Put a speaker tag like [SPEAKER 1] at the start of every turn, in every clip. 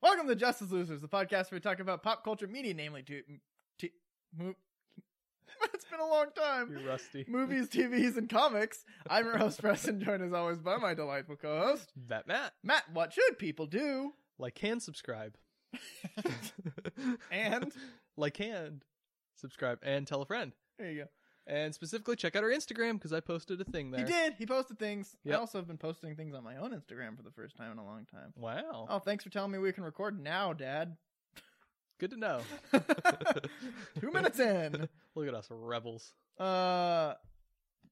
[SPEAKER 1] Welcome to Justice Losers, the podcast where we talk about pop culture media, namely to, to mo- it's been a long time.
[SPEAKER 2] You're rusty.
[SPEAKER 1] Movies, TVs, and comics. I'm your host Preston, joined as always by my delightful co-host
[SPEAKER 2] That Matt.
[SPEAKER 1] Matt. What should people do?
[SPEAKER 2] Like and subscribe.
[SPEAKER 1] And
[SPEAKER 2] like and subscribe and tell a friend.
[SPEAKER 1] there you go.
[SPEAKER 2] And specifically check out our Instagram because I posted a thing there.
[SPEAKER 1] He did. He posted things. I
[SPEAKER 2] Yep.
[SPEAKER 1] also have been posting things on my own Instagram for the first time in a long time.
[SPEAKER 2] Wow.
[SPEAKER 1] Oh, thanks for telling me we can record now, Dad.
[SPEAKER 2] Good to know.
[SPEAKER 1] Two minutes in.
[SPEAKER 2] Look at us rebels.
[SPEAKER 1] Uh,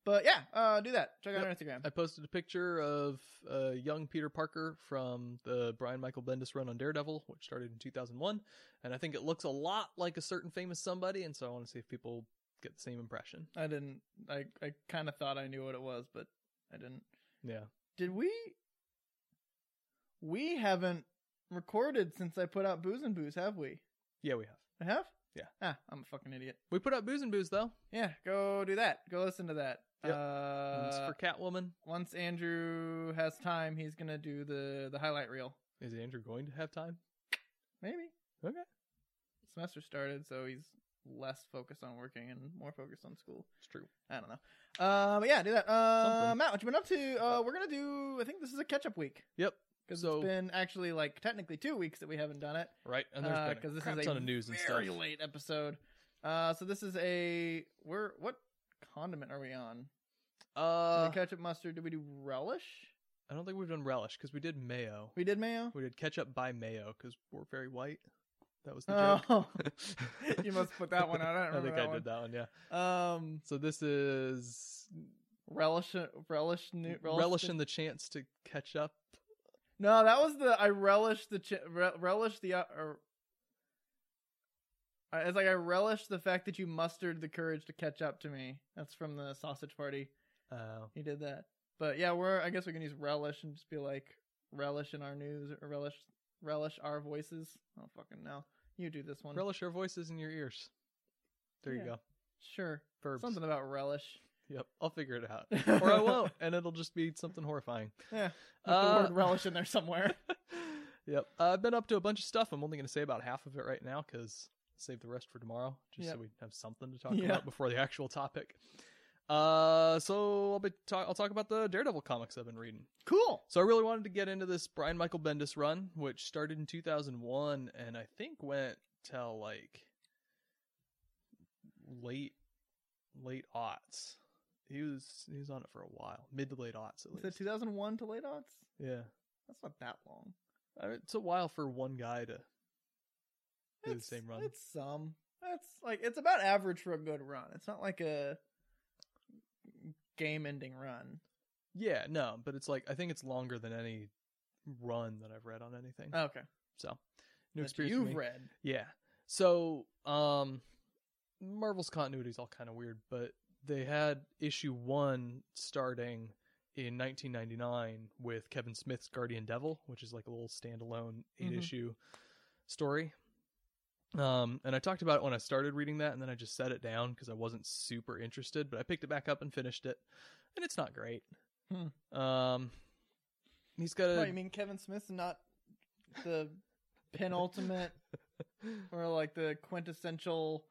[SPEAKER 1] but yeah, uh, do that. Check out
[SPEAKER 2] Yep.
[SPEAKER 1] our Instagram.
[SPEAKER 2] I posted a picture of uh, young Peter Parker from the Brian Michael Bendis run on Daredevil, which started in 2001, and I think it looks a lot like a certain famous somebody, and so I want to see if people get the same impression.
[SPEAKER 1] I didn't. I I kind of thought I knew what it was, but I didn't.
[SPEAKER 2] Yeah.
[SPEAKER 1] Did we? We haven't recorded since I put out Booze and Booze, have we?
[SPEAKER 2] Yeah, we have.
[SPEAKER 1] I have.
[SPEAKER 2] Yeah.
[SPEAKER 1] Ah, I'm a fucking idiot.
[SPEAKER 2] We put out Booze and Booze though.
[SPEAKER 1] Yeah, go do that. Go listen to that.
[SPEAKER 2] Yep. and it's
[SPEAKER 1] Uh,
[SPEAKER 2] for Catwoman.
[SPEAKER 1] once Andrew has time, he's gonna do the the highlight reel.
[SPEAKER 2] Is Andrew going to have time?
[SPEAKER 1] Maybe.
[SPEAKER 2] Okay.
[SPEAKER 1] Semester started, so he's less focused on working and more focused on school.
[SPEAKER 2] It's true.
[SPEAKER 1] I don't know. Uh, but yeah, do that. Uh,
[SPEAKER 2] Something.
[SPEAKER 1] Matt, what you been up to? Uh, we're gonna do. I think this is a catch up week
[SPEAKER 2] Yep.
[SPEAKER 1] because
[SPEAKER 2] So-
[SPEAKER 1] it's been actually like technically two weeks that we haven't done it
[SPEAKER 2] Right. And there's
[SPEAKER 1] because
[SPEAKER 2] been a
[SPEAKER 1] this
[SPEAKER 2] crap
[SPEAKER 1] is a
[SPEAKER 2] ton of news and stuff.
[SPEAKER 1] very late episode. Uh, so this is a we're what condiment are we on?
[SPEAKER 2] Uh,
[SPEAKER 1] Did we ketchup mustard? Did we do relish?
[SPEAKER 2] I don't think we've done relish because we did mayo.
[SPEAKER 1] We did mayo.
[SPEAKER 2] We did ketchup by mayo because we're very white. That was the joke.
[SPEAKER 1] Oh, you must put that one out. I
[SPEAKER 2] I,
[SPEAKER 1] don't remember
[SPEAKER 2] think
[SPEAKER 1] that
[SPEAKER 2] I
[SPEAKER 1] one.
[SPEAKER 2] did that one. Yeah.
[SPEAKER 1] Um,
[SPEAKER 2] So this is
[SPEAKER 1] relish, relish, new, relish
[SPEAKER 2] relishing the chance to catch up.
[SPEAKER 1] No, that was the I relish the ch- re- relish the. Uh, or, I- it's like I relish the fact that you mustered the courage to catch up to me. That's from the sausage party.
[SPEAKER 2] Uh,
[SPEAKER 1] He did that. But yeah, we're I guess we can use relish and just be like relish in our news or relish relish our voices. I don't fucking know. You do this one.
[SPEAKER 2] relish our voices in your ears. There
[SPEAKER 1] Yeah.
[SPEAKER 2] you go.
[SPEAKER 1] sure.
[SPEAKER 2] Verbs.
[SPEAKER 1] Something about relish.
[SPEAKER 2] Yep. I'll figure it out, or I won't, and it'll just be something horrifying.
[SPEAKER 1] Yeah. Put
[SPEAKER 2] Uh,
[SPEAKER 1] the word relish in there somewhere.
[SPEAKER 2] yep. Uh, I've been up to a bunch of stuff. I'm only going to say about half of it right now because save the rest for tomorrow, just
[SPEAKER 1] Yep.
[SPEAKER 2] so we have something to talk
[SPEAKER 1] Yeah.
[SPEAKER 2] about before the actual topic. Uh, so I'll be ta- I'll talk about the Daredevil comics I've been reading.
[SPEAKER 1] cool.
[SPEAKER 2] So I really wanted to get into this Brian Michael Bendis run, which started in 2001 and I think went till like late late aughts. He was he was on it for a while, mid to late aughts at
[SPEAKER 1] Is it
[SPEAKER 2] least.
[SPEAKER 1] 2001 to late aughts?
[SPEAKER 2] yeah.
[SPEAKER 1] That's not that long.
[SPEAKER 2] I mean, it's a while for one guy to do the
[SPEAKER 1] It's-
[SPEAKER 2] same run.
[SPEAKER 1] It's some. That's like it's about average for a good run. It's not like a game-ending run.
[SPEAKER 2] Yeah, no, but it's like I think it's longer than any run that I've read on anything.
[SPEAKER 1] Okay,
[SPEAKER 2] so new
[SPEAKER 1] That
[SPEAKER 2] experience. for
[SPEAKER 1] Oh. You've
[SPEAKER 2] me.
[SPEAKER 1] read.
[SPEAKER 2] Yeah. So, um, Marvel's continuity is all kind of weird, but they had issue one starting in 1999 with Kevin Smith's Guardian Devil, which is like a little standalone 8
[SPEAKER 1] Mhm.
[SPEAKER 2] issue story. Um, and I talked about it when I started reading that, and then I just set it down because I wasn't super interested, but I picked it back up and finished it, and it's not great. Um, he's got a
[SPEAKER 1] Hmm. What you mean, Kevin Smith's not the penultimate or like the quintessential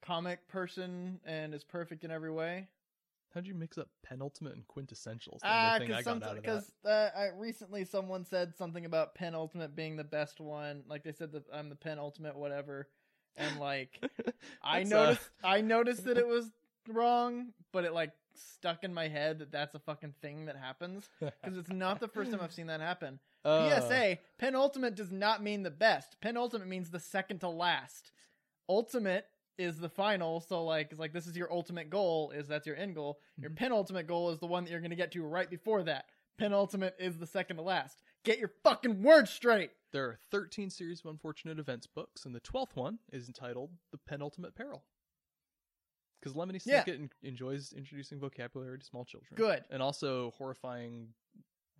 [SPEAKER 1] comic person and is perfect in every way?
[SPEAKER 2] How'd you mix up penultimate and quintessential? Is the
[SPEAKER 1] Ah,
[SPEAKER 2] only thing I got out of that.
[SPEAKER 1] because uh, I recently someone said something about penultimate being the best one. Like they said that I'm the penultimate, whatever, and like. I
[SPEAKER 2] That's, uh,
[SPEAKER 1] noticed. I noticed that it was wrong, but it like stuck in my head that that's a fucking thing that happens because it's not the first time I've seen that happen.
[SPEAKER 2] Uh,
[SPEAKER 1] PSA: penultimate does not mean the best. Penultimate means the second to last. Ultimate is the final. So like, it's like this is your ultimate goal. Is that's your end goal? Your
[SPEAKER 2] Mhm.
[SPEAKER 1] penultimate goal is the one that you're gonna get to right before that. Penultimate is the second to last. Get your fucking words straight.
[SPEAKER 2] There are 13 series of unfortunate events books, and the 12th one is entitled The Penultimate Peril. Because Lemony
[SPEAKER 1] Yeah.
[SPEAKER 2] Snicket en- enjoys introducing vocabulary to small children.
[SPEAKER 1] Good.
[SPEAKER 2] And also horrifying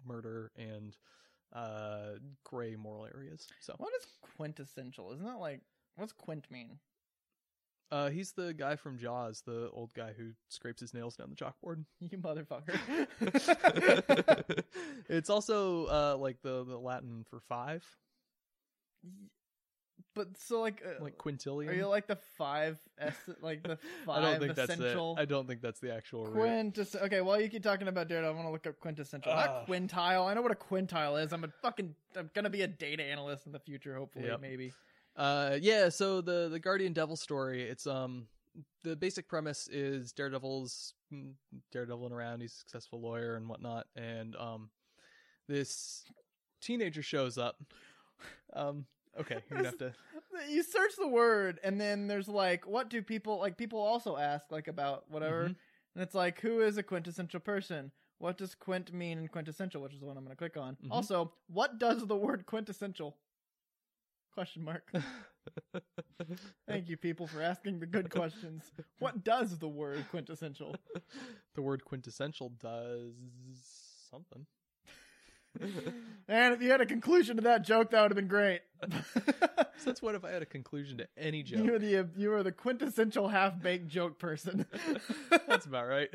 [SPEAKER 2] murder and uh, gray moral areas. So
[SPEAKER 1] What is quintessential? Isn't that like what's quint mean?
[SPEAKER 2] uh, he's the guy from Jaws, the old guy who scrapes his nails down the chalkboard.
[SPEAKER 1] You motherfucker.
[SPEAKER 2] it's also uh, like the, the Latin for five.
[SPEAKER 1] But so like, uh,
[SPEAKER 2] like quintillion.
[SPEAKER 1] are you like the five S like the
[SPEAKER 2] I
[SPEAKER 1] five
[SPEAKER 2] don't think that's
[SPEAKER 1] essential?
[SPEAKER 2] the. I don't think that's the actual root.
[SPEAKER 1] Quintus. Okay, while you keep talking about Daredevil, I want to look up quintessential.
[SPEAKER 2] Ugh.
[SPEAKER 1] Not quintile. I know what a quintile is. I'm a fucking. I'm gonna be a data analyst in the future. Hopefully,
[SPEAKER 2] Yep.
[SPEAKER 1] maybe.
[SPEAKER 2] Uh, yeah. So the the Guardian Devil story. It's um the basic premise is Daredevil's mm, Daredeviling around. He's a successful lawyer and whatnot, and um this teenager shows up. Um. Okay, you're gonna have to.
[SPEAKER 1] You search the word, and then there's like, what do people like? People also ask like about whatever,
[SPEAKER 2] Mhm.
[SPEAKER 1] and it's like, who is a quintessential person? What does quint mean in quintessential? Which is the one I'm gonna click on.
[SPEAKER 2] Mhm.
[SPEAKER 1] Also, what does the word quintessential? Question mark. Thank you, people, for asking the good questions. What does the word quintessential?
[SPEAKER 2] the word quintessential does something.
[SPEAKER 1] And if you had a conclusion to that joke, that would have been great.
[SPEAKER 2] Since what if I had a conclusion to any
[SPEAKER 1] you
[SPEAKER 2] joke?
[SPEAKER 1] are the you are the quintessential half baked joke person.
[SPEAKER 2] That's about right.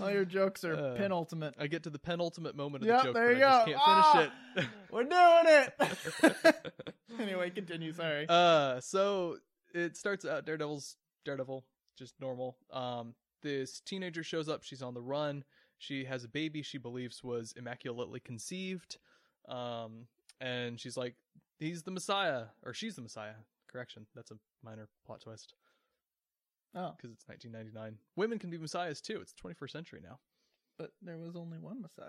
[SPEAKER 1] All your jokes are
[SPEAKER 2] Uh,
[SPEAKER 1] penultimate.
[SPEAKER 2] I get to the penultimate moment of
[SPEAKER 1] Yep,
[SPEAKER 2] the joke,
[SPEAKER 1] there
[SPEAKER 2] but
[SPEAKER 1] you
[SPEAKER 2] I
[SPEAKER 1] go.
[SPEAKER 2] just can't finish
[SPEAKER 1] We're doing it.
[SPEAKER 2] it.
[SPEAKER 1] anyway, continue. Sorry.
[SPEAKER 2] Uh, so it starts out Daredevil's Daredevil, just normal. Um, this teenager shows up. She's on the run. She has a baby she believes was immaculately conceived. Um, and she's like, he's the Messiah, or she's the Messiah. Correction, that's a minor plot twist
[SPEAKER 1] oh,
[SPEAKER 2] because it's 1999. Women can be messiahs too. It's the 21st century now.
[SPEAKER 1] but there was only one Messiah.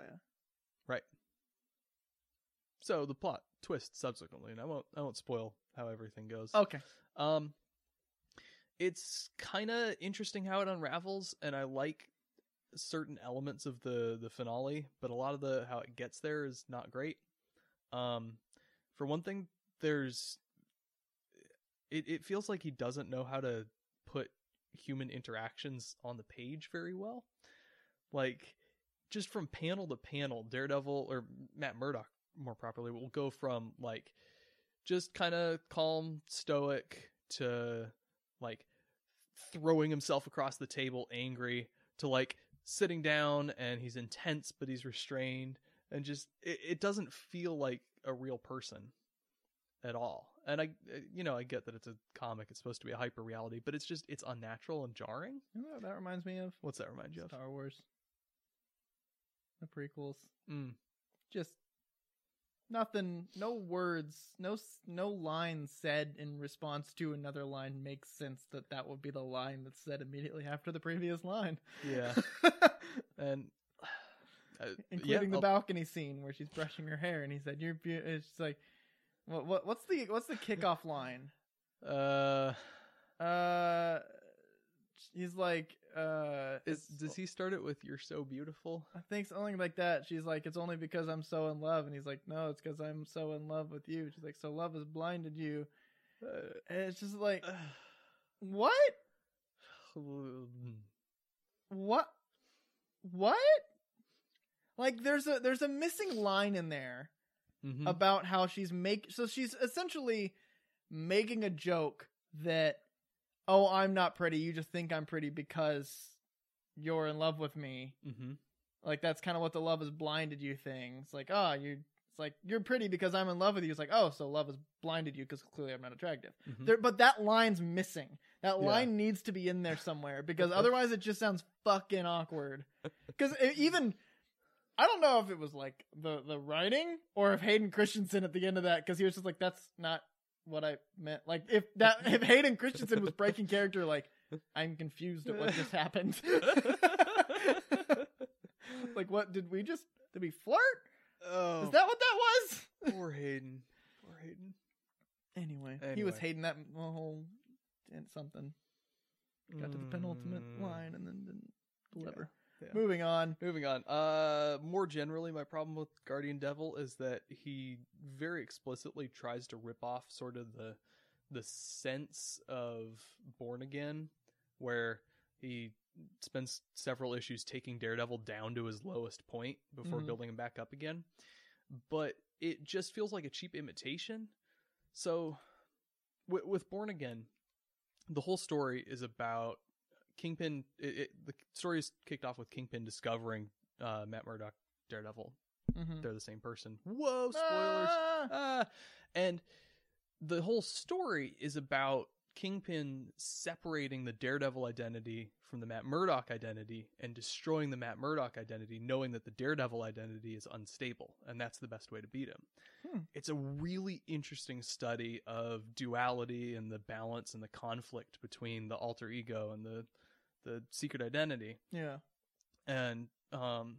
[SPEAKER 2] So the plot twist subsequently, and I won't, I won't spoil how everything goes.
[SPEAKER 1] Okay.
[SPEAKER 2] Um, it's kind of interesting how it unravels, and I like certain elements of the the finale, but a lot of the how it gets there is not great. Um, for one thing, there's it it feels like he doesn't know how to put human interactions on the page very well. Like just from panel to panel, Daredevil or Matt Murdock more properly will go from like just kind of calm, stoic to like throwing himself across the table angry to like sitting down and he's intense but he's restrained and just it, it doesn't feel like a real person at all. And I uh, you know, I get that it's a comic, it's supposed to be a hyper reality, but it's just it's unnatural and jarring.
[SPEAKER 1] You know what that reminds me of
[SPEAKER 2] What's that remind you of?
[SPEAKER 1] Star Wars, the prequels.
[SPEAKER 2] Mm.
[SPEAKER 1] Just nothing. No words. No s- no line said in response to another line makes sense. That that would be the line that's said immediately after the previous line.
[SPEAKER 2] Yeah. and uh,
[SPEAKER 1] including the
[SPEAKER 2] I'll-
[SPEAKER 1] balcony scene where she's brushing her hair, and he said, "You're beautiful." It's like, what, what, what's the what's the kickoff line?
[SPEAKER 2] uh
[SPEAKER 1] Uh, he's like, uh,
[SPEAKER 2] is
[SPEAKER 1] it's-
[SPEAKER 2] does he start it with you're so beautiful?
[SPEAKER 1] I think something like that. She's like, "It's only because I'm so in love," and he's like, "No, it's because I'm so in love with you." She's like, "So love has blinded you,"
[SPEAKER 2] Uh,
[SPEAKER 1] and it's just like, what, what, what? Like, there's a there's a missing line in there.
[SPEAKER 2] Mhm.
[SPEAKER 1] about how she's make so she's essentially making a joke that oh I'm not pretty you just think I'm pretty because you're in love with me
[SPEAKER 2] Mhm.
[SPEAKER 1] like that's kind of what the love is blinded you thing it's like ah you it's like you're pretty because I'm in love with you it's like oh so love has blinded you because clearly I'm not attractive
[SPEAKER 2] Mhm.
[SPEAKER 1] there but that line's missing that
[SPEAKER 2] Yeah.
[SPEAKER 1] line needs to be in there somewhere because otherwise it just sounds fucking awkward because even i don't know if it was like the the writing or if hayden christensen at the end of that because he was just like that's not what i meant like if that if hayden christensen was breaking character like i'm confused at what just happened like what did we just did we flirt
[SPEAKER 2] oh,
[SPEAKER 1] is that what that was
[SPEAKER 2] poor Hayden. Poor Hayden.
[SPEAKER 1] anyway, he was
[SPEAKER 2] Anyway.
[SPEAKER 1] hating that whole and something got to the penultimate
[SPEAKER 2] Mm.
[SPEAKER 1] line and then didn't deliver.
[SPEAKER 2] Yeah, yeah.
[SPEAKER 1] Moving on.
[SPEAKER 2] Moving on. Uh, more generally, my problem with Guardian Devil is that he very explicitly tries to rip off sort of the the sense of Born Again, where he spends several issues taking Daredevil down to his lowest point before
[SPEAKER 1] Mhm.
[SPEAKER 2] building him back up again. But it just feels like a cheap imitation. So, with, with Born Again, the whole story is about Kingpin. It, it, the story is kicked off with Kingpin discovering uh, Matt Murdock, Daredevil.
[SPEAKER 1] Mhm.
[SPEAKER 2] They're the same person. Whoa, spoilers!
[SPEAKER 1] Ah!
[SPEAKER 2] Ah, and the whole story is about Kingpin separating the Daredevil identity from the Matt Murdock identity and destroying the Matt Murdock identity, knowing that the Daredevil identity is unstable, and that's the best way to beat him.
[SPEAKER 1] Hmm.
[SPEAKER 2] It's a really interesting study of duality and the balance and the conflict between the alter ego and the the secret identity
[SPEAKER 1] Yeah.
[SPEAKER 2] and um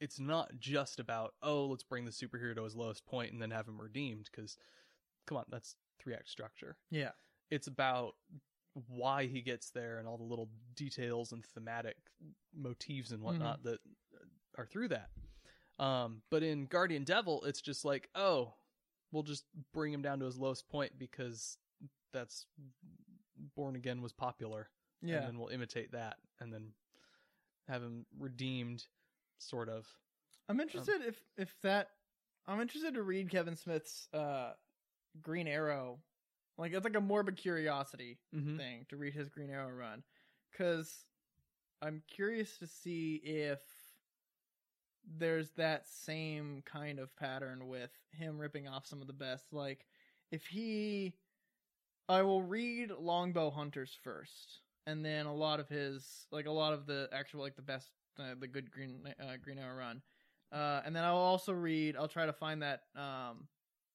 [SPEAKER 2] it's not just about oh let's bring the superhero to his lowest point and then have him redeemed because come on that's three act structure
[SPEAKER 1] Yeah.
[SPEAKER 2] it's about why he gets there and all the little details and thematic motifs and whatnot that uh, are through that um but in guardian devil it's just like oh we'll just bring him down to his lowest point because that's born again was popular
[SPEAKER 1] Yeah.
[SPEAKER 2] and then we'll imitate that and then have him redeemed sort of
[SPEAKER 1] I'm interested
[SPEAKER 2] um,
[SPEAKER 1] if if that I'm interested to read Kevin Smith's uh Green Arrow. Like it's like a morbid curiosity
[SPEAKER 2] mm-hmm.
[SPEAKER 1] thing to read his Green Arrow run cuz I'm curious to see if there's that same kind of pattern with him ripping off some of the best like if he I will read Longbow Hunters first and then a lot of his like a lot of the actual like the best uh, the good green uh, green arrow run uh, and then I'll also read I'll try to find that um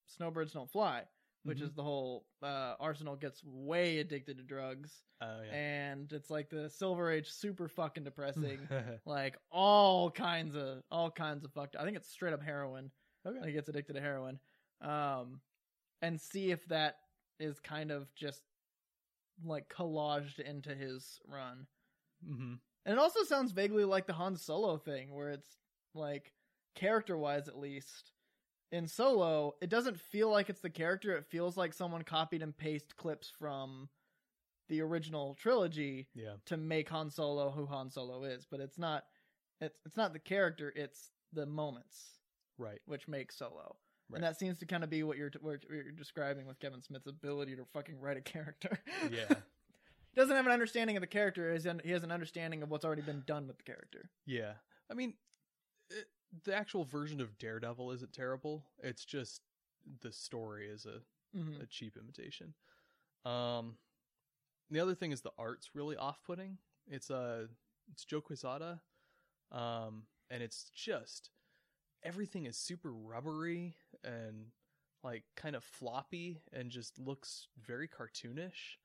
[SPEAKER 1] Snowbirds Don't Fly which
[SPEAKER 2] Mm-hmm.
[SPEAKER 1] is the whole uh, Arsenal gets way addicted to drugs,
[SPEAKER 2] oh
[SPEAKER 1] and it's like the Silver Age, super fucking depressing.
[SPEAKER 2] yeah
[SPEAKER 1] like all kinds of all kinds of fucked. I think it's straight up heroin.
[SPEAKER 2] Okay.
[SPEAKER 1] Like, he gets addicted to heroin, um, and see if that is kind of just like collaged into his run.
[SPEAKER 2] mm-hmm.
[SPEAKER 1] And it also sounds vaguely like the Han Solo thing, where it's like character wise, at least in Solo, it doesn't feel like it's the character. It feels like someone copied and pasted clips from the original trilogy
[SPEAKER 2] yeah
[SPEAKER 1] to make Han Solo who Han Solo is. But it's not. It's it's not the character. It's the moments
[SPEAKER 2] right
[SPEAKER 1] which make Solo.
[SPEAKER 2] Right.
[SPEAKER 1] And that seems to kind of be what you're what you're describing with Kevin Smith's ability to fucking write a character.
[SPEAKER 2] yeah
[SPEAKER 1] He doesn't have an understanding of the character. He's an- He has an understanding of what's already been done with the character.
[SPEAKER 2] yeah i mean it, the actual version of daredevil isn't terrible it's just the story is a
[SPEAKER 1] hmm
[SPEAKER 2] a cheap imitation. Um, the other thing is the art's really off-putting. It's uh, it's Joe Quesada, um, and it's just everything is super rubbery and like kind of floppy and just looks very cartoonish.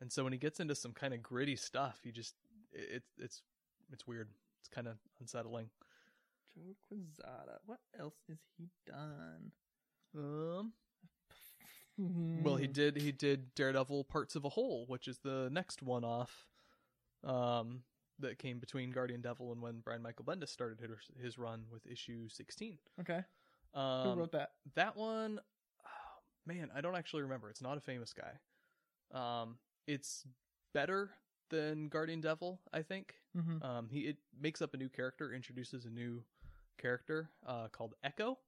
[SPEAKER 2] And so when he gets into some kind of gritty stuff, you just it, it's it's it's weird. It's kind of unsettling.
[SPEAKER 1] Joe Quezada. What else has he done?
[SPEAKER 2] Um,
[SPEAKER 1] Mm-hmm.
[SPEAKER 2] Well,
[SPEAKER 1] Mm.
[SPEAKER 2] he did. He did Daredevil: Parts of a Whole, which is the next one-off um, that came between Guardian Devil and when Brian Michael Bendis started his, his run with issue sixteen.
[SPEAKER 1] Okay. Who
[SPEAKER 2] Um,
[SPEAKER 1] wrote that?
[SPEAKER 2] that one, oh, man, I don't actually remember. It's not a famous guy. Um, it's better than Guardian Devil, I think.
[SPEAKER 1] Mm-hmm.
[SPEAKER 2] Um, he it makes up a new character, introduces a new character uh, called Echo.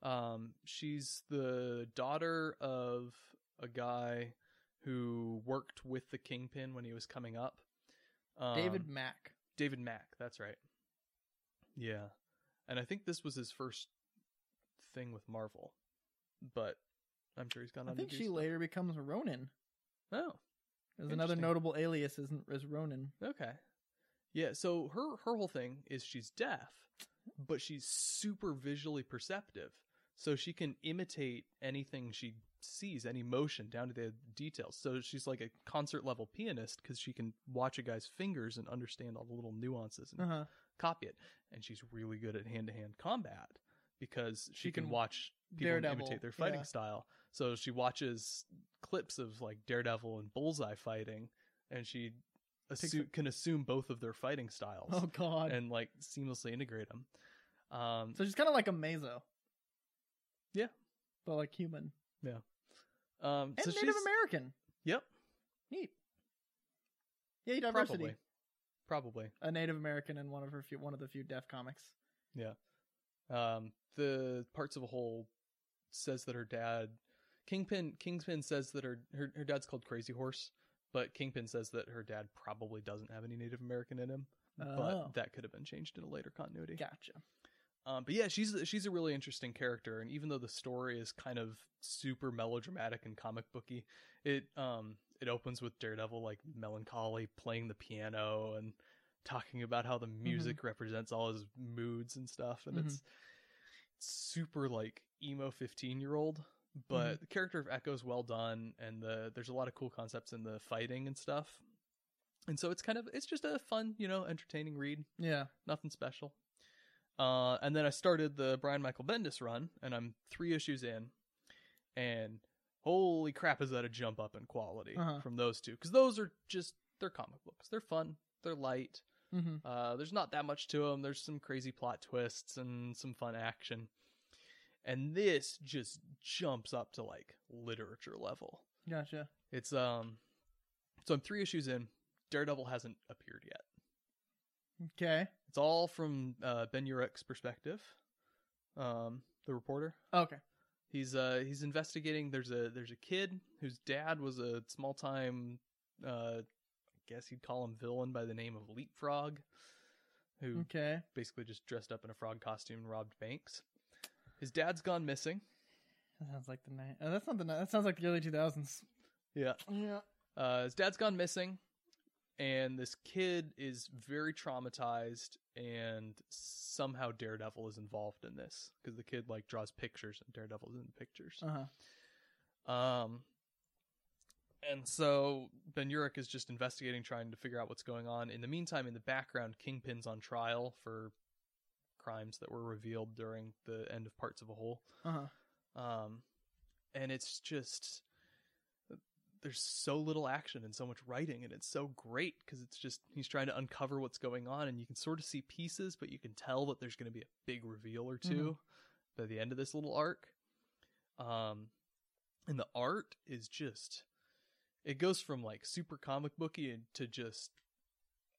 [SPEAKER 2] Um, she's the daughter of a guy who worked with the Kingpin when he was coming up. Um,
[SPEAKER 1] David Mack.
[SPEAKER 2] David Mack, that's right. Yeah, and I think this was his first thing with Marvel, but I'm sure he's gone
[SPEAKER 1] I
[SPEAKER 2] on.
[SPEAKER 1] think
[SPEAKER 2] to do
[SPEAKER 1] she
[SPEAKER 2] stuff.
[SPEAKER 1] later becomes Ronin.
[SPEAKER 2] Oh,
[SPEAKER 1] There's another
[SPEAKER 2] Interesting.
[SPEAKER 1] notable alias is, is Ronin.
[SPEAKER 2] Okay. Yeah, so her her whole thing is she's deaf, but she's super visually perceptive. So she can imitate anything she sees, any motion down to the details. So she's like a concert level pianist because she can watch a guy's fingers and understand all the little nuances and
[SPEAKER 1] Uh huh.
[SPEAKER 2] copy it. And she's really good at hand to hand combat because she,
[SPEAKER 1] She
[SPEAKER 2] can,
[SPEAKER 1] can
[SPEAKER 2] watch people and
[SPEAKER 1] Daredevil,
[SPEAKER 2] imitate their fighting
[SPEAKER 1] yeah.
[SPEAKER 2] style. So she watches clips of like Daredevil and Bullseye fighting, and she
[SPEAKER 1] Takes
[SPEAKER 2] assu- can assume both of their fighting styles
[SPEAKER 1] Oh God.
[SPEAKER 2] and like seamlessly integrate them. Um,
[SPEAKER 1] so she's kind of like a Mazo.
[SPEAKER 2] Yeah.
[SPEAKER 1] But like human
[SPEAKER 2] um,
[SPEAKER 1] and
[SPEAKER 2] so
[SPEAKER 1] Native
[SPEAKER 2] she's-
[SPEAKER 1] American.
[SPEAKER 2] Yep,
[SPEAKER 1] Neat. Yay, diversity.
[SPEAKER 2] probably, probably.
[SPEAKER 1] A Native American in one of her few, one of the few deaf comics.
[SPEAKER 2] Um, the parts of a whole says that her dad, Kingpin, Kingpin says that her, her her dad's called Crazy Horse, but Kingpin says that her dad probably doesn't have any Native American in him,
[SPEAKER 1] Oh,
[SPEAKER 2] but that could have been changed in a later continuity.
[SPEAKER 1] gotcha.
[SPEAKER 2] Um, but yeah, she's she's a really interesting character, and even though the story is kind of super melodramatic and comic booky, it um it opens with Daredevil like melancholy playing the piano and talking about how the music represents all his moods and stuff, and
[SPEAKER 1] Mhm.
[SPEAKER 2] it's super like emo fifteen year old. But the character of Echo's well done, and the there's a lot of cool concepts in the fighting and stuff, and so it's kind of it's just a fun you know entertaining read
[SPEAKER 1] Yeah.
[SPEAKER 2] nothing special. Uh, and then I started the Brian Michael Bendis run, and I'm three issues in, and holy crap, is that a jump up in quality
[SPEAKER 1] Uh-huh.
[SPEAKER 2] from those two? Because those are just they're comic books. They're fun. They're light.
[SPEAKER 1] Mm-hmm.
[SPEAKER 2] Uh, there's not that much to them. There's some crazy plot twists and some fun action, and this just jumps up to like literature level.
[SPEAKER 1] Gotcha.
[SPEAKER 2] It's um, so I'm three issues in. Daredevil hasn't appeared yet.
[SPEAKER 1] Okay.
[SPEAKER 2] It's all from uh, Ben Urek's perspective, um, the reporter.
[SPEAKER 1] Okay.
[SPEAKER 2] He's uh, he's investigating. There's a there's a kid whose dad was a small time, uh, I guess you'd call him villain by the name of Leapfrog, who
[SPEAKER 1] Okay.
[SPEAKER 2] basically just dressed up in a frog costume and robbed banks. His dad's gone missing.
[SPEAKER 1] That sounds like the night. Oh, that's not the night. That sounds like the early two thousands.
[SPEAKER 2] Yeah,
[SPEAKER 1] Yeah.
[SPEAKER 2] uh, his dad's gone missing, and this kid is very traumatized, and somehow Daredevil is involved in this because the kid like draws pictures, and Daredevil's in the pictures.
[SPEAKER 1] Uh huh.
[SPEAKER 2] Um, and so Ben Urich is just investigating, trying to figure out what's going on. In the meantime, in the background, Kingpin's on trial for crimes that were revealed during the end of Parts of a Whole
[SPEAKER 1] Uh huh.
[SPEAKER 2] um, and it's just there's so little action and so much writing and it's so great because it's just he's trying to uncover what's going on and you can sort of see pieces but you can tell that there's going to be a big reveal or 2 by the end of this little arc um and the art is just it goes from like super comic booky and- to just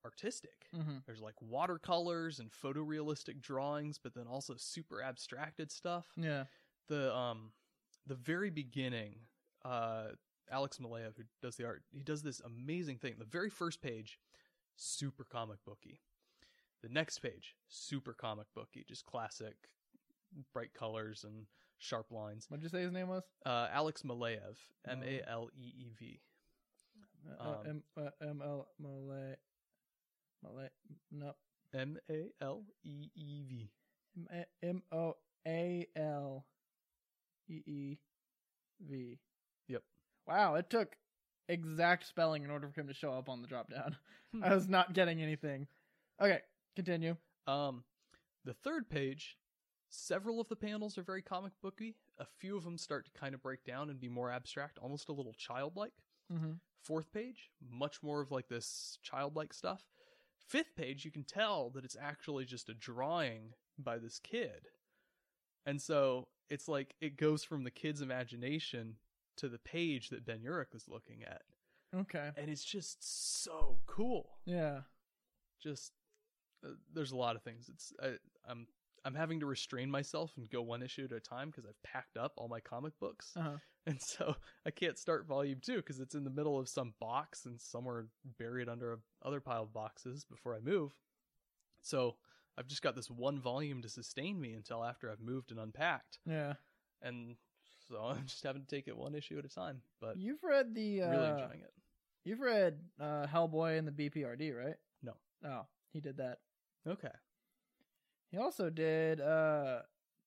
[SPEAKER 2] artistic
[SPEAKER 1] Mm-hmm.
[SPEAKER 2] there's like watercolors and photorealistic drawings but then also super abstracted stuff
[SPEAKER 1] Yeah.
[SPEAKER 2] the um the very beginning uh alex malaya who does the art he does this amazing thing the very first page super comic booky the next page super comic booky just classic bright colors and sharp lines
[SPEAKER 1] What'd you say his name was?
[SPEAKER 2] uh alex malayev m a
[SPEAKER 1] Malayev.
[SPEAKER 2] l e e v
[SPEAKER 1] Uh,
[SPEAKER 2] Um,
[SPEAKER 1] M uh, M L Malay. Malay. No.
[SPEAKER 2] m a l e e v
[SPEAKER 1] M A- M O A L E E V.
[SPEAKER 2] Yep.
[SPEAKER 1] Wow, it took exact spelling in order for him to show up on the drop down.
[SPEAKER 2] Hmm.
[SPEAKER 1] I was not getting anything. Okay, continue.
[SPEAKER 2] Um, the third page, several of the panels are very comic booky. A few of them start to kind of break down and be more abstract, almost a little childlike.
[SPEAKER 1] Mm-hmm.
[SPEAKER 2] Fourth page, much more of like this childlike stuff. Fifth page, you can tell that it's actually just a drawing by this kid. And so it's like it goes from the kid's imagination to the page that Ben Urich is looking at.
[SPEAKER 1] Okay.
[SPEAKER 2] And it's just so cool
[SPEAKER 1] Yeah.
[SPEAKER 2] just uh, there's a lot of things. It's I, I'm I'm having to restrain myself and go one issue at a time because I've packed up all my comic books,
[SPEAKER 1] Uh huh.
[SPEAKER 2] and so I can't start volume two because it's in the middle of some box and somewhere buried under a other pile of boxes before I move. So I've just got this one volume to sustain me until after I've moved and unpacked,
[SPEAKER 1] Yeah.
[SPEAKER 2] and so I'm just having to take it one issue at a time. But
[SPEAKER 1] You've read the uh,
[SPEAKER 2] really enjoying it.
[SPEAKER 1] You've read uh, Hellboy and the BPRD, right?
[SPEAKER 2] No.
[SPEAKER 1] Oh, he did that.
[SPEAKER 2] Okay,
[SPEAKER 1] He also did uh,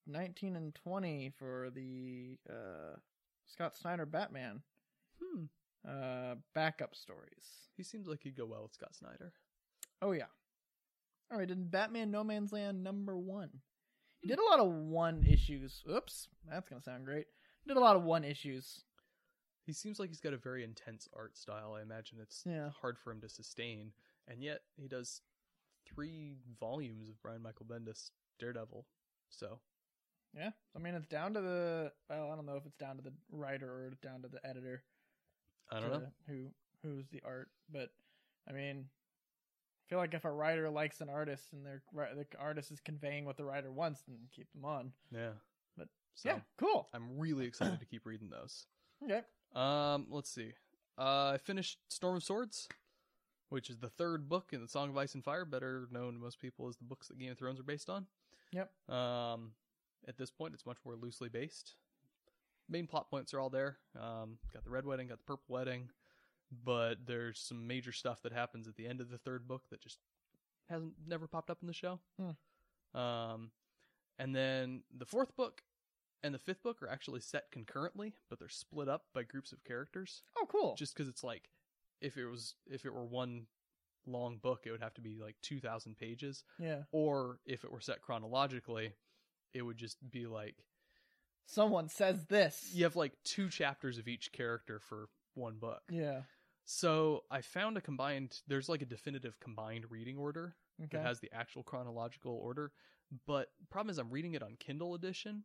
[SPEAKER 1] 19 and 20 for the uh, Scott Snyder Batman
[SPEAKER 2] hmm.
[SPEAKER 1] uh, backup stories.
[SPEAKER 2] He seems like he'd go well with Scott Snyder.
[SPEAKER 1] Oh, yeah. All right, did Batman No Man's Land number one. He did a lot of one issues. Oops, that's going to sound great. Did a lot of one issues.
[SPEAKER 2] he seems like he's got a very intense art style. I imagine it's
[SPEAKER 1] Yeah.
[SPEAKER 2] hard for him to sustain, and yet he does three volumes of Brian Michael Bendis Daredevil. So
[SPEAKER 1] Yeah, I mean, it's down to the. Well, I don't know if it's down to the writer or down to the editor.
[SPEAKER 2] I don't
[SPEAKER 1] to
[SPEAKER 2] know.
[SPEAKER 1] who who's the art, but I mean, I feel like if a writer likes an artist and their ri- the artist is conveying what the writer wants, then keep them on.
[SPEAKER 2] Yeah,
[SPEAKER 1] But-
[SPEAKER 2] so
[SPEAKER 1] yeah, cool.
[SPEAKER 2] I'm really excited to keep reading those.
[SPEAKER 1] Okay,
[SPEAKER 2] Um, let's see. Uh, I finished Storm of Swords, which is the third book in the Song of Ice and Fire, better known to most people as the books that Game of Thrones are based on.
[SPEAKER 1] Yep.
[SPEAKER 2] Um, at this point, it's much more loosely based. Main plot points are all there. Um, got the red wedding, got the purple wedding, but there's some major stuff that happens at the end of the third book that just hasn't never popped up in the show. Um, and then the fourth book and the fifth book are actually set concurrently, but they're split up by groups of characters.
[SPEAKER 1] Oh, cool.
[SPEAKER 2] Just because it's like, if it was if it were one long book, it would have to be like two thousand pages
[SPEAKER 1] yeah.
[SPEAKER 2] or if it were set chronologically, it would just be like
[SPEAKER 1] Someone says this.
[SPEAKER 2] you have like two chapters of each character for one book.
[SPEAKER 1] Yeah.
[SPEAKER 2] So I found a combined there's like a definitive combined reading order
[SPEAKER 1] Okay.
[SPEAKER 2] that has the actual chronological order, but problem is I'm reading it on Kindle edition.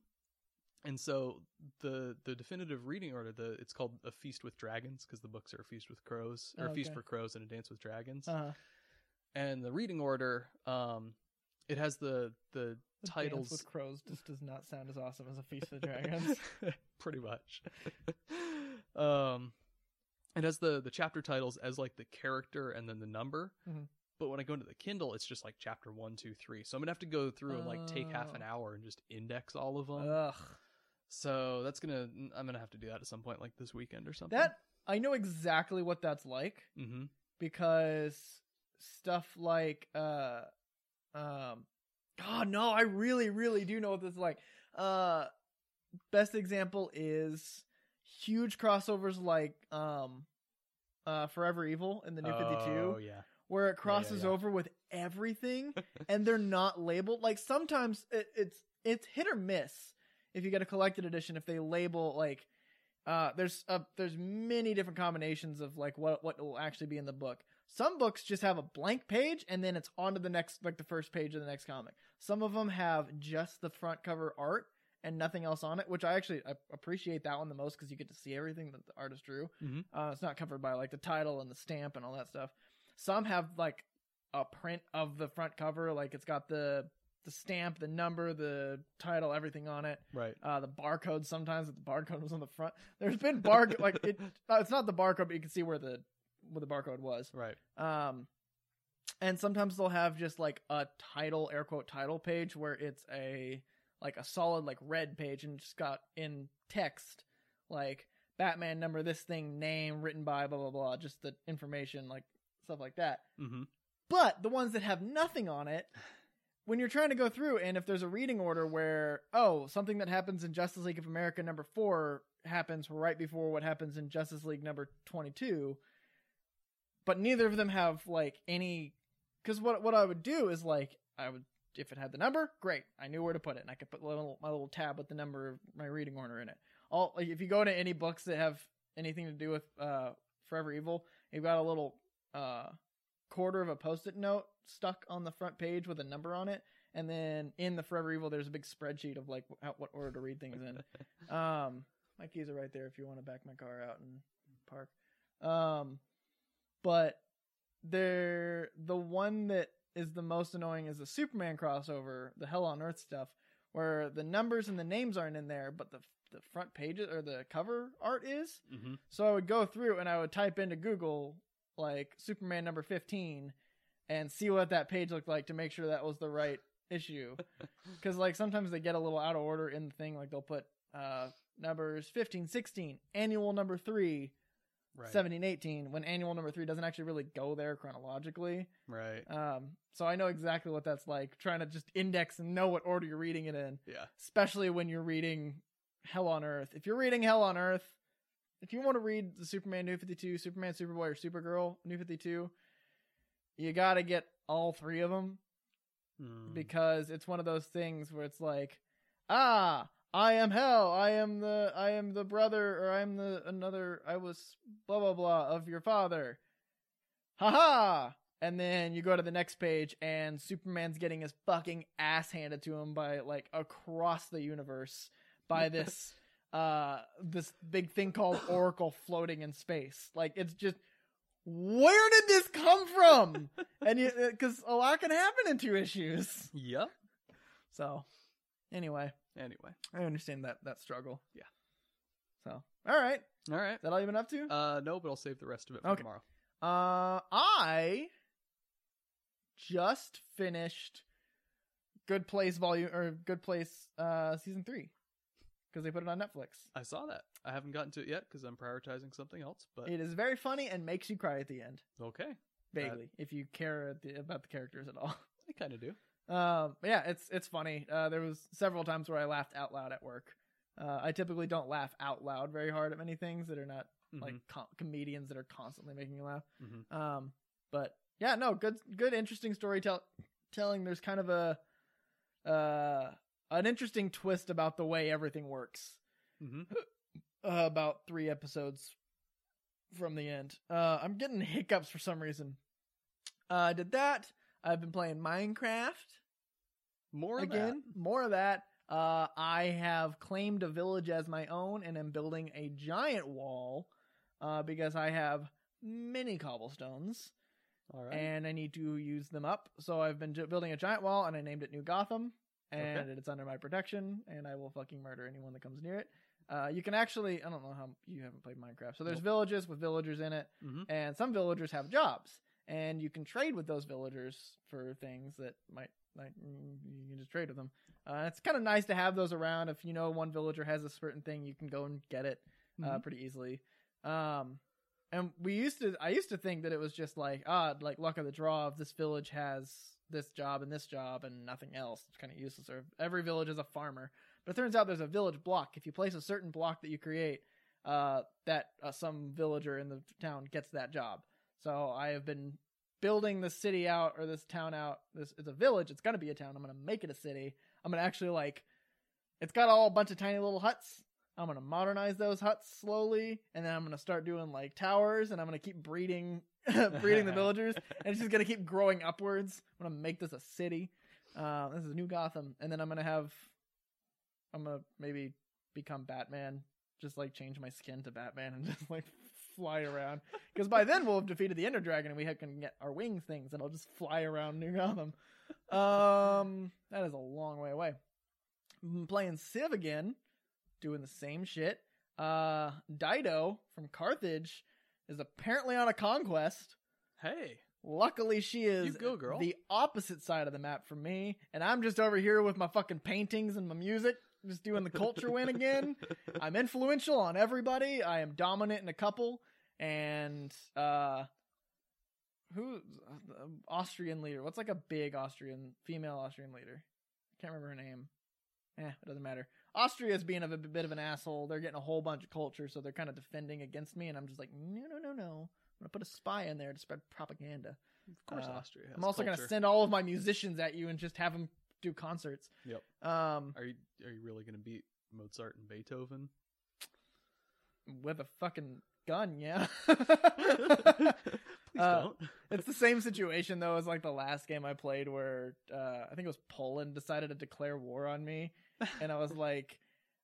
[SPEAKER 2] And so the the definitive reading order the it's called A Feast with Dragons because the books are A Feast with Crows or A Feast
[SPEAKER 1] Okay.
[SPEAKER 2] for Crows and A Dance with Dragons.
[SPEAKER 1] uh,
[SPEAKER 2] and the reading order um it has the the
[SPEAKER 1] the
[SPEAKER 2] titles
[SPEAKER 1] Dance with crows just does not sound as awesome as a feast of dragons.
[SPEAKER 2] pretty much um it has the the chapter titles as like the character and then the number
[SPEAKER 1] Mhm.
[SPEAKER 2] but when i go into the kindle it's just like chapter one two three so i'm gonna have to go through and like take half an
[SPEAKER 1] Oh. Uh.
[SPEAKER 2] hour and just index all of them
[SPEAKER 1] Ugh.
[SPEAKER 2] so that's gonna i'm gonna have to do that at some point like this weekend or something
[SPEAKER 1] That I know exactly what that's like
[SPEAKER 2] mm-hmm
[SPEAKER 1] because stuff like uh um God no, I really, really do know what this is like. Uh best example is huge crossovers like um uh Forever Evil in the New Fifty Two.
[SPEAKER 2] oh yeah
[SPEAKER 1] where it crosses
[SPEAKER 2] yeah.
[SPEAKER 1] over with everything and they're not labeled like sometimes it, it's it's hit or miss if you get a collected edition if they label like uh there's uh there's many different combinations of like what what will actually be in the book some books just have a blank page and then it's on to the next like the first page of the next comic some of them have just the front cover art and nothing else on it which i actually I appreciate that one the most because you get to see everything that the artist drew
[SPEAKER 2] Mhm.
[SPEAKER 1] uh, it's not covered by like the title and the stamp and all that stuff some have like a print of the front cover like it's got the the stamp the number the title everything on it
[SPEAKER 2] right
[SPEAKER 1] uh the barcode sometimes if the barcode was on the front there's been barcode like it uh, it's not the barcode but you can see where the where the barcode was
[SPEAKER 2] right
[SPEAKER 1] um and sometimes they'll have just like a title air quote title page where it's a like a solid like red page and just got in text like batman number this thing name written by blah blah blah just the information like stuff like that
[SPEAKER 2] mm-hmm
[SPEAKER 1] but the ones that have nothing on it, when you're trying to go through, and if there's a reading order where, oh, something that happens in Justice League of America number four happens right before what happens in Justice League number 22, but neither of them have, like, any. Because what, what I would do is, like, I would. If it had the number, great. I knew where to put it, and I could put my little, my little tab with the number of my reading order in it. All like, if you go to any books that have anything to do with uh, Forever Evil, you've got a little uh, quarter of a post-it note stuck on the front page with a number on it and then in the forever evil there's a big spreadsheet of like how, what order to read things in um my keys are right there if you want to back my car out and park um but they're the one that is the most annoying is the superman crossover the hell on earth stuff where the numbers and the names aren't in there but the the front pages or the cover art is
[SPEAKER 2] mm-hmm
[SPEAKER 1] so I would go through and I would type into Google like Superman number 15 and see what that page looked like to make sure that was the right issue. Cuz like sometimes they get a little out of order in the thing like they'll put uh numbers 15 16 annual number 3
[SPEAKER 2] right
[SPEAKER 1] 17 18 when annual number 3 doesn't actually really go there chronologically.
[SPEAKER 2] right
[SPEAKER 1] Um so I know exactly what that's like trying to just index and know what order you're reading it in
[SPEAKER 2] yeah
[SPEAKER 1] especially when you're reading Hell on Earth. If you're reading Hell on Earth, if you want to read the Superman New 52, Superman Superboy or Supergirl New 52, you got to get all three of them
[SPEAKER 2] Mm.
[SPEAKER 1] because it's one of those things where it's like, ah, I am hell. I am the I am the brother or I'm the another I was blah blah blah of your father. Ha ha. And then you go to the next page and Superman's getting his fucking ass handed to him by like across the universe by this uh this big thing called Oracle floating in space. Like it's just where did this come from? and you because a lot can happen in two issues.
[SPEAKER 2] yep
[SPEAKER 1] So, anyway,
[SPEAKER 2] anyway
[SPEAKER 1] I understand that that struggle.
[SPEAKER 2] Yeah.
[SPEAKER 1] So, all right, is
[SPEAKER 2] all right
[SPEAKER 1] that all you've been up to?
[SPEAKER 2] Uh, no, but I'll save the rest of it for
[SPEAKER 1] Okay.
[SPEAKER 2] tomorrow.
[SPEAKER 1] Uh, I just finished Good Place volume or Good Place uh season 3 because they put it on Netflix.
[SPEAKER 2] I saw that. I haven't gotten to it yet because I'm prioritizing something else. But
[SPEAKER 1] It is very funny and makes you cry at the end,
[SPEAKER 2] okay,
[SPEAKER 1] vaguely, if you care at the, about the characters at all.
[SPEAKER 2] I kind of do.
[SPEAKER 1] Um, but yeah, it's it's funny. Uh, there was several times where I laughed out loud at work. Uh, I typically don't laugh out loud very hard at many things that are not like
[SPEAKER 2] Mhm.
[SPEAKER 1] com- comedians that are constantly making you laugh.
[SPEAKER 2] Mhm.
[SPEAKER 1] Um, but yeah, no, good, good, interesting storytelling. Telling there's kind of a uh an interesting twist about the way everything works.
[SPEAKER 2] Mhm.
[SPEAKER 1] Uh, about three episodes from the end. Uh, I'm getting hiccups for some reason. Uh, I did that. I've been playing Minecraft
[SPEAKER 2] more of that.
[SPEAKER 1] again. More of that. Uh, I have claimed a village as my own and am building a giant wall uh, because I have many cobblestones
[SPEAKER 2] All right.
[SPEAKER 1] and I need to use them up. So I've been ju- building a giant wall and I named it New Gotham and
[SPEAKER 2] Okay.
[SPEAKER 1] it's under my protection and I will fucking murder anyone that comes near it. Uh, you can actually, I don't know how you haven't played Minecraft. So there's
[SPEAKER 2] Nope.
[SPEAKER 1] villages with villagers in it
[SPEAKER 2] Mhm.
[SPEAKER 1] and some villagers have jobs and you can trade with those villagers for things that might like mm, you can just trade with them uh, it's kind of nice to have those around if you know one villager has a certain thing you can go and get it uh,
[SPEAKER 2] Mhm.
[SPEAKER 1] pretty easily um and we used to i used to think that it was just like ah like luck of the draw if this village has this job and this job and nothing else it's kind of useless or every village is a farmer but it turns out there's a village block if you place a certain block that you create uh, that uh, some villager in the town gets that job. So I have been building this city out or this town out. This it's a village. It's gonna be a town. I'm gonna make it a city. I'm gonna actually like. It's got all a bunch of tiny little huts. I'm gonna modernize those huts slowly, and then I'm gonna start doing like towers, and I'm gonna keep breeding, breeding the villagers, and it's just gonna keep growing upwards. I'm gonna make this a city. Uh, this is New Gotham, and then I'm gonna have, I'm gonna maybe become Batman, just like change my skin to Batman and just like fly around. Because by then we'll have defeated the Ender Dragon and we have- can get our wing things, and I'll just fly around New Gotham. Um, that is a long way away. I'm playing Civ again, doing the same shit. Uh, Dido from Carthage is apparently on a conquest.
[SPEAKER 2] Hey,
[SPEAKER 1] Luckily, she is
[SPEAKER 2] go, girl.
[SPEAKER 1] the opposite side of the map from me, and I'm just over here with my fucking paintings and my music, just doing the culture win again. I'm influential on everybody. I am dominant in a couple, and uh, who uh, Austrian leader? What's like a big Austrian female Austrian leader? Can't remember her name. Eh, it doesn't matter. Austria's being of a bit of an asshole. They're getting a whole bunch of culture, so they're kind of defending against me, and I'm just like, no, no, no, no. I'm gonna put a spy in there to spread propaganda.
[SPEAKER 2] Of course,
[SPEAKER 1] Uh,
[SPEAKER 2] Austria. Has
[SPEAKER 1] I'm also
[SPEAKER 2] culture.
[SPEAKER 1] gonna send all of my musicians at you and just have them do concerts.
[SPEAKER 2] Yep.
[SPEAKER 1] Um,
[SPEAKER 2] Are you are you really gonna beat Mozart and Beethoven?
[SPEAKER 1] with a fucking gun, yeah.
[SPEAKER 2] Please
[SPEAKER 1] Uh,
[SPEAKER 2] don't.
[SPEAKER 1] it's the same situation though as like the last game I played where uh, I think it was Poland decided to declare war on me, and I was like,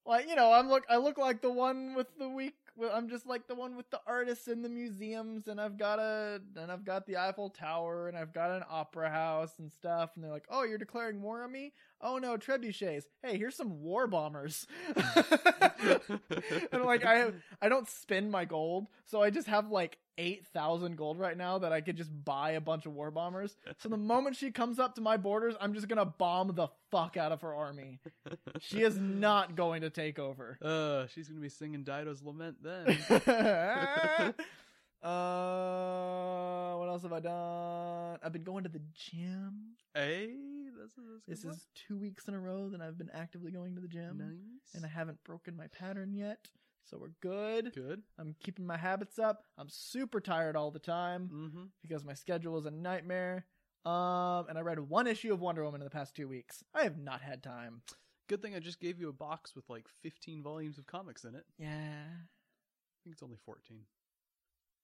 [SPEAKER 1] like you know I'm look I look like the one with the weak. well, I'm just like the one with the artists and the museums, and I've got a and I've got the Eiffel Tower, and I've got an opera house and stuff. And they're like, "Oh, you're declaring war on me? Oh no, trebuchets! Hey, here's some war bombers." and like I have, I don't spend my gold, so I just have like eight thousand gold right now that I could just buy a bunch of war bombers. So the moment she comes up to my borders, I'm just gonna bomb the fuck out of her army. She is not going to take over.
[SPEAKER 2] Uh, she's gonna be singing Dido's lament then.
[SPEAKER 1] uh, what else have I done? I've been going to the gym.
[SPEAKER 2] hey, that's, that's a
[SPEAKER 1] This
[SPEAKER 2] good
[SPEAKER 1] is two weeks in a row that I've been actively going to the
[SPEAKER 2] one.
[SPEAKER 1] gym,
[SPEAKER 2] nice
[SPEAKER 1] and I haven't broken my pattern yet, so we're good.
[SPEAKER 2] good.
[SPEAKER 1] I'm keeping my habits up. I'm super tired all the time
[SPEAKER 2] Mm-hmm.
[SPEAKER 1] because my schedule is a nightmare. Um, and I read one issue of Wonder Woman in the past two weeks. I have not had time.
[SPEAKER 2] Good thing I just gave you a box with like 15 volumes of comics in it. I
[SPEAKER 1] Yeah.
[SPEAKER 2] think it's only 14.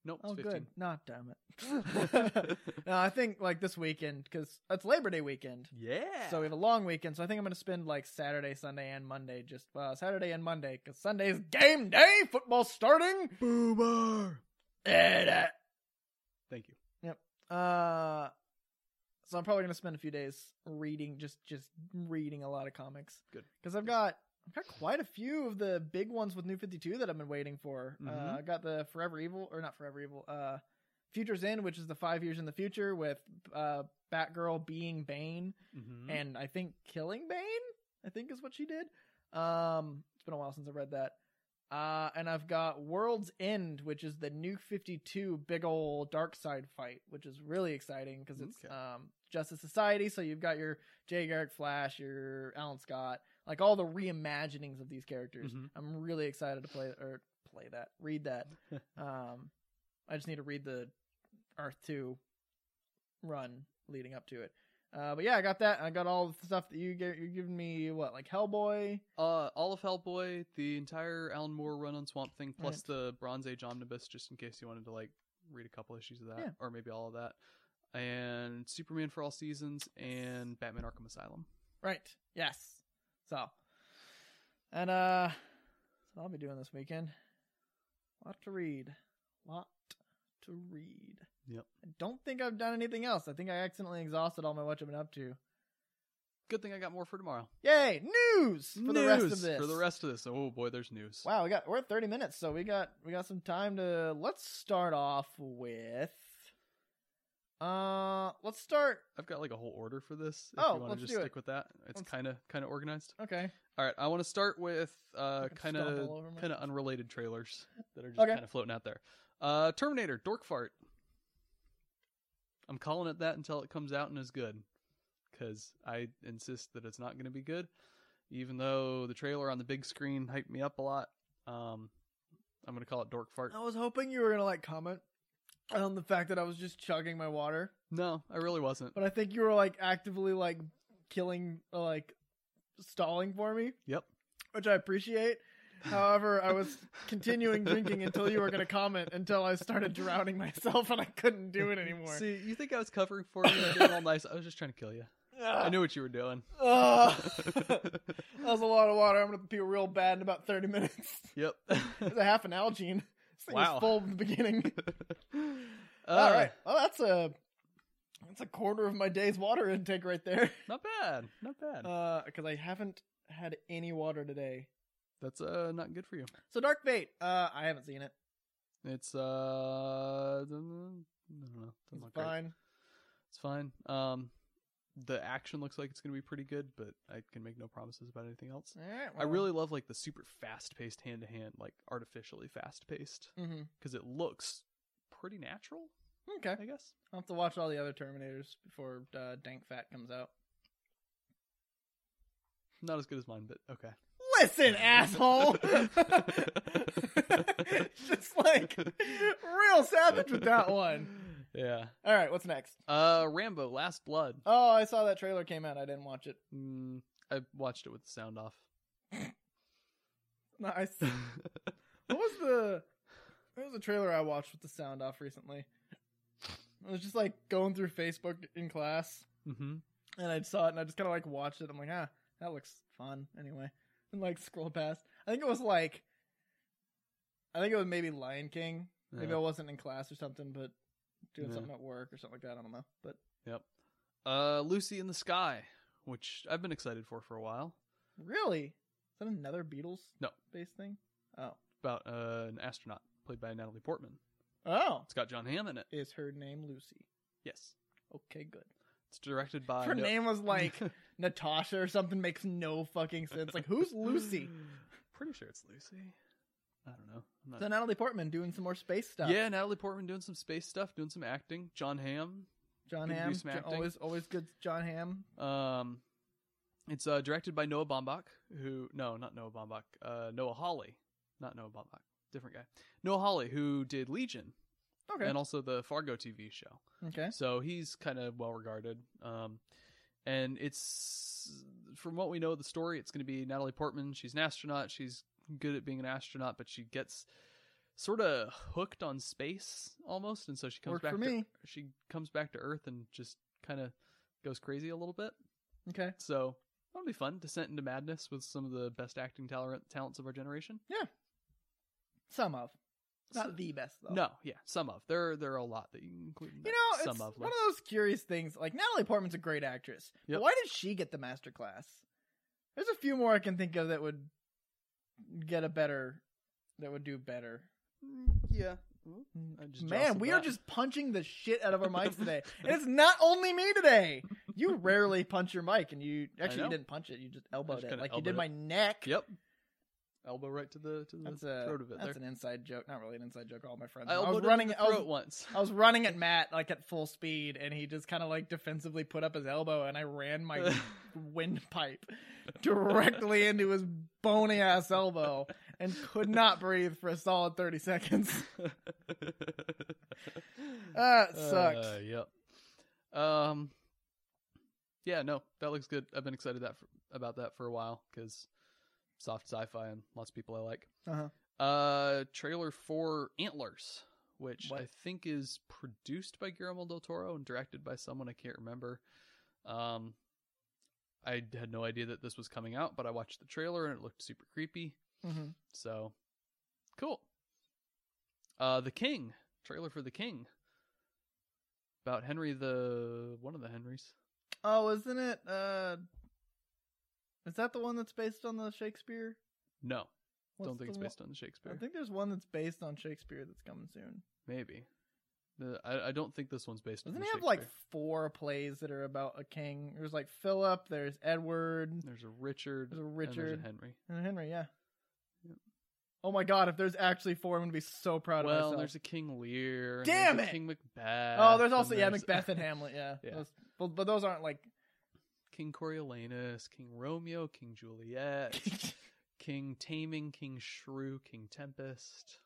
[SPEAKER 2] Nope, it's
[SPEAKER 1] Oh,
[SPEAKER 2] 15.
[SPEAKER 1] good. Not damn it. no, I think like this weekend because it's Labor Day weekend,
[SPEAKER 2] yeah.
[SPEAKER 1] so we have a long weekend. So I think I'm gonna spend like Saturday, Sunday, and Monday. Just well, Saturday and Monday because Sunday's game day. Football starting.
[SPEAKER 2] boomer.
[SPEAKER 1] Eh, eh.
[SPEAKER 2] Thank you.
[SPEAKER 1] Uh, so I'm probably gonna spend a few days reading, just just reading a lot of comics.
[SPEAKER 2] Good.
[SPEAKER 1] because I've got I've got quite a few of the big ones with New Fifty Two that I've been waiting for. Uh,
[SPEAKER 2] Mhm.
[SPEAKER 1] I got the Forever Evil or not Forever Evil. Uh, Futures End, which is the five years in the future with uh, Batgirl being Bane
[SPEAKER 2] Mm-hmm.
[SPEAKER 1] and I think killing Bane, I think is what she did. Um, it's been a while since I read that. Uh, and I've got World's End, which is the New 52 big old dark side fight, which is really exciting because it's
[SPEAKER 2] Okay.
[SPEAKER 1] um, Justice Society. So you've got your Jay Garrick Flash, your Alan Scott, like all the reimaginings of these characters.
[SPEAKER 2] Mhm.
[SPEAKER 1] I'm really excited to play or play that, read that. um, I just need to read the Earth 2 run leading up to it. Uh, but yeah, I got that. I got all the stuff that you get. You're giving me what, like Hellboy?
[SPEAKER 2] Uh, all of Hellboy, the entire Alan Moore run on Swamp Thing, plus
[SPEAKER 1] Right.
[SPEAKER 2] the Bronze Age Omnibus, just in case you wanted to like read a couple issues of that,
[SPEAKER 1] Yeah.
[SPEAKER 2] or maybe all of that, and Superman for all seasons, and Batman Arkham Asylum.
[SPEAKER 1] Right. Yes. So, and uh, so I'll be doing this weekend. Lot to read. Lot to read.
[SPEAKER 2] Yep.
[SPEAKER 1] I don't think I've done anything else. I think I accidentally exhausted all my what I've been up to.
[SPEAKER 2] Good thing I got more for tomorrow.
[SPEAKER 1] Yay! News for the rest of
[SPEAKER 2] News!
[SPEAKER 1] this.
[SPEAKER 2] For the rest of this. Oh boy, there's news.
[SPEAKER 1] Wow, we got we're at 30 minutes, so we got we got some time to let's start off with uh let's start
[SPEAKER 2] I've got like a whole order for this. If
[SPEAKER 1] Oh,
[SPEAKER 2] you want
[SPEAKER 1] let's
[SPEAKER 2] to just
[SPEAKER 1] do it.
[SPEAKER 2] stick with that, it's
[SPEAKER 1] Let's-
[SPEAKER 2] kind of kind of organized.
[SPEAKER 1] okay.
[SPEAKER 2] All right, I want to start with uh,
[SPEAKER 1] I can
[SPEAKER 2] kind
[SPEAKER 1] stomp
[SPEAKER 2] of
[SPEAKER 1] all over my-
[SPEAKER 2] kind of unrelated trailers that are just
[SPEAKER 1] Okay.
[SPEAKER 2] kind of floating out there. Uh, Terminator, Dork Fart. I'm calling it that until it comes out and is good, because I insist that it's not going to be good, even though the trailer on the big screen hyped me up a lot. Um, I'm going to call it Dork Fart.
[SPEAKER 1] I was hoping you were going to like comment on the fact that I was just chugging my water,
[SPEAKER 2] No, I really wasn't.
[SPEAKER 1] but I think you were like actively like killing uh, like stalling for me,
[SPEAKER 2] Yep.
[SPEAKER 1] which I appreciate. However, I was continuing drinking until you were going to comment until I started drowning myself and I couldn't do it anymore.
[SPEAKER 2] See, you think I was covering for you? I did it all nice. I was just trying to kill you. I
[SPEAKER 1] Ugh.
[SPEAKER 2] knew what you were doing.
[SPEAKER 1] Ugh. That was a lot of water. I'm gonna pee real bad in about 30 minutes.
[SPEAKER 2] yep.
[SPEAKER 1] It's a half an algene. This thing
[SPEAKER 2] Wow.
[SPEAKER 1] was full in the beginning.
[SPEAKER 2] Uh,
[SPEAKER 1] All right. Well, that's a that's a quarter of my day's water intake right there.
[SPEAKER 2] Not bad. Not bad.
[SPEAKER 1] Uh, Because I haven't had any water today.
[SPEAKER 2] That's uh not good for you.
[SPEAKER 1] So Dark Fate. Uh, I haven't seen it.
[SPEAKER 2] It's uh I don't know.
[SPEAKER 1] It's
[SPEAKER 2] not great.
[SPEAKER 1] fine.
[SPEAKER 2] It's fine. Um the action looks like it's going to be pretty good, but I can make no promises about anything else.
[SPEAKER 1] All right.
[SPEAKER 2] I really love like the super fast-paced hand-to-hand, like artificially fast-paced
[SPEAKER 1] hmm
[SPEAKER 2] cuz it looks pretty natural,
[SPEAKER 1] Okay.
[SPEAKER 2] I guess.
[SPEAKER 1] I'll have to watch all the other Terminators before uh, Dank Fat comes out.
[SPEAKER 2] Not as good as mine, but okay.
[SPEAKER 1] Listen, asshole. Just like real savage with that one.
[SPEAKER 2] Yeah.
[SPEAKER 1] All right, what's next?
[SPEAKER 2] Uh Rambo Last Blood.
[SPEAKER 1] Oh, I saw that trailer came out. I didn't watch it.
[SPEAKER 2] Mm, I watched it with the sound off.
[SPEAKER 1] Nice. What was the? There was a trailer I watched with the sound off recently. I was just like going through Facebook in class,
[SPEAKER 2] mhm.
[SPEAKER 1] and I saw it, and I just kind of like watched it. I'm like, ah, that looks fun. Anyway, and like scroll past. I think it was like, I think it was maybe Lion King. Maybe
[SPEAKER 2] Yeah.
[SPEAKER 1] I wasn't in class or something, but doing
[SPEAKER 2] Yeah.
[SPEAKER 1] something at work or something like that. I don't know. But
[SPEAKER 2] Yep. Uh, Lucy in the Sky, which I've been excited for for a while,
[SPEAKER 1] really, is that another Beatles
[SPEAKER 2] No.
[SPEAKER 1] based thing? Oh,
[SPEAKER 2] about uh, an astronaut played by Natalie Portman.
[SPEAKER 1] oh,
[SPEAKER 2] It's got John Hamm in it.
[SPEAKER 1] is her name Lucy?
[SPEAKER 2] Yes.
[SPEAKER 1] Okay, good.
[SPEAKER 2] It's directed by.
[SPEAKER 1] her
[SPEAKER 2] no-
[SPEAKER 1] name was like Natasha or something. Makes no fucking sense. Like who's Lucy?
[SPEAKER 2] Pretty sure it's Lucy. I don't know. I'm not-
[SPEAKER 1] So Natalie Portman doing some more space stuff.
[SPEAKER 2] Yeah, Natalie Portman doing some space stuff, doing some acting. John Hamm.
[SPEAKER 1] John
[SPEAKER 2] Could do
[SPEAKER 1] Hamm,
[SPEAKER 2] some
[SPEAKER 1] Jo-
[SPEAKER 2] acting.
[SPEAKER 1] always always good. John Hamm.
[SPEAKER 2] Um, it's uh, directed by Noah Baumbach, who no, not Noah Baumbach, uh, Noah Hawley, not Noah Baumbach, different guy. Noah Hawley, who did Legion
[SPEAKER 1] Okay.
[SPEAKER 2] and also the Fargo TV show.
[SPEAKER 1] okay.
[SPEAKER 2] So he's kind of well regarded. Um, and it's from what we know of the story, it's going to be Natalie Portman. She's an astronaut. She's good at being an astronaut, but she gets sort of hooked on space almost, and so she comes
[SPEAKER 1] Worked
[SPEAKER 2] back.
[SPEAKER 1] for
[SPEAKER 2] to,
[SPEAKER 1] me.
[SPEAKER 2] She comes back to Earth and just kind of goes crazy a little bit.
[SPEAKER 1] Okay.
[SPEAKER 2] So that'll be fun. Descent into madness with some of the best acting talent talents of our generation.
[SPEAKER 1] Some of,
[SPEAKER 2] So-
[SPEAKER 1] not the best though.
[SPEAKER 2] No, yeah, some of there. There are a lot that you can include. In
[SPEAKER 1] You
[SPEAKER 2] that.
[SPEAKER 1] know,
[SPEAKER 2] some
[SPEAKER 1] it's
[SPEAKER 2] of
[SPEAKER 1] one
[SPEAKER 2] list.
[SPEAKER 1] of those curious things. Like Natalie Portman's a great actress. but
[SPEAKER 2] Yep.
[SPEAKER 1] Why did she get the master class? There's a few more I can think of mm, that would get a better, that would do better.
[SPEAKER 2] Yeah. I Uh, just
[SPEAKER 1] Man,
[SPEAKER 2] jostled
[SPEAKER 1] we are
[SPEAKER 2] that.
[SPEAKER 1] just punching the shit out of our mics today. and it's not only me today. You rarely punch your mic, and you actually you
[SPEAKER 2] know.
[SPEAKER 1] didn't punch it. You just elbowed it
[SPEAKER 2] kinda
[SPEAKER 1] like you did
[SPEAKER 2] elbowed
[SPEAKER 1] my neck.
[SPEAKER 2] Yep. Elbow right to the to the
[SPEAKER 1] That's a
[SPEAKER 2] throat of it
[SPEAKER 1] that's
[SPEAKER 2] there.
[SPEAKER 1] an inside joke. Not really an inside joke. All my friends.
[SPEAKER 2] I
[SPEAKER 1] I,
[SPEAKER 2] elbowed
[SPEAKER 1] was
[SPEAKER 2] into
[SPEAKER 1] running.
[SPEAKER 2] the
[SPEAKER 1] I
[SPEAKER 2] throat
[SPEAKER 1] was,
[SPEAKER 2] once.
[SPEAKER 1] I was running at Matt like at full speed, and he just kind of like defensively put up his elbow, and I ran my windpipe directly into his bony ass elbow, and could not breathe for a solid thirty seconds. Ah, it sucks.
[SPEAKER 2] Uh, yep. Um. Yeah, no, that looks good. I've been excited that for, about that for a while because soft sci-fi and lots of people I like.
[SPEAKER 1] Uh-huh.
[SPEAKER 2] Uh, trailer for Antlers, which I
[SPEAKER 1] What?
[SPEAKER 2] think is produced by Guillermo del Toro and directed by someone I can't remember. Um, I had no idea that this was coming out, but I watched the trailer and it looked super creepy.
[SPEAKER 1] Mhm.
[SPEAKER 2] So cool. Uh The King. Trailer for The King. About Henry the one of the Henrys.
[SPEAKER 1] Oh, isn't it? Uh, is that the one that's based on the Shakespeare?
[SPEAKER 2] No.
[SPEAKER 1] What's
[SPEAKER 2] don't think
[SPEAKER 1] the
[SPEAKER 2] it's
[SPEAKER 1] one-
[SPEAKER 2] based on Shakespeare.
[SPEAKER 1] I think there's one that's based on Shakespeare that's coming soon.
[SPEAKER 2] Maybe. The, I, I don't think this one's based
[SPEAKER 1] Doesn't
[SPEAKER 2] on
[SPEAKER 1] he have like
[SPEAKER 2] Shakespeare.
[SPEAKER 1] four plays that are about a king? There's like Philip, there's Edward,
[SPEAKER 2] there's a Richard,
[SPEAKER 1] there's a
[SPEAKER 2] and there's
[SPEAKER 1] Richard,
[SPEAKER 2] a Henry.
[SPEAKER 1] and Henry. Yeah.
[SPEAKER 2] Yep.
[SPEAKER 1] Oh my God! If there's actually four, I'm gonna be so proud
[SPEAKER 2] well,
[SPEAKER 1] of myself.
[SPEAKER 2] there's a King Lear. and
[SPEAKER 1] Damn
[SPEAKER 2] there's a
[SPEAKER 1] it!
[SPEAKER 2] King Macbeth.
[SPEAKER 1] oh, there's
[SPEAKER 2] and
[SPEAKER 1] also yeah
[SPEAKER 2] there's-
[SPEAKER 1] Macbeth and Hamlet. Yeah.
[SPEAKER 2] Yeah.
[SPEAKER 1] Those- but, but those aren't like.
[SPEAKER 2] King Coriolanus, King Romeo, King Juliet, King Taming, King Shrew, King Tempest.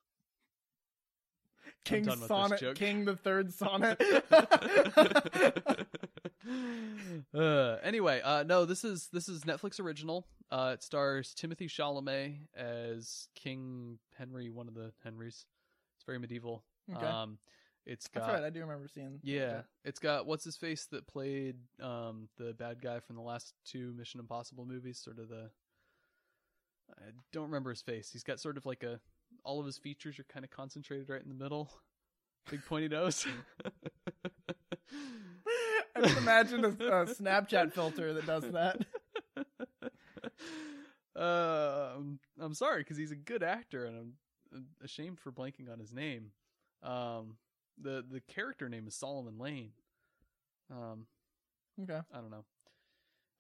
[SPEAKER 1] King
[SPEAKER 2] done with this
[SPEAKER 1] Sonnet,
[SPEAKER 2] joke.
[SPEAKER 1] King the Third Sonnet.
[SPEAKER 2] uh, anyway, uh, no, this is this is Netflix original. Uh, it stars Timothy Chalamet as King Henry, one of the Henrys. It's very medieval.
[SPEAKER 1] Okay.
[SPEAKER 2] Um, it's got
[SPEAKER 1] That's right. I do remember seeing.
[SPEAKER 2] yeah, it's got what's his face that played um the bad guy from the last two Mission Impossible movies, sort of the I don't remember his face. He's got sort of like a all of his features are kind of concentrated right in the middle. Big pointy nose.
[SPEAKER 1] I just imagine a, a Snapchat filter that does that.
[SPEAKER 2] Um, I'm sorry because he's a good actor, and I'm ashamed for blanking on his name. Um, the the character name is Solomon Lane. Um,
[SPEAKER 1] Okay.
[SPEAKER 2] I don't know.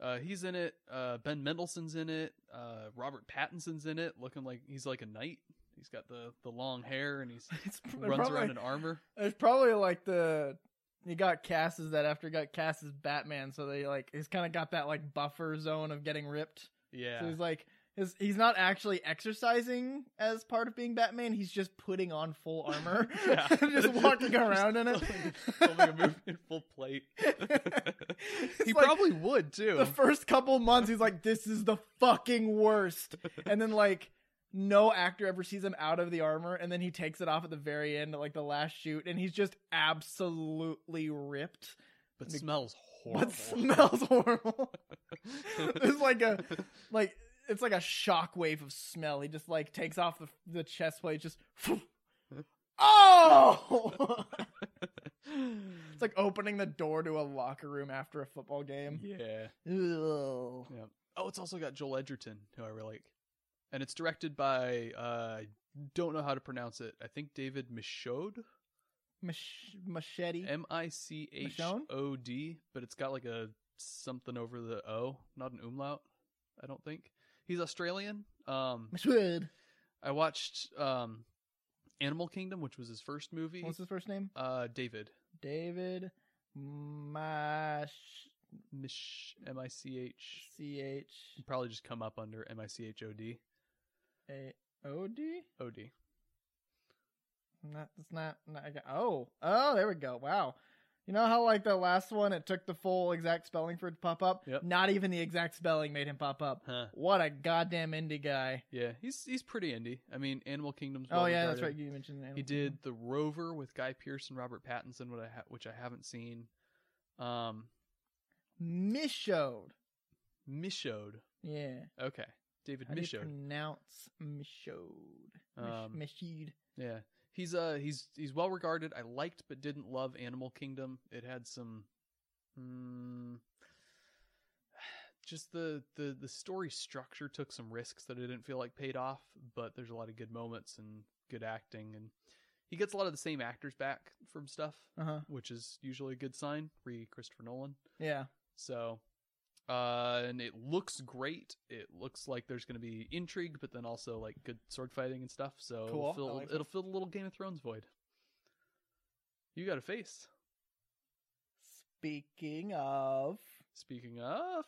[SPEAKER 2] Uh, he's in it. Uh, ben Mendelsohn's in it. Uh, Robert Pattinson's in it, looking like he's like a knight. He's got the the long hair and he's
[SPEAKER 1] It's pr-
[SPEAKER 2] runs
[SPEAKER 1] probably,
[SPEAKER 2] around in armor.
[SPEAKER 1] It's probably like the you got Cass is that after he got Cass is Batman, so they like he's kind of got that like buffer zone of getting ripped.
[SPEAKER 2] Yeah,
[SPEAKER 1] So he's like his, he's not actually exercising as part of being Batman. He's just putting on full armor,
[SPEAKER 2] Yeah.
[SPEAKER 1] just walking around in it.
[SPEAKER 2] Just filming a movie in full plate.
[SPEAKER 1] It's
[SPEAKER 2] he
[SPEAKER 1] like-
[SPEAKER 2] probably would too.
[SPEAKER 1] the first couple months he's like this is the fucking worst and then like no actor ever sees him out of the armor and then he takes it off at the very end like the last shoot and he's just absolutely ripped
[SPEAKER 2] but
[SPEAKER 1] Be-
[SPEAKER 2] smells horrible.
[SPEAKER 1] but smells horrible it's like a like it's like a shockwave of smell he just like takes off the, the chest plate just oh it's like opening the door to a locker room after a football game
[SPEAKER 2] yeah.
[SPEAKER 1] Ew.
[SPEAKER 2] Yeah. Oh, it's also got Joel Edgerton, who I really like. And it's directed by uh I don't know how to pronounce it. I think David Michaud.
[SPEAKER 1] Mach- machete
[SPEAKER 2] M I C H O D, but it's got like a something over the O, not an umlaut, I don't think. He's Australian. Um
[SPEAKER 1] Machete.
[SPEAKER 2] I watched um Animal Kingdom, which was his first movie.
[SPEAKER 1] What's his first name?
[SPEAKER 2] uh David.
[SPEAKER 1] David Mash
[SPEAKER 2] Mich M I C H
[SPEAKER 1] C H
[SPEAKER 2] It'd probably just come up under M I C H O D.
[SPEAKER 1] A O D.
[SPEAKER 2] O D.
[SPEAKER 1] Not it's not. not I got, oh oh there we go. Wow. You know how like the last one it took the full exact spelling for it to pop up.
[SPEAKER 2] Yep.
[SPEAKER 1] Not even the exact spelling made him pop up.
[SPEAKER 2] Huh.
[SPEAKER 1] What a goddamn indie guy.
[SPEAKER 2] Yeah, he's he's pretty indie. I mean, Animal Kingdom's.
[SPEAKER 1] oh yeah, that's right.
[SPEAKER 2] well-regarded.
[SPEAKER 1] You mentioned that.
[SPEAKER 2] He did the Rover with Guy Pearce and Robert Pattinson, what I ha- which I haven't seen. Um,
[SPEAKER 1] Michaud.
[SPEAKER 2] Michaud.
[SPEAKER 1] Yeah.
[SPEAKER 2] Okay, David
[SPEAKER 1] How do you
[SPEAKER 2] Michaud.
[SPEAKER 1] pronounce Michaud? Mich-
[SPEAKER 2] Um,
[SPEAKER 1] Michaud.
[SPEAKER 2] yeah, he's uh he's he's well regarded. I liked but didn't love Animal Kingdom. It had some, mm, just the the the story structure took some risks that I didn't feel like paid off. But there's a lot of good moments and good acting, and he gets a lot of the same actors back from stuff,
[SPEAKER 1] Uh huh.
[SPEAKER 2] which is usually a good sign. Re Christopher Nolan.
[SPEAKER 1] Yeah.
[SPEAKER 2] So, uh, and it looks great. It looks like there's going to be intrigue, but then also like good sword fighting and stuff. So
[SPEAKER 1] Cool.
[SPEAKER 2] it'll
[SPEAKER 1] I
[SPEAKER 2] fill
[SPEAKER 1] like that.
[SPEAKER 2] it'll fill the little Game of Thrones void. You got a face.
[SPEAKER 1] Speaking of
[SPEAKER 2] Speaking of,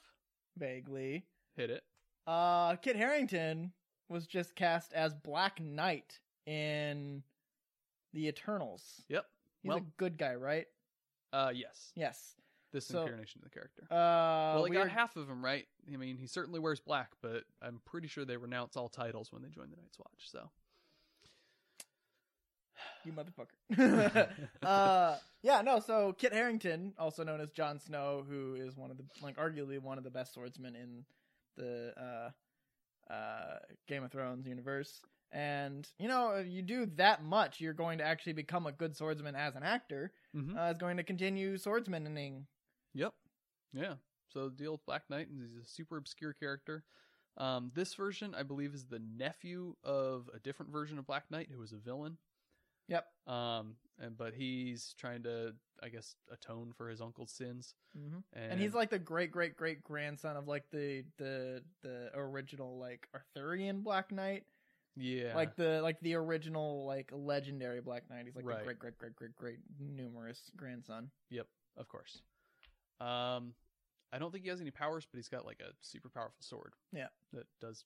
[SPEAKER 1] vaguely,
[SPEAKER 2] hit it.
[SPEAKER 1] uh, Kit Harrington was just cast as Black Knight in the Eternals.
[SPEAKER 2] Yep.
[SPEAKER 1] He's
[SPEAKER 2] well,
[SPEAKER 1] a good guy, right?
[SPEAKER 2] uh, yes,
[SPEAKER 1] Yes.
[SPEAKER 2] this
[SPEAKER 1] so-
[SPEAKER 2] incarnation of the character.
[SPEAKER 1] Uh,
[SPEAKER 2] well, he
[SPEAKER 1] we
[SPEAKER 2] got
[SPEAKER 1] were-
[SPEAKER 2] half of him right. I mean, he certainly wears black, but I'm pretty sure they renounce all titles when they join the Night's Watch. So,
[SPEAKER 1] you motherfucker. uh, yeah, no. So Kit Harrington, also known as Jon Snow, who is one of the like arguably one of the best swordsmen in the uh, uh, Game of Thrones universe. And you know, if you do that much, you're going to actually become a good swordsman as an actor.
[SPEAKER 2] Mhm.
[SPEAKER 1] Uh, is going to continue swordsmaning.
[SPEAKER 2] Yep. Yeah. So the deal with Black Knight is he's a super obscure character. Um, this version, I believe, is the nephew of a different version of Black Knight who was a villain.
[SPEAKER 1] Yep.
[SPEAKER 2] Um, and but he's trying to, I guess, atone for his uncle's sins.
[SPEAKER 1] Mm-hmm.
[SPEAKER 2] And,
[SPEAKER 1] And he's like the great great great grandson of like the the the original like Arthurian Black Knight.
[SPEAKER 2] yeah,
[SPEAKER 1] like the like the original like legendary Black Knight. He's like
[SPEAKER 2] Right.
[SPEAKER 1] the great great great great great numerous grandson.
[SPEAKER 2] yep, of course. Um, I don't think he has any powers, but he's got like a super powerful sword.
[SPEAKER 1] Yeah.
[SPEAKER 2] that does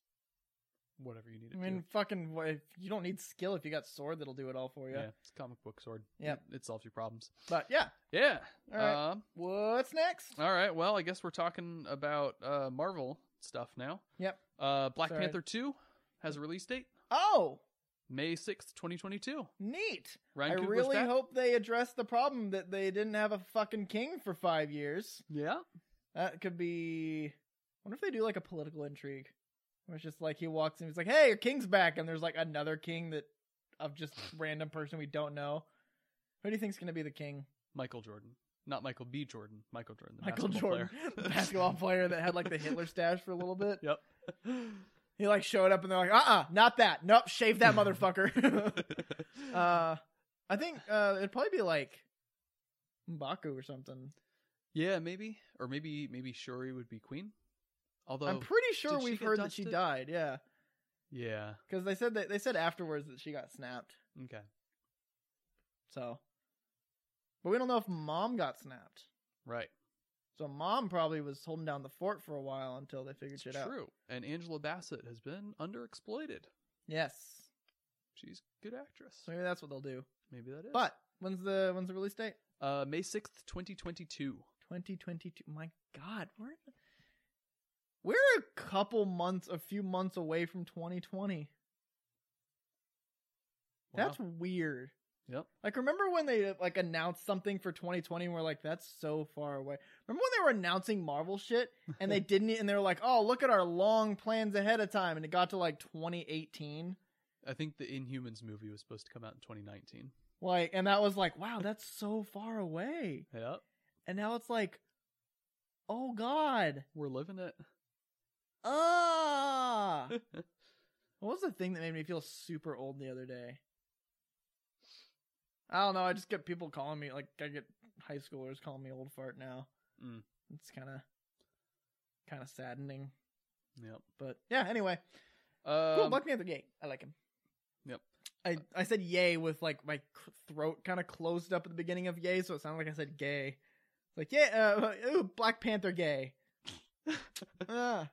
[SPEAKER 2] whatever you need it
[SPEAKER 1] I mean,
[SPEAKER 2] to.
[SPEAKER 1] fucking, wha- if you don't need skill if you got sword that'll do it all for you.
[SPEAKER 2] Yeah, it's a comic book sword.
[SPEAKER 1] Yep.
[SPEAKER 2] it, it solves your problems.
[SPEAKER 1] But yeah,
[SPEAKER 2] Yeah.
[SPEAKER 1] all right.
[SPEAKER 2] Um,
[SPEAKER 1] What's next?
[SPEAKER 2] All right. Well, I guess we're talking about uh, Marvel stuff now.
[SPEAKER 1] Yep.
[SPEAKER 2] Uh, Black
[SPEAKER 1] Sorry.
[SPEAKER 2] Panther 2 has a release date
[SPEAKER 1] Oh,
[SPEAKER 2] May 6th, 2022.
[SPEAKER 1] neat.
[SPEAKER 2] Ryan
[SPEAKER 1] I
[SPEAKER 2] Coogler's
[SPEAKER 1] really
[SPEAKER 2] back.
[SPEAKER 1] hope they address the problem that they didn't have a fucking king for five years.
[SPEAKER 2] Yeah.
[SPEAKER 1] That could be. I wonder if they do like a political intrigue, where it's just like he walks in, he's like, "Hey, your king's back," and there's like another king that of just random person we don't know. Who do you think's gonna be the king?
[SPEAKER 2] Michael Jordan. Not Michael B. Jordan. Michael Jordan. The
[SPEAKER 1] Michael
[SPEAKER 2] basketball
[SPEAKER 1] Jordan,
[SPEAKER 2] player.
[SPEAKER 1] the basketball player that had like the Hitler stash for a little bit.
[SPEAKER 2] yep.
[SPEAKER 1] He like showed up and they're like, "Uh, uh not that. Nope, shave that motherfucker." uh, I think uh, it'd probably be like Mbaku or something.
[SPEAKER 2] yeah, maybe. Or maybe maybe Shuri would be queen. Although,
[SPEAKER 1] I'm pretty sure
[SPEAKER 2] did she
[SPEAKER 1] we've
[SPEAKER 2] get
[SPEAKER 1] heard that she
[SPEAKER 2] dusted?
[SPEAKER 1] died. Yeah,
[SPEAKER 2] yeah.
[SPEAKER 1] because they said that they said afterwards that she got snapped.
[SPEAKER 2] Okay.
[SPEAKER 1] So, but we don't know if mom got snapped.
[SPEAKER 2] Right.
[SPEAKER 1] So mom probably was holding down the fort for a while until they figured
[SPEAKER 2] It's
[SPEAKER 1] shit
[SPEAKER 2] true.
[SPEAKER 1] out.
[SPEAKER 2] And Angela Bassett has been underexploited.
[SPEAKER 1] Yes,
[SPEAKER 2] She's a good actress.
[SPEAKER 1] so maybe that's what they'll do.
[SPEAKER 2] Maybe that is.
[SPEAKER 1] But when's the when's the release date?
[SPEAKER 2] uh, May 6th, 2022.
[SPEAKER 1] 2022. My God, we're we're a couple months, a few months away from 2020. That's
[SPEAKER 2] Wow.
[SPEAKER 1] weird.
[SPEAKER 2] Yep.
[SPEAKER 1] Like, remember when they like announced something for 2020? And we're like, that's so far away. Remember when they were announcing Marvel shit and they didn't, and they were like, oh, look at our long plans ahead of time, and it got to like 2018.
[SPEAKER 2] I think the Inhumans movie was supposed to come out in 2019.
[SPEAKER 1] Like, and that was like, wow, that's so far away.
[SPEAKER 2] Yep.
[SPEAKER 1] And now it's like, oh God,
[SPEAKER 2] We're living it.
[SPEAKER 1] ah. What was the thing that made me feel super old the other day? I don't know. I just get people calling me like I get high schoolers calling me old fart now.
[SPEAKER 2] Mm.
[SPEAKER 1] It's kind of kind of saddening,
[SPEAKER 2] yep.
[SPEAKER 1] but yeah. Anyway, cool.
[SPEAKER 2] Um,
[SPEAKER 1] Black Panther gay. I like him.
[SPEAKER 2] Yep.
[SPEAKER 1] I I said yay with like my c- throat kind of closed up at the beginning of yay, so it sounded like I said gay. It's like yeah, uh, ooh, Black Panther gay. ah,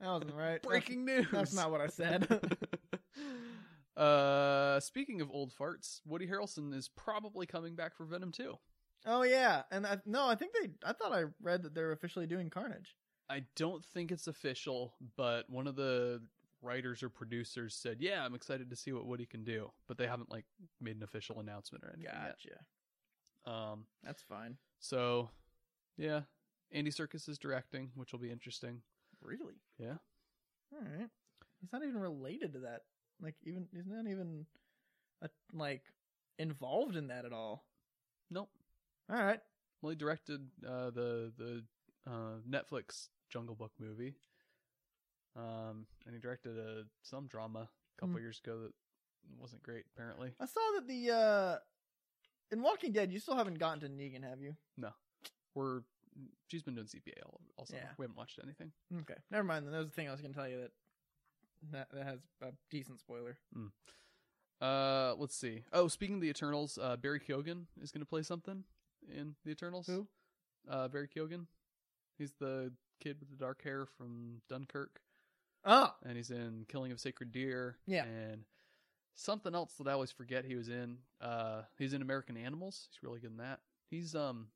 [SPEAKER 1] that wasn't right.
[SPEAKER 2] breaking news.
[SPEAKER 1] That's, that's not what I said.
[SPEAKER 2] uh, speaking of old farts, Woody Harrelson is probably coming back for Venom 2.
[SPEAKER 1] Oh yeah, and I, no, I think they. I thought I read that they're officially doing Carnage.
[SPEAKER 2] I don't think it's official, but one of the writers or producers said, "Yeah, I'm excited to see what Woody can do," but they haven't like made an official announcement or anything yet. Um,
[SPEAKER 1] that's fine.
[SPEAKER 2] so yeah, Andy Serkis is directing, which will be interesting.
[SPEAKER 1] Really?
[SPEAKER 2] Yeah.
[SPEAKER 1] All right. He's not even related to that. Like even he's not even, uh like, involved in that at all.
[SPEAKER 2] Nope.
[SPEAKER 1] All right.
[SPEAKER 2] Well, he directed uh, the the uh, Netflix Jungle Book movie, um, and he directed a some drama a couple
[SPEAKER 1] Hmm.
[SPEAKER 2] years ago that wasn't great apparently.
[SPEAKER 1] I saw that the uh in Walking Dead, you still haven't gotten to Negan, have you?
[SPEAKER 2] We're she's been doing CPA all, all summer.
[SPEAKER 1] Yeah.
[SPEAKER 2] We haven't watched anything.
[SPEAKER 1] Okay, never mind. Then that was the thing I was going to tell you that that, that has a decent spoiler.
[SPEAKER 2] Uh, let's see. Oh, speaking of the Eternals, uh, Barry Keoghan is going to play something in the Eternals.
[SPEAKER 1] Who?
[SPEAKER 2] Uh, Barry Keoghan. He's the kid with the dark hair from Dunkirk,
[SPEAKER 1] Oh,
[SPEAKER 2] and he's in Killing of a Sacred Deer.
[SPEAKER 1] Yeah.
[SPEAKER 2] And something else that I always forget he was in. Uh, he's in American Animals. He's really good in that. He's um,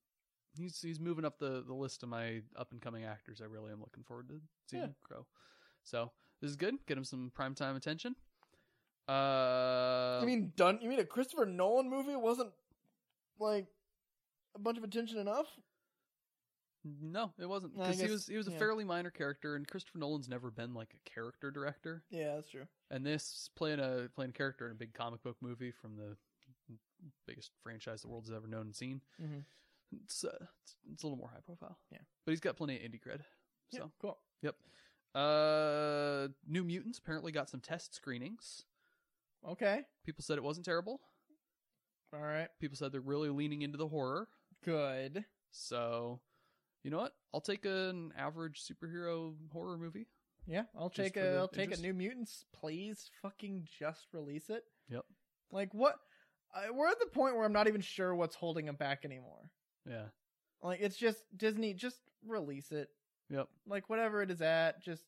[SPEAKER 2] he's he's moving up the the list of my up and coming actors. I really am looking forward to seeing
[SPEAKER 1] Yeah.
[SPEAKER 2] him grow. So this is good. Get him some primetime attention. Uh,
[SPEAKER 1] you mean done? You mean a Christopher Nolan movie wasn't like a bunch of attention enough?
[SPEAKER 2] No, it wasn't
[SPEAKER 1] No, I
[SPEAKER 2] because he
[SPEAKER 1] guess-
[SPEAKER 2] was he was a
[SPEAKER 1] yeah.
[SPEAKER 2] fairly minor character, and Christopher Nolan's never been like a character director.
[SPEAKER 1] Yeah, that's true.
[SPEAKER 2] And this playing a playing a character in a big comic book movie from the biggest franchise the world's ever known and seen,
[SPEAKER 1] Mhm.
[SPEAKER 2] it's, uh, it's it's a little more high profile.
[SPEAKER 1] Yeah.
[SPEAKER 2] but he's got plenty of indie cred.
[SPEAKER 1] Yeah,
[SPEAKER 2] So,
[SPEAKER 1] cool.
[SPEAKER 2] uh, New Mutants apparently got some test screenings.
[SPEAKER 1] Okay,
[SPEAKER 2] People said it wasn't terrible.
[SPEAKER 1] all right,
[SPEAKER 2] People said they're really leaning into the horror.
[SPEAKER 1] good.
[SPEAKER 2] So, you know what? I'll take an average superhero horror movie.
[SPEAKER 1] Yeah, I'll
[SPEAKER 2] Just
[SPEAKER 1] take
[SPEAKER 2] for the
[SPEAKER 1] a I'll take a
[SPEAKER 2] interest?
[SPEAKER 1] New Mutants. Please, fucking just release it.
[SPEAKER 2] Yep.
[SPEAKER 1] Like what? I, we're at the point where I'm not even sure what's holding them back anymore.
[SPEAKER 2] Yeah.
[SPEAKER 1] Like it's just Disney, just release it.
[SPEAKER 2] Yep.
[SPEAKER 1] Like whatever it is at, just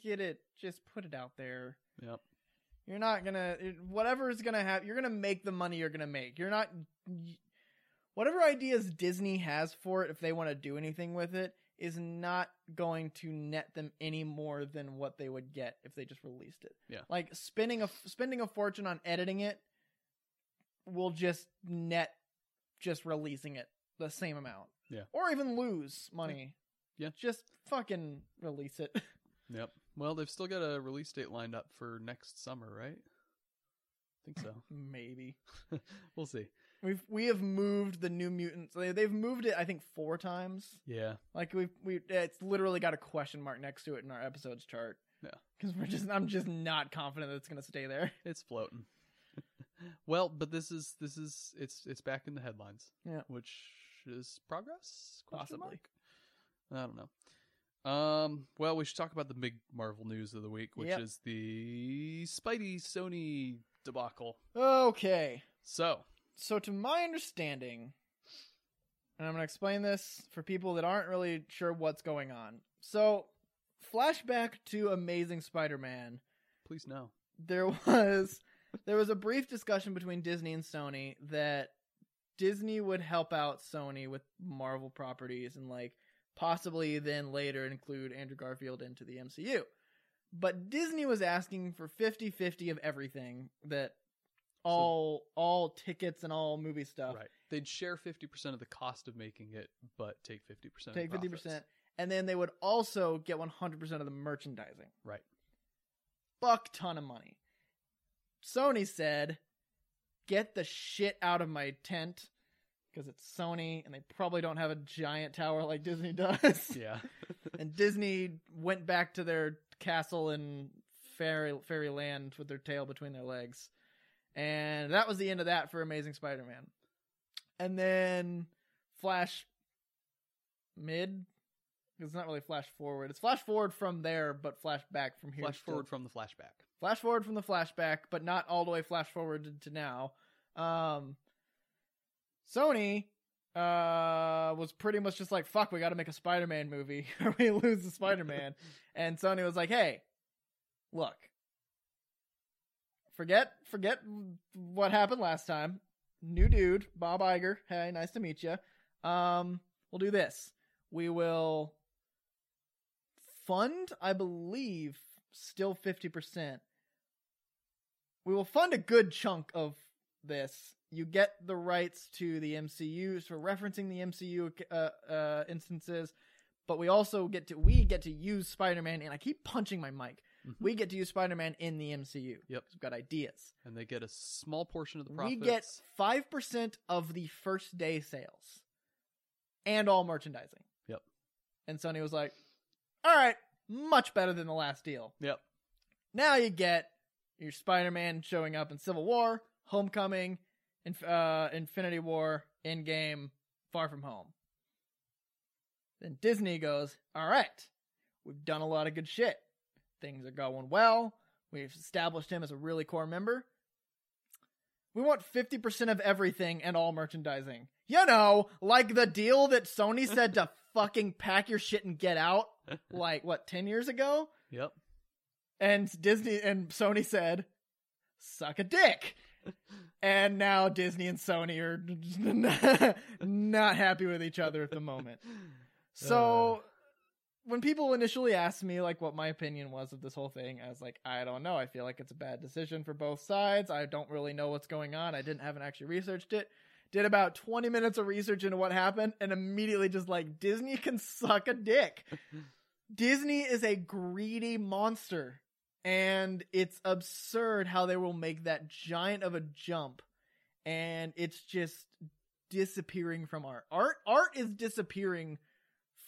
[SPEAKER 1] get it, just put it out there.
[SPEAKER 2] Yep.
[SPEAKER 1] You're not gonna it- whatever is gonna have. You're gonna make the money you're gonna make. You're not y- whatever ideas Disney has for it if they want to do anything with it is not going to net them any more than what they would get if they just released it.
[SPEAKER 2] Yeah.
[SPEAKER 1] like spending a spending a fortune on editing it will just net just releasing it the same amount.
[SPEAKER 2] Yeah.
[SPEAKER 1] or even lose money.
[SPEAKER 2] Yeah.
[SPEAKER 1] just fucking release it.
[SPEAKER 2] Yep. Well, they've still got a release date lined up for next summer, right? I think so.
[SPEAKER 1] Maybe.
[SPEAKER 2] we'll see.
[SPEAKER 1] We've we have moved the New Mutants. They, they've moved it, I think, four times.
[SPEAKER 2] Yeah.
[SPEAKER 1] Like we we it's literally got a question mark next to it in our episodes chart.
[SPEAKER 2] Yeah.
[SPEAKER 1] because we're just I'm just not confident that it's gonna stay there.
[SPEAKER 2] It's floating. well, but this is this is it's it's back in the headlines.
[SPEAKER 1] Yeah.
[SPEAKER 2] Which is progress? Question
[SPEAKER 1] Possibly.
[SPEAKER 2] mark? I don't know. Um, well, we should talk about the big Marvel news of the week, which
[SPEAKER 1] Yep.
[SPEAKER 2] is the Spidey Sony debacle.
[SPEAKER 1] Okay,
[SPEAKER 2] So,
[SPEAKER 1] so to my understanding, and I'm gonna explain this for people that aren't really sure what's going on. So, flashback to Amazing Spider-Man.
[SPEAKER 2] please no.
[SPEAKER 1] there was there was a brief discussion between Disney and Sony that Disney would help out Sony with Marvel properties and like possibly then later include Andrew Garfield into the MCU. But Disney was asking for 50-50 of everything that all all tickets and all movie stuff.
[SPEAKER 2] Right. They'd share 50% of the cost of making it, but take 50% of the
[SPEAKER 1] Take fifty
[SPEAKER 2] profits.
[SPEAKER 1] percent, and then they would also get one hundred percent of the merchandising.
[SPEAKER 2] Right.
[SPEAKER 1] Fuck ton of money. Sony said, "Get the shit out of my tent," because it's Sony, and they probably don't have a giant tower like Disney does.
[SPEAKER 2] Yeah.
[SPEAKER 1] and Disney went back to their castle in fairy fairyland with their tail between their legs, and that was the end of that for Amazing Spider-Man. And then Flash mid, it's not really Flash forward. It's Flash forward from there, but Flash back from here.
[SPEAKER 2] Flash
[SPEAKER 1] still.
[SPEAKER 2] forward from the flashback.
[SPEAKER 1] flash forward from the flashback, but not all the way flash forward to now. Um, Sony uh was pretty much just like fuck we got to make a spider-man movie or we lose the spider-man and sony was like hey look forget forget what happened last time new dude bob Iger. hey nice to meet you um we'll do this we will fund i believe still 50% we will fund a good chunk of this you get the rights to the mcu for referencing the mcu uh, uh, instances but we also get to we get to use spider-man and i keep punching my mic
[SPEAKER 2] Mhm.
[SPEAKER 1] we get to use spider-man in the mcu
[SPEAKER 2] Yep.
[SPEAKER 1] we've got ideas
[SPEAKER 2] And they get a small portion of the
[SPEAKER 1] we
[SPEAKER 2] profits.
[SPEAKER 1] get 5% of the first day sales and all merchandising.
[SPEAKER 2] Yep.
[SPEAKER 1] And Sony was like, all right, much better than the last deal.
[SPEAKER 2] Yep.
[SPEAKER 1] Now you get your Spider-Man showing up in Civil War, Homecoming, Inf- uh, Infinity War, Endgame, Far From Home. Then Disney goes, "All right, we've done a lot of good shit. Things are going well. We've established him as a really core member. We want 50% of everything and all merchandising. You know, like the deal that Sony said to fucking pack your shit and get out like what 10 years ago?"
[SPEAKER 2] Yep.
[SPEAKER 1] and Disney and Sony said, "Suck a dick." and now Disney and Sony are not happy with each other at the moment. So when people initially asked me like what my opinion was of this whole thing, I was like, "I don't know. I feel like it's a bad decision for both sides. I don't really know what's going on. I didn't haven't actually researched it." Did about 20 minutes of research into what happened and immediately just like Disney can suck a dick. Disney is a greedy monster. And it's absurd how they will make that giant of a jump. And it's just disappearing from art. Art art is disappearing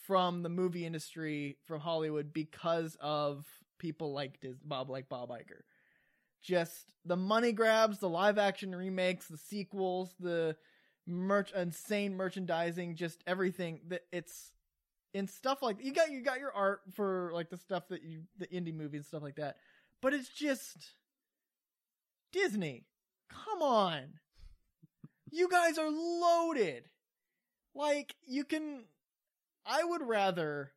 [SPEAKER 1] from the movie industry, from Hollywood, because of people like Dis- Bob like Bob Iger. Just the money grabs, the live action remakes, the sequels, the merch insane merchandising, just everything that it's and stuff like you got you got your art for like the stuff that you the indie movies and stuff like that. But it's just Disney. Come on. You guys are loaded. Like you can I would rather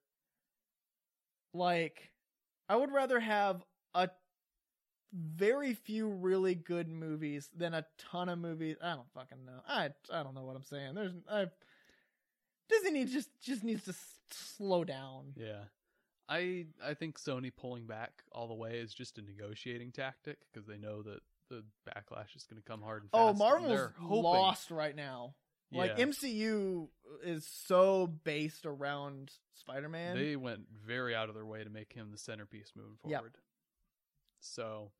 [SPEAKER 1] like I would rather have a very few really good movies than a ton of movies. I don't fucking know. I I don't know what I'm saying. There's I Disney needs just just needs to s- slow down.
[SPEAKER 2] Yeah. I I think Sony pulling back all the way is just a negotiating tactic because they know that the backlash is going to come hard and fast.
[SPEAKER 1] Oh,
[SPEAKER 2] and
[SPEAKER 1] Marvel's
[SPEAKER 2] they're hoping-
[SPEAKER 1] lost right now. Like
[SPEAKER 2] Yeah.
[SPEAKER 1] MCU is so based around Spider-Man.
[SPEAKER 2] They went very out of their way to make him the centerpiece moving
[SPEAKER 1] Yep.
[SPEAKER 2] forward. So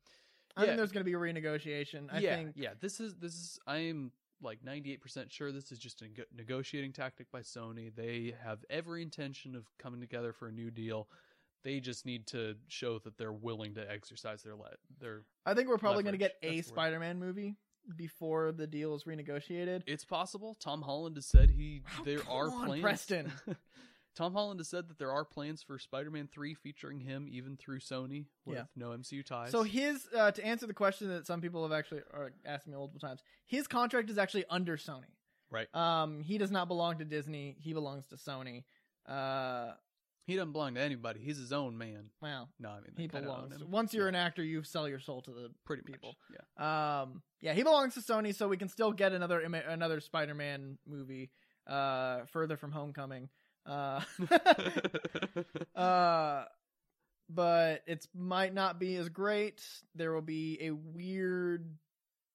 [SPEAKER 1] I
[SPEAKER 2] yeah.
[SPEAKER 1] think there's going to be a renegotiation. I
[SPEAKER 2] yeah,
[SPEAKER 1] think
[SPEAKER 2] yeah. This is this is I'm like 98% sure this is just a neg- negotiating tactic by Sony. They have every intention of coming together for a new deal. They just need to show that they're willing to exercise their let their.
[SPEAKER 1] I think we're probably going to get
[SPEAKER 2] Leverage,
[SPEAKER 1] a
[SPEAKER 2] that's the word.
[SPEAKER 1] Spider-Man movie before the deal is renegotiated.
[SPEAKER 2] It's possible. Tom Holland has said he
[SPEAKER 1] Oh,
[SPEAKER 2] there
[SPEAKER 1] come
[SPEAKER 2] are
[SPEAKER 1] on,
[SPEAKER 2] plans.
[SPEAKER 1] Preston.
[SPEAKER 2] Tom Holland has said that there are plans for Spider-Man 3 featuring him even through Sony with
[SPEAKER 1] Yeah.
[SPEAKER 2] no MCU ties.
[SPEAKER 1] So his uh, to answer the question that some people have actually or asked me multiple times, his contract is actually under Sony.
[SPEAKER 2] Right.
[SPEAKER 1] Um, he does not belong to Disney. He belongs to Sony. Uh,
[SPEAKER 2] he doesn't belong to anybody. He's his own man.
[SPEAKER 1] well,
[SPEAKER 2] No, I mean they
[SPEAKER 1] he
[SPEAKER 2] kinda own
[SPEAKER 1] belongs.
[SPEAKER 2] him.
[SPEAKER 1] Once you're
[SPEAKER 2] Yeah.
[SPEAKER 1] an actor, you sell your soul to the
[SPEAKER 2] pretty
[SPEAKER 1] people.
[SPEAKER 2] Much. Yeah.
[SPEAKER 1] Um, yeah, he belongs to Sony, so we can still get another ima- another Spider-Man movie, uh, further from Homecoming. Uh, uh, but it's might not be as great. There will be a weird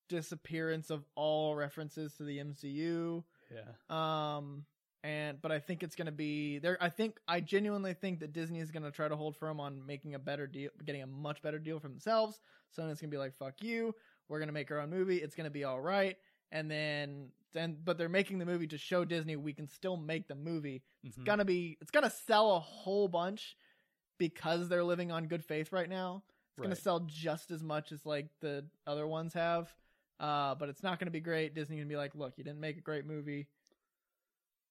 [SPEAKER 1] disappearance of all references to the MCU.
[SPEAKER 2] yeah.
[SPEAKER 1] Um, and but I think it's gonna be there. I think I genuinely think that Disney is gonna try to hold firm on making a better deal, getting a much better deal for themselves. Sony's gonna be like, "Fuck you, we're gonna make our own movie. It's gonna be all right." And then, then, but they're making the movie to show Disney we can still make the movie.
[SPEAKER 2] Mhm.
[SPEAKER 1] It's gonna be, it's gonna sell a whole bunch because they're living on good faith right now. It's going
[SPEAKER 2] Right.
[SPEAKER 1] to sell just as much as like the other ones have. Uh, but it's not going to be great. Disney going to be like, look, you didn't make a great movie.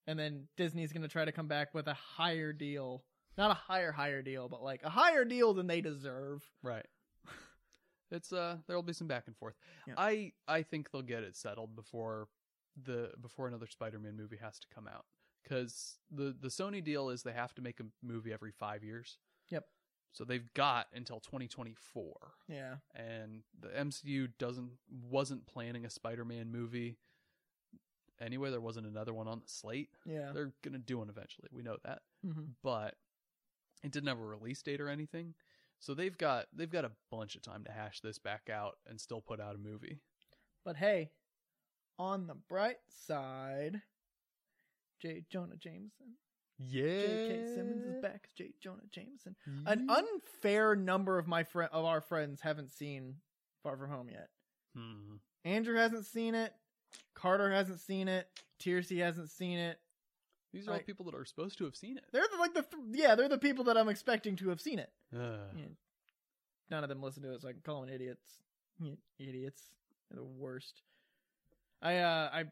[SPEAKER 1] And then Disney's going to try to come back with a higher deal. Not a higher, higher deal, but like a higher deal than they deserve.
[SPEAKER 2] Right. It's uh there'll be some back and forth.
[SPEAKER 1] Yeah.
[SPEAKER 2] I I think they'll get it settled before the before another Spider-Man movie has to come out cuz the the Sony deal is they have to make a movie every 5 years.
[SPEAKER 1] Yep.
[SPEAKER 2] So they've got until 2024
[SPEAKER 1] Yeah.
[SPEAKER 2] and the MCU doesn't wasn't planning a Spider-Man movie. Anyway, there wasn't another one on the slate.
[SPEAKER 1] Yeah.
[SPEAKER 2] They're going to do one eventually. We know that.
[SPEAKER 1] hmm
[SPEAKER 2] but it didn't have a release date or anything. So they've got they've got a bunch of time to hash this back out and still put out a movie.
[SPEAKER 1] But hey, on the bright side, J. Jonah Jameson.
[SPEAKER 2] Yeah.
[SPEAKER 1] J.K. Simmons is back as J. Jonah Jameson. An unfair number of my friend of our friends haven't seen Far From Home yet.
[SPEAKER 2] Hmm.
[SPEAKER 1] Andrew hasn't seen it. Carter hasn't seen it. Tiersey hasn't seen it.
[SPEAKER 2] These are all
[SPEAKER 1] Like-
[SPEAKER 2] people that are supposed to have seen it.
[SPEAKER 1] They're the, like the th- yeah, they're the people that I'm expecting to have seen it.
[SPEAKER 2] Ugh.
[SPEAKER 1] none of them listen to it, so I can call them idiots. You Idiots, They're the worst. I uh, I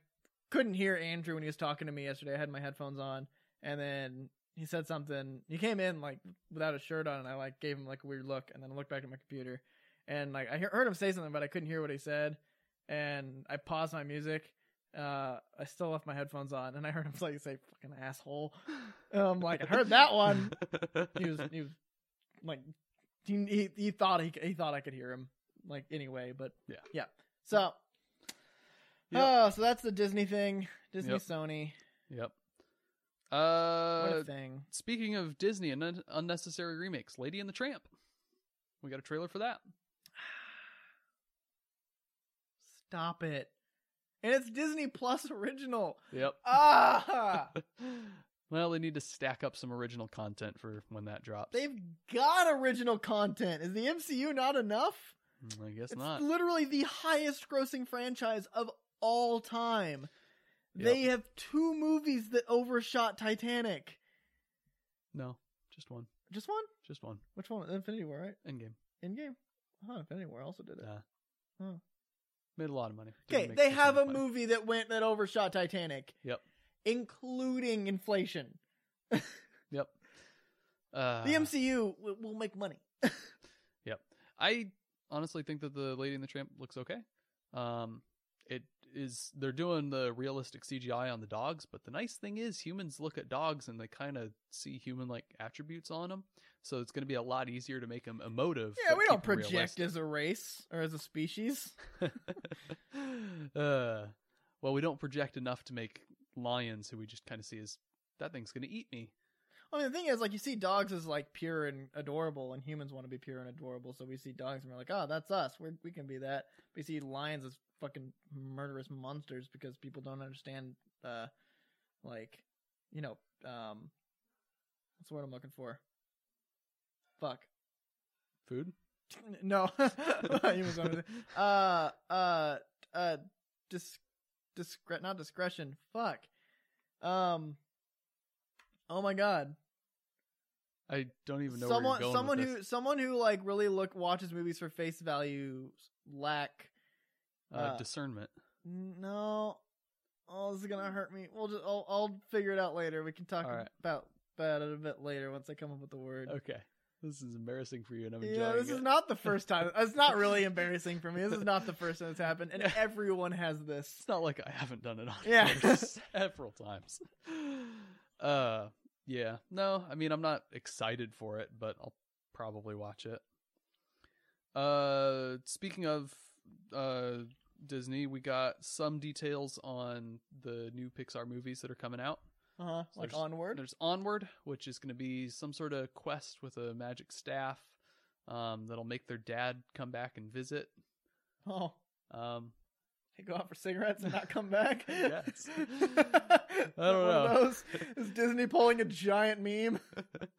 [SPEAKER 1] couldn't hear Andrew when he was talking to me yesterday. I had my headphones on, and then he said something. He came in like without a shirt on, and I like gave him like a weird look, and then I looked back at my computer, and like I hear- heard him say something, but I couldn't hear what he said, and I paused my music. Uh, I still left my headphones on, and I heard him like say "fucking asshole." And I'm like, I heard that one. He was he was like he he, he thought he he thought I could hear him like anyway, but
[SPEAKER 2] Yeah.
[SPEAKER 1] yeah. So.
[SPEAKER 2] Yep.
[SPEAKER 1] Oh, so that's the Disney thing, Disney
[SPEAKER 2] Yep.
[SPEAKER 1] Sony,
[SPEAKER 2] Yep.
[SPEAKER 1] what
[SPEAKER 2] Uh,
[SPEAKER 1] a thing.
[SPEAKER 2] speaking of Disney and un- unnecessary remakes, Lady and the Tramp. We got a trailer for that.
[SPEAKER 1] Stop it. And it's Disney Plus original.
[SPEAKER 2] Yep.
[SPEAKER 1] Ah!
[SPEAKER 2] well, they need to stack up some original content for when that drops.
[SPEAKER 1] They've got original content. Is the MCU not enough?
[SPEAKER 2] Mm, I guess
[SPEAKER 1] It's
[SPEAKER 2] not.
[SPEAKER 1] literally the highest grossing franchise of all time.
[SPEAKER 2] Yep.
[SPEAKER 1] They have two movies that overshot Titanic.
[SPEAKER 2] No, just one.
[SPEAKER 1] Just one?
[SPEAKER 2] Just one.
[SPEAKER 1] Which one? Infinity War, right?
[SPEAKER 2] Endgame.
[SPEAKER 1] Endgame? I thought Infinity War also did it.
[SPEAKER 2] Nah.
[SPEAKER 1] Huh.
[SPEAKER 2] Made a lot of money. Didn't
[SPEAKER 1] hmm. Okay,
[SPEAKER 2] make
[SPEAKER 1] they
[SPEAKER 2] much
[SPEAKER 1] have a
[SPEAKER 2] money.
[SPEAKER 1] movie that went that overshot Titanic.
[SPEAKER 2] Yep.
[SPEAKER 1] Including inflation.
[SPEAKER 2] Yep. Uh,
[SPEAKER 1] the MCU w- will make money.
[SPEAKER 2] I honestly think that the Lady and the Tramp looks okay. Um, it is they're doing the realistic CGI on the dogs, but the nice thing is humans look at dogs and they kind of see human like attributes on them, so it's going to be a lot easier to make them emotive.
[SPEAKER 1] Yeah,
[SPEAKER 2] but
[SPEAKER 1] we
[SPEAKER 2] keep
[SPEAKER 1] don't
[SPEAKER 2] 'em
[SPEAKER 1] project as a race or as a species.
[SPEAKER 2] realistic. uh, well, we don't project enough to make lions who we just kind of see as that thing's going to eat me.
[SPEAKER 1] I mean, the thing is, like, you see dogs as like pure and adorable, and humans want to be pure and adorable, so we see dogs and we're like, oh, that's us. We're, we can be that. We see lions as fucking murderous monsters because people don't understand, uh, like, you know, um, what's the word I'm looking for? Fuck.
[SPEAKER 2] Food.
[SPEAKER 1] No. Humans don't understand. uh uh uh dis discre- not discretion fuck um oh my god
[SPEAKER 2] I don't even know where
[SPEAKER 1] someone
[SPEAKER 2] you're going
[SPEAKER 1] someone
[SPEAKER 2] with
[SPEAKER 1] who
[SPEAKER 2] this.
[SPEAKER 1] someone who like really look watches movies for face value lack
[SPEAKER 2] uh,
[SPEAKER 1] uh,
[SPEAKER 2] discernment.
[SPEAKER 1] no oh this is gonna hurt me we'll just i'll, I'll figure it out later we can talk
[SPEAKER 2] All right.
[SPEAKER 1] about about it a bit later once i come up with the word
[SPEAKER 2] Okay, this is embarrassing for you, and I'm enjoying
[SPEAKER 1] Yeah, this
[SPEAKER 2] it.
[SPEAKER 1] is not the first time. It's not really embarrassing for me. This is not the first time it's happened, and
[SPEAKER 2] Yeah.
[SPEAKER 1] everyone has this.
[SPEAKER 2] It's not like I haven't done it on
[SPEAKER 1] Yeah.
[SPEAKER 2] Twitter several times. Uh, yeah. No, I mean I'm not excited for it, but I'll probably watch it. Uh, speaking of uh Disney, we got some details on the new Pixar movies that are coming out.
[SPEAKER 1] Uh huh.
[SPEAKER 2] So
[SPEAKER 1] Like
[SPEAKER 2] there's-
[SPEAKER 1] onward.
[SPEAKER 2] There's Onward, which is going to be some sort of quest with a magic staff um, that'll make their dad come back and visit.
[SPEAKER 1] Oh,
[SPEAKER 2] Um,
[SPEAKER 1] they go out for cigarettes and not come back.
[SPEAKER 2] I
[SPEAKER 1] Is
[SPEAKER 2] guess. I
[SPEAKER 1] that one of
[SPEAKER 2] don't know.
[SPEAKER 1] those? Is Disney pulling a giant meme?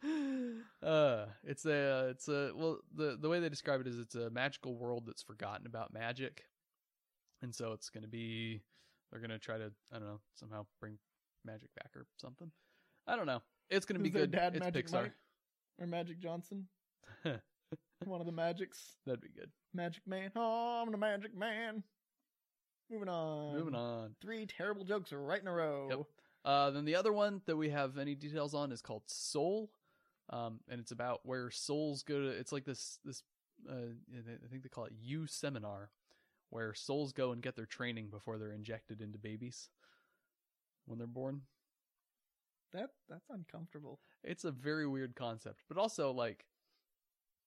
[SPEAKER 2] uh it's a it's a well the the way they describe it is it's a magical world that's forgotten about magic and so it's going to be they're going to try to i don't know somehow bring magic back or something i don't know it's going to be
[SPEAKER 1] Is their
[SPEAKER 2] good
[SPEAKER 1] dad
[SPEAKER 2] it's
[SPEAKER 1] Magic
[SPEAKER 2] pixar
[SPEAKER 1] Mike? or Magic Johnson? One of the magics.
[SPEAKER 2] that'd be good
[SPEAKER 1] Magic Man. Oh, I'm the Magic Man. Moving on.
[SPEAKER 2] moving on
[SPEAKER 1] Three terrible jokes right in a row.
[SPEAKER 2] Yep. uh then the other one that we have any details on is called soul um and it's about where souls go to it's like this this uh i think they call it u seminar where souls go and get their training before they're injected into babies when they're born
[SPEAKER 1] That that's uncomfortable.
[SPEAKER 2] it's a very weird concept but also like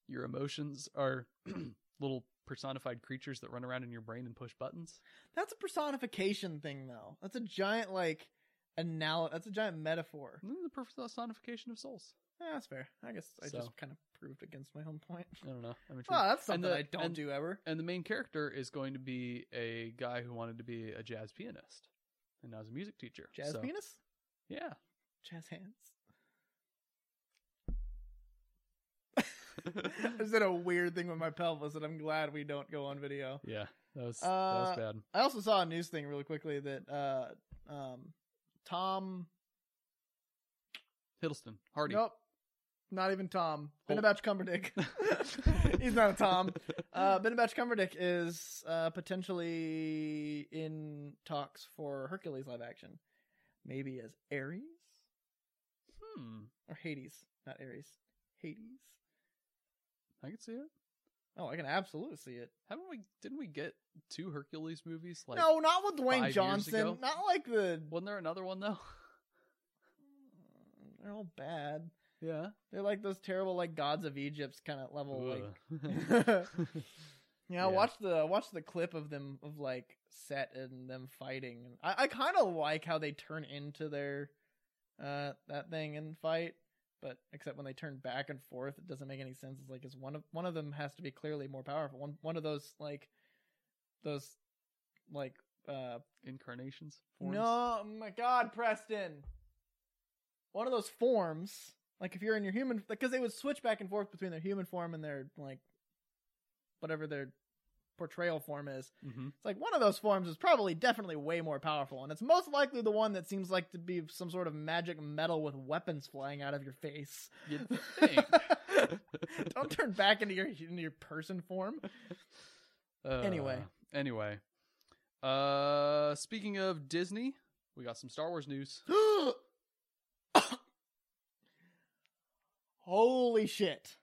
[SPEAKER 2] your emotions are little personified creatures that run around in your brain and push buttons
[SPEAKER 1] That's a personification thing, though. That's a giant like anal. That's a giant metaphor.
[SPEAKER 2] and then the personification of souls
[SPEAKER 1] Yeah, that's fair. I guess I
[SPEAKER 2] So.
[SPEAKER 1] just kind of proved against my own point.
[SPEAKER 2] i don't know i'm
[SPEAKER 1] Well, that's
[SPEAKER 2] And
[SPEAKER 1] something
[SPEAKER 2] the-
[SPEAKER 1] I don't
[SPEAKER 2] and-
[SPEAKER 1] do ever.
[SPEAKER 2] and the main character is going to be a guy who wanted to be a jazz pianist and now is a music teacher
[SPEAKER 1] Jazz
[SPEAKER 2] So,
[SPEAKER 1] penis,
[SPEAKER 2] yeah
[SPEAKER 1] jazz hands. I just did a weird thing with my pelvis, and I'm glad we don't go on video.
[SPEAKER 2] yeah that was
[SPEAKER 1] Uh,
[SPEAKER 2] that was bad
[SPEAKER 1] I also saw a news thing really quickly that uh, um, Tom
[SPEAKER 2] hiddleston hardy
[SPEAKER 1] Nope. Not even Tom.
[SPEAKER 2] Hol-
[SPEAKER 1] Benabach Cumberdick. He's not a Tom. Uh, Benabach Cumberdick is uh, potentially in talks for Hercules live action. Maybe as Ares
[SPEAKER 2] Hmm.
[SPEAKER 1] or Hades, not Ares. Hades.
[SPEAKER 2] I can see it.
[SPEAKER 1] Oh, I can absolutely see it.
[SPEAKER 2] Haven't we? Didn't we get two Hercules movies? Like,
[SPEAKER 1] no, not with
[SPEAKER 2] five
[SPEAKER 1] Dwayne
[SPEAKER 2] years
[SPEAKER 1] Johnson.
[SPEAKER 2] ago?
[SPEAKER 1] Not like the.
[SPEAKER 2] wasn't there another one though?
[SPEAKER 1] They're all bad.
[SPEAKER 2] Yeah.
[SPEAKER 1] They're like those terrible, like gods of Egypt's kind of level. Like,
[SPEAKER 2] Ugh.
[SPEAKER 1] Yeah,
[SPEAKER 2] Yeah.
[SPEAKER 1] I watched the watch the clip of them of like Set and them fighting. I, I kind of like how they turn into their uh that thing and fight, but except when they turn back and forth, it doesn't make any sense. It's like is one of one of them has to be clearly more powerful. One one of those like those like uh
[SPEAKER 2] Incarnations. forms?
[SPEAKER 1] no oh my god Preston, one of those forms. Like if you're in your human, because they would switch back and forth between their human form and their like whatever their portrayal form is.
[SPEAKER 2] Mhm.
[SPEAKER 1] It's like one of those forms is probably definitely way more powerful, and it's most likely the one that seems like to be some sort of magic metal with weapons flying out of your face.
[SPEAKER 2] You'd think.
[SPEAKER 1] Don't turn back into your into your person form. Anyway.
[SPEAKER 2] Uh, Anyway. Uh, speaking of Disney, we got some Star Wars news.
[SPEAKER 1] Holy shit!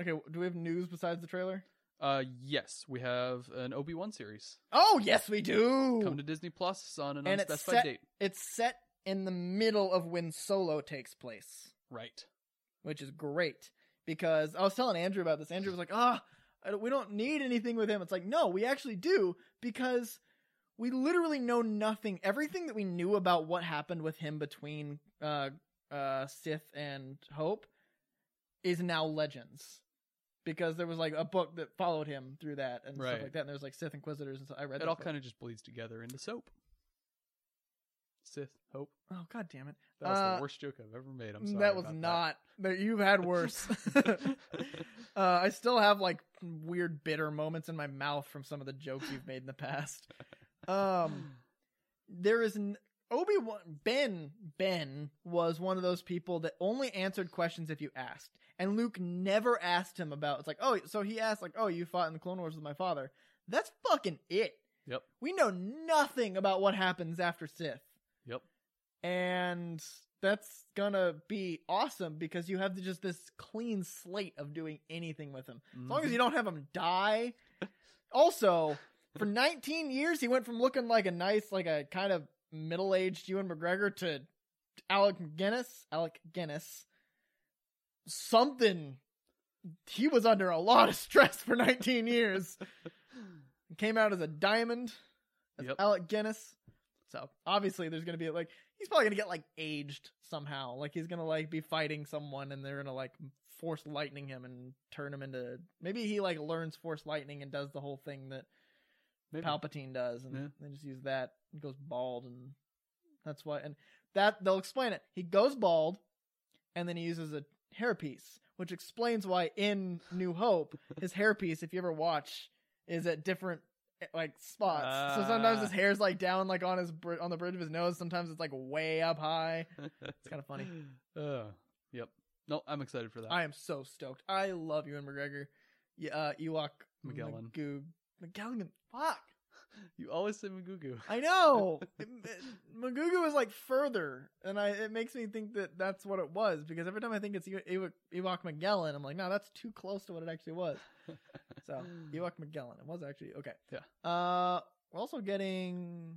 [SPEAKER 1] Okay, do we have news besides the trailer?
[SPEAKER 2] Uh, yes, we have an Obi Wan series
[SPEAKER 1] Oh yes, we do.
[SPEAKER 2] coming to Disney Plus on an
[SPEAKER 1] And it's
[SPEAKER 2] unspecified
[SPEAKER 1] set-
[SPEAKER 2] date.
[SPEAKER 1] It's set in the middle of when Solo takes place.
[SPEAKER 2] Right.
[SPEAKER 1] which is great because I was telling Andrew about this. Andrew was like, "Ah, I don't- we don't need anything with him." It's like, no, we actually do because we literally know nothing. Everything that we knew about what happened with him between uh, uh, Sith and Hope is now legends because there was like a book that followed him through that and
[SPEAKER 2] Right.
[SPEAKER 1] stuff like that. And there was like Sith Inquisitors and stuff. I read
[SPEAKER 2] It
[SPEAKER 1] that
[SPEAKER 2] all
[SPEAKER 1] book.
[SPEAKER 2] kind of just bleeds together into soap. Sith, hope.
[SPEAKER 1] Oh god damn it!
[SPEAKER 2] That was
[SPEAKER 1] Uh,
[SPEAKER 2] the worst joke I've ever made. I'm sorry.
[SPEAKER 1] that was
[SPEAKER 2] about
[SPEAKER 1] not. That. You've had worse. Uh, I still have like weird bitter moments in my mouth from some of the jokes you've made in the past. Um, there is n- Obi Wan Ben. Ben was one of those people that only answered questions if you asked, and Luke never asked him about. It's like, oh, so he asked like, oh, you fought in the Clone Wars with my father. That's fucking it.
[SPEAKER 2] Yep.
[SPEAKER 1] We know nothing about what happens after Sith.
[SPEAKER 2] Yep.
[SPEAKER 1] And that's gonna be awesome because you have just this clean slate of doing anything with him. As long as you don't have him die. Also, for 19 years, he went from looking like a nice, like a kind of middle aged Ewan McGregor to Alec Guinness. Alec Guinness. Something. He was under a lot of stress for 19 years. Came out as a diamond, as
[SPEAKER 2] Yep.
[SPEAKER 1] Alec Guinness. So obviously, there's gonna be like he's probably gonna get like aged somehow. Like he's gonna like be fighting someone, and they're gonna like force lightning him and turn him into maybe he like learns force lightning and does the whole thing that
[SPEAKER 2] Maybe.
[SPEAKER 1] Palpatine does, and
[SPEAKER 2] Yeah.
[SPEAKER 1] they just use that. He goes bald, and that's why. And that they'll explain it. He goes bald, and then he uses a hairpiece, which explains why in New Hope his hairpiece, if you ever watch, is at different eh, like spots. so sometimes
[SPEAKER 2] Ah.
[SPEAKER 1] his hair's like down, like on his br- on the bridge of his nose. Sometimes it's like way up high. It's kind of funny.
[SPEAKER 2] Uh, yep. No, I'm excited for that.
[SPEAKER 1] I am so stoked. I love Ewan McGregor. Yeah, uh, Ewok
[SPEAKER 2] Magellan.
[SPEAKER 1] Magoo- Magellan. Fuck.
[SPEAKER 2] you always say Magoo.
[SPEAKER 1] I know. It- it- Magugu is like further, and I it makes me think that that's what it was because every time I think it's Ew- Ewok, Ewok Magellan, I'm like, no, that's too close to what it actually was. So Ewok Magellan, it was actually okay.
[SPEAKER 2] Yeah.
[SPEAKER 1] Uh, we're also getting.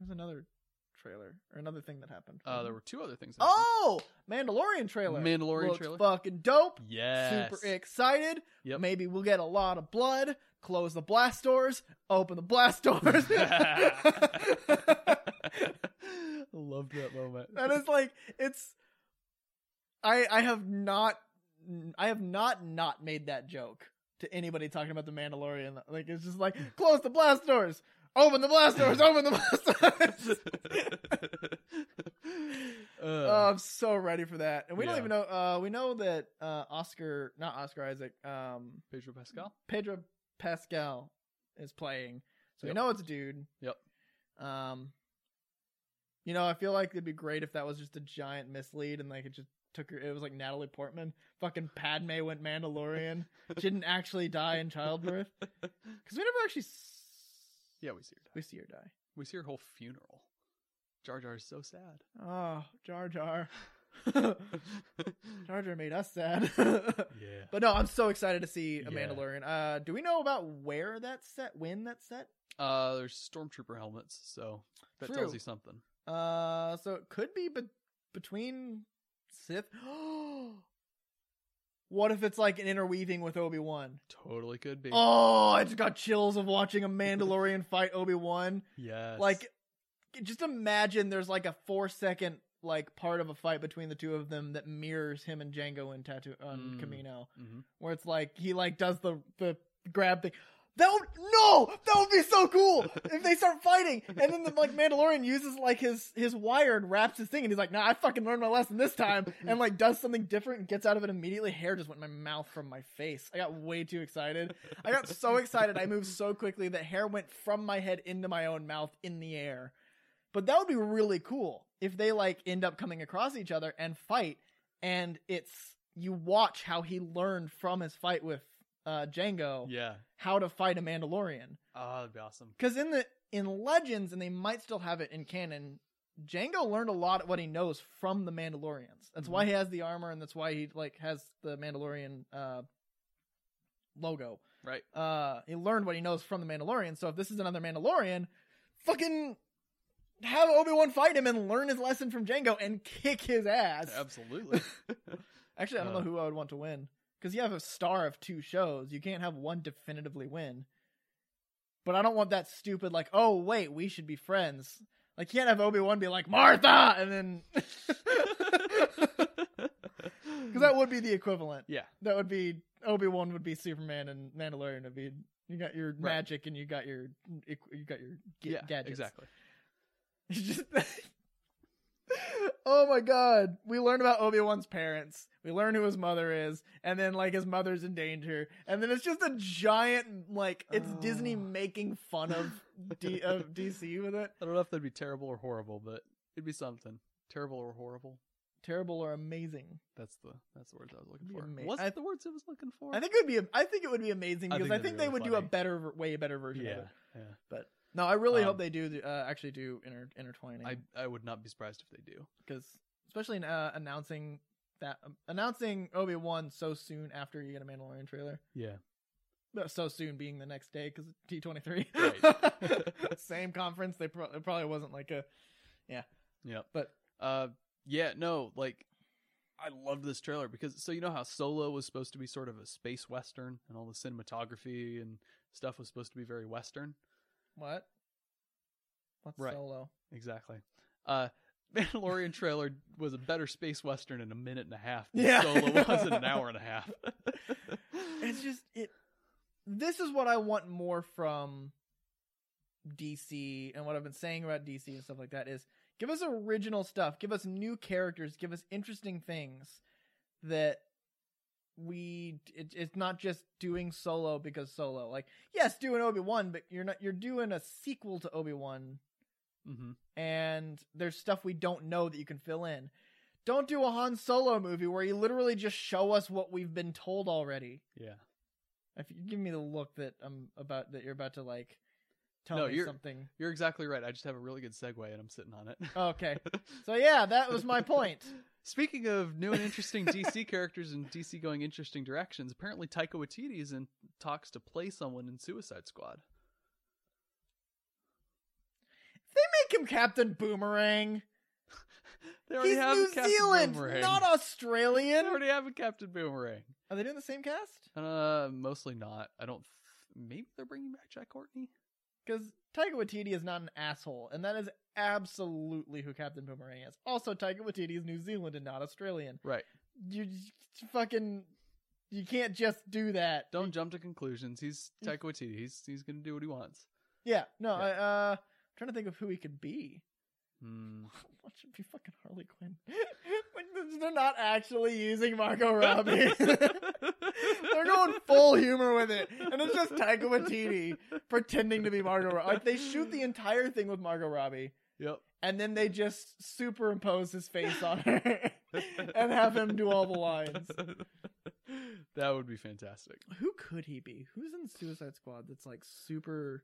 [SPEAKER 1] There's another trailer or another thing that happened.
[SPEAKER 2] Uh, there were two other things. that happened.
[SPEAKER 1] Oh, Mandalorian trailer.
[SPEAKER 2] Mandalorian
[SPEAKER 1] Looks
[SPEAKER 2] trailer.
[SPEAKER 1] Fucking dope.
[SPEAKER 2] Yes.
[SPEAKER 1] Super excited.
[SPEAKER 2] Yep.
[SPEAKER 1] Maybe we'll get a lot of blood. Close the blast doors. Open the blast doors. and
[SPEAKER 2] Loved that moment.
[SPEAKER 1] it's like it's. I I have not I have not not made that joke to anybody talking about the Mandalorian. Like it's just like close the blast doors. Open the blast doors. Open the blast doors.
[SPEAKER 2] Uh,
[SPEAKER 1] Oh, I'm so ready for that. And we don't
[SPEAKER 2] Yeah.
[SPEAKER 1] even know. Uh, we know that uh, Oscar, not Oscar Isaac, um,
[SPEAKER 2] Pedro Pascal.
[SPEAKER 1] Pedro Pascal is playing. So we
[SPEAKER 2] Yep.
[SPEAKER 1] know it's a dude.
[SPEAKER 2] Yep.
[SPEAKER 1] Um, you know, I feel like it'd be great if that was just a giant mislead and they could just took her. It was like Natalie Portman. Fucking Padme went Mandalorian. didn't actually die in childbirth because we never actually. s-
[SPEAKER 2] Yeah, we see her die.
[SPEAKER 1] we see her die.
[SPEAKER 2] We see her whole funeral. Jar Jar is so sad.
[SPEAKER 1] Oh, Jar Jar. Jar Jar made us sad. but
[SPEAKER 2] yeah.
[SPEAKER 1] no, I'm so excited to see a
[SPEAKER 2] Yeah.
[SPEAKER 1] Mandalorian. Uh, do we know about where that's set? When that's set?
[SPEAKER 2] Uh, there's stormtrooper helmets, so that tells
[SPEAKER 1] True.
[SPEAKER 2] you something.
[SPEAKER 1] Uh, so it could be be- between Sith. what if it's like an interweaving with Obi Wan?
[SPEAKER 2] Totally could be.
[SPEAKER 1] Oh, I just got chills of watching a Mandalorian fight Obi Wan.
[SPEAKER 2] yes.
[SPEAKER 1] Like, just imagine there's like a four second like part of a fight between the two of them that mirrors him and Django and Tattoo on
[SPEAKER 2] Mm.
[SPEAKER 1] Camino,
[SPEAKER 2] hmm
[SPEAKER 1] where it's like he like does the the grab thing. That would no, that would be so cool if they start fighting, and then the like Mandalorian uses like his his wire and wraps his thing, and he's like, "Nah, I fucking learned my lesson this time," and like does something different and gets out of it immediately. Hair just went in my mouth from my face. I got way too excited. I got so excited. I moved so quickly that hair went from my head into my own mouth in the air. But that would be really cool if they like end up coming across each other and fight and it's you watch how he learned from his fight with uh Django
[SPEAKER 2] Yeah.
[SPEAKER 1] how to fight a Mandalorian.
[SPEAKER 2] Ah, that'd be awesome.
[SPEAKER 1] Cuz in the in Legends and they might still have it in canon Django learned a lot of what he knows from the Mandalorians. That's why he has the armor and that's why he like has the Mandalorian uh logo
[SPEAKER 2] Right.
[SPEAKER 1] uh he learned what he knows from the Mandalorian. So if this is another Mandalorian, fucking have Obi-Wan fight him and learn his lesson from Django and kick his ass.
[SPEAKER 2] Absolutely.
[SPEAKER 1] Actually, I don't
[SPEAKER 2] Uh.
[SPEAKER 1] know who I would want to win cuz you have a star of two shows. You can't have one definitively win. But I don't want that stupid like, "Oh, wait, we should be friends." Like you can't have Obi-Wan be like, "Martha," and then cuz that would be the equivalent.
[SPEAKER 2] yeah.
[SPEAKER 1] That would be Obi Wan would be Superman and Mandalorian would be you got your magic and you got your you got your ga-
[SPEAKER 2] Yeah.
[SPEAKER 1] gadgets.
[SPEAKER 2] Exactly.
[SPEAKER 1] It's just oh my god, we learn about Obi Wan's parents. We learn who his mother is, and then like his mother's in danger, and then it's just a giant like it's
[SPEAKER 2] Oh.
[SPEAKER 1] Disney making fun of D- of DC with it.
[SPEAKER 2] I don't know if that'd be terrible or horrible, but it'd be something. Terrible or horrible.
[SPEAKER 1] Terrible or amazing?
[SPEAKER 2] That's the that's the words I was looking
[SPEAKER 1] Be
[SPEAKER 2] for.
[SPEAKER 1] ama-
[SPEAKER 2] What's
[SPEAKER 1] I-
[SPEAKER 2] the words I was looking for?
[SPEAKER 1] I think it would be a, I think it would be amazing
[SPEAKER 2] I
[SPEAKER 1] because
[SPEAKER 2] think
[SPEAKER 1] I think,
[SPEAKER 2] that'd be
[SPEAKER 1] they would
[SPEAKER 2] really
[SPEAKER 1] do a
[SPEAKER 2] funny.
[SPEAKER 1] better way better version of
[SPEAKER 2] yeah.
[SPEAKER 1] it.
[SPEAKER 2] Yeah.
[SPEAKER 1] No, I really
[SPEAKER 2] Um,
[SPEAKER 1] hope they do the- uh, actually do inter- intertwining.
[SPEAKER 2] I I would not be surprised if they do.
[SPEAKER 1] because especially in, uh, announcing that um, announcing Obi Wan so soon after you get a Mandalorian trailer.
[SPEAKER 2] Yeah.
[SPEAKER 1] But So soon being the next day because T twenty three,
[SPEAKER 2] Right.
[SPEAKER 1] same conference. They pro- it probably wasn't like a
[SPEAKER 2] Yep.
[SPEAKER 1] But-
[SPEAKER 2] uh yeah, no, like I loved this trailer because so you know how Solo was supposed to be sort of a space western and all the cinematography and stuff was supposed to be very western.
[SPEAKER 1] what. What's
[SPEAKER 2] Right.
[SPEAKER 1] solo?
[SPEAKER 2] Exactly. Uh Mandalorian trailer was a better space western in a minute and a half. than
[SPEAKER 1] Yeah.
[SPEAKER 2] Solo was in an hour and a half.
[SPEAKER 1] It's just it. This is what I want more from DC, and what I've been saying about DC and stuff like that is give us original stuff, give us new characters, give us interesting things that we it, it's not just doing solo because solo like yes do an obi-wan but you're not you're doing a sequel to obi-wan
[SPEAKER 2] mm-hmm.
[SPEAKER 1] and there's stuff we don't know that you can fill in don't do a han solo movie where you literally just show us what we've been told already
[SPEAKER 2] Yeah.
[SPEAKER 1] if you give me the look that I'm about that you're about to like tell
[SPEAKER 2] No,
[SPEAKER 1] me
[SPEAKER 2] you're-
[SPEAKER 1] something.
[SPEAKER 2] You're exactly right. I just have a really good segue and I'm sitting on it.
[SPEAKER 1] Okay. So yeah, Oh, that was my point.
[SPEAKER 2] Speaking of new and interesting DC characters and DC going interesting directions, apparently Taika Waititi is in talks to play someone in Suicide Squad.
[SPEAKER 1] Make him Captain Boomerang.
[SPEAKER 2] They already
[SPEAKER 1] He's
[SPEAKER 2] have
[SPEAKER 1] New
[SPEAKER 2] a Captain
[SPEAKER 1] Zealand,
[SPEAKER 2] Boomerang.
[SPEAKER 1] not
[SPEAKER 2] They
[SPEAKER 1] Australian.
[SPEAKER 2] already have a Captain Boomerang.
[SPEAKER 1] Are they doing the same cast?
[SPEAKER 2] Uh, mostly not. I don't. Th- maybe they're bringing back Jack Courtney.
[SPEAKER 1] Because Taika Waititi is not an asshole, and that is absolutely who Captain Boomerang is. Also, Taika Waititi is New Zealand and not Australian.
[SPEAKER 2] Right.
[SPEAKER 1] You j- fucking, you can't just do that.
[SPEAKER 2] Don't jump to conclusions. He's Taika Waititi. He's he's gonna do what he wants.
[SPEAKER 1] Yeah. No.
[SPEAKER 2] Yeah.
[SPEAKER 1] I, uh, I'm trying to think of who he could be.
[SPEAKER 2] Hmm.
[SPEAKER 1] What should be fucking Harley Quinn? Like, they're not actually using Margot Robbie. they're going full humor with it, and it's just Taika Waititi pretending to be Margot Robbie. Like they shoot the entire thing with Margot Robbie,
[SPEAKER 2] Yep.
[SPEAKER 1] and then they just superimpose his face on her. and have him do all the lines.
[SPEAKER 2] That would be fantastic.
[SPEAKER 1] Who could he be? Who's in Suicide Squad that's like super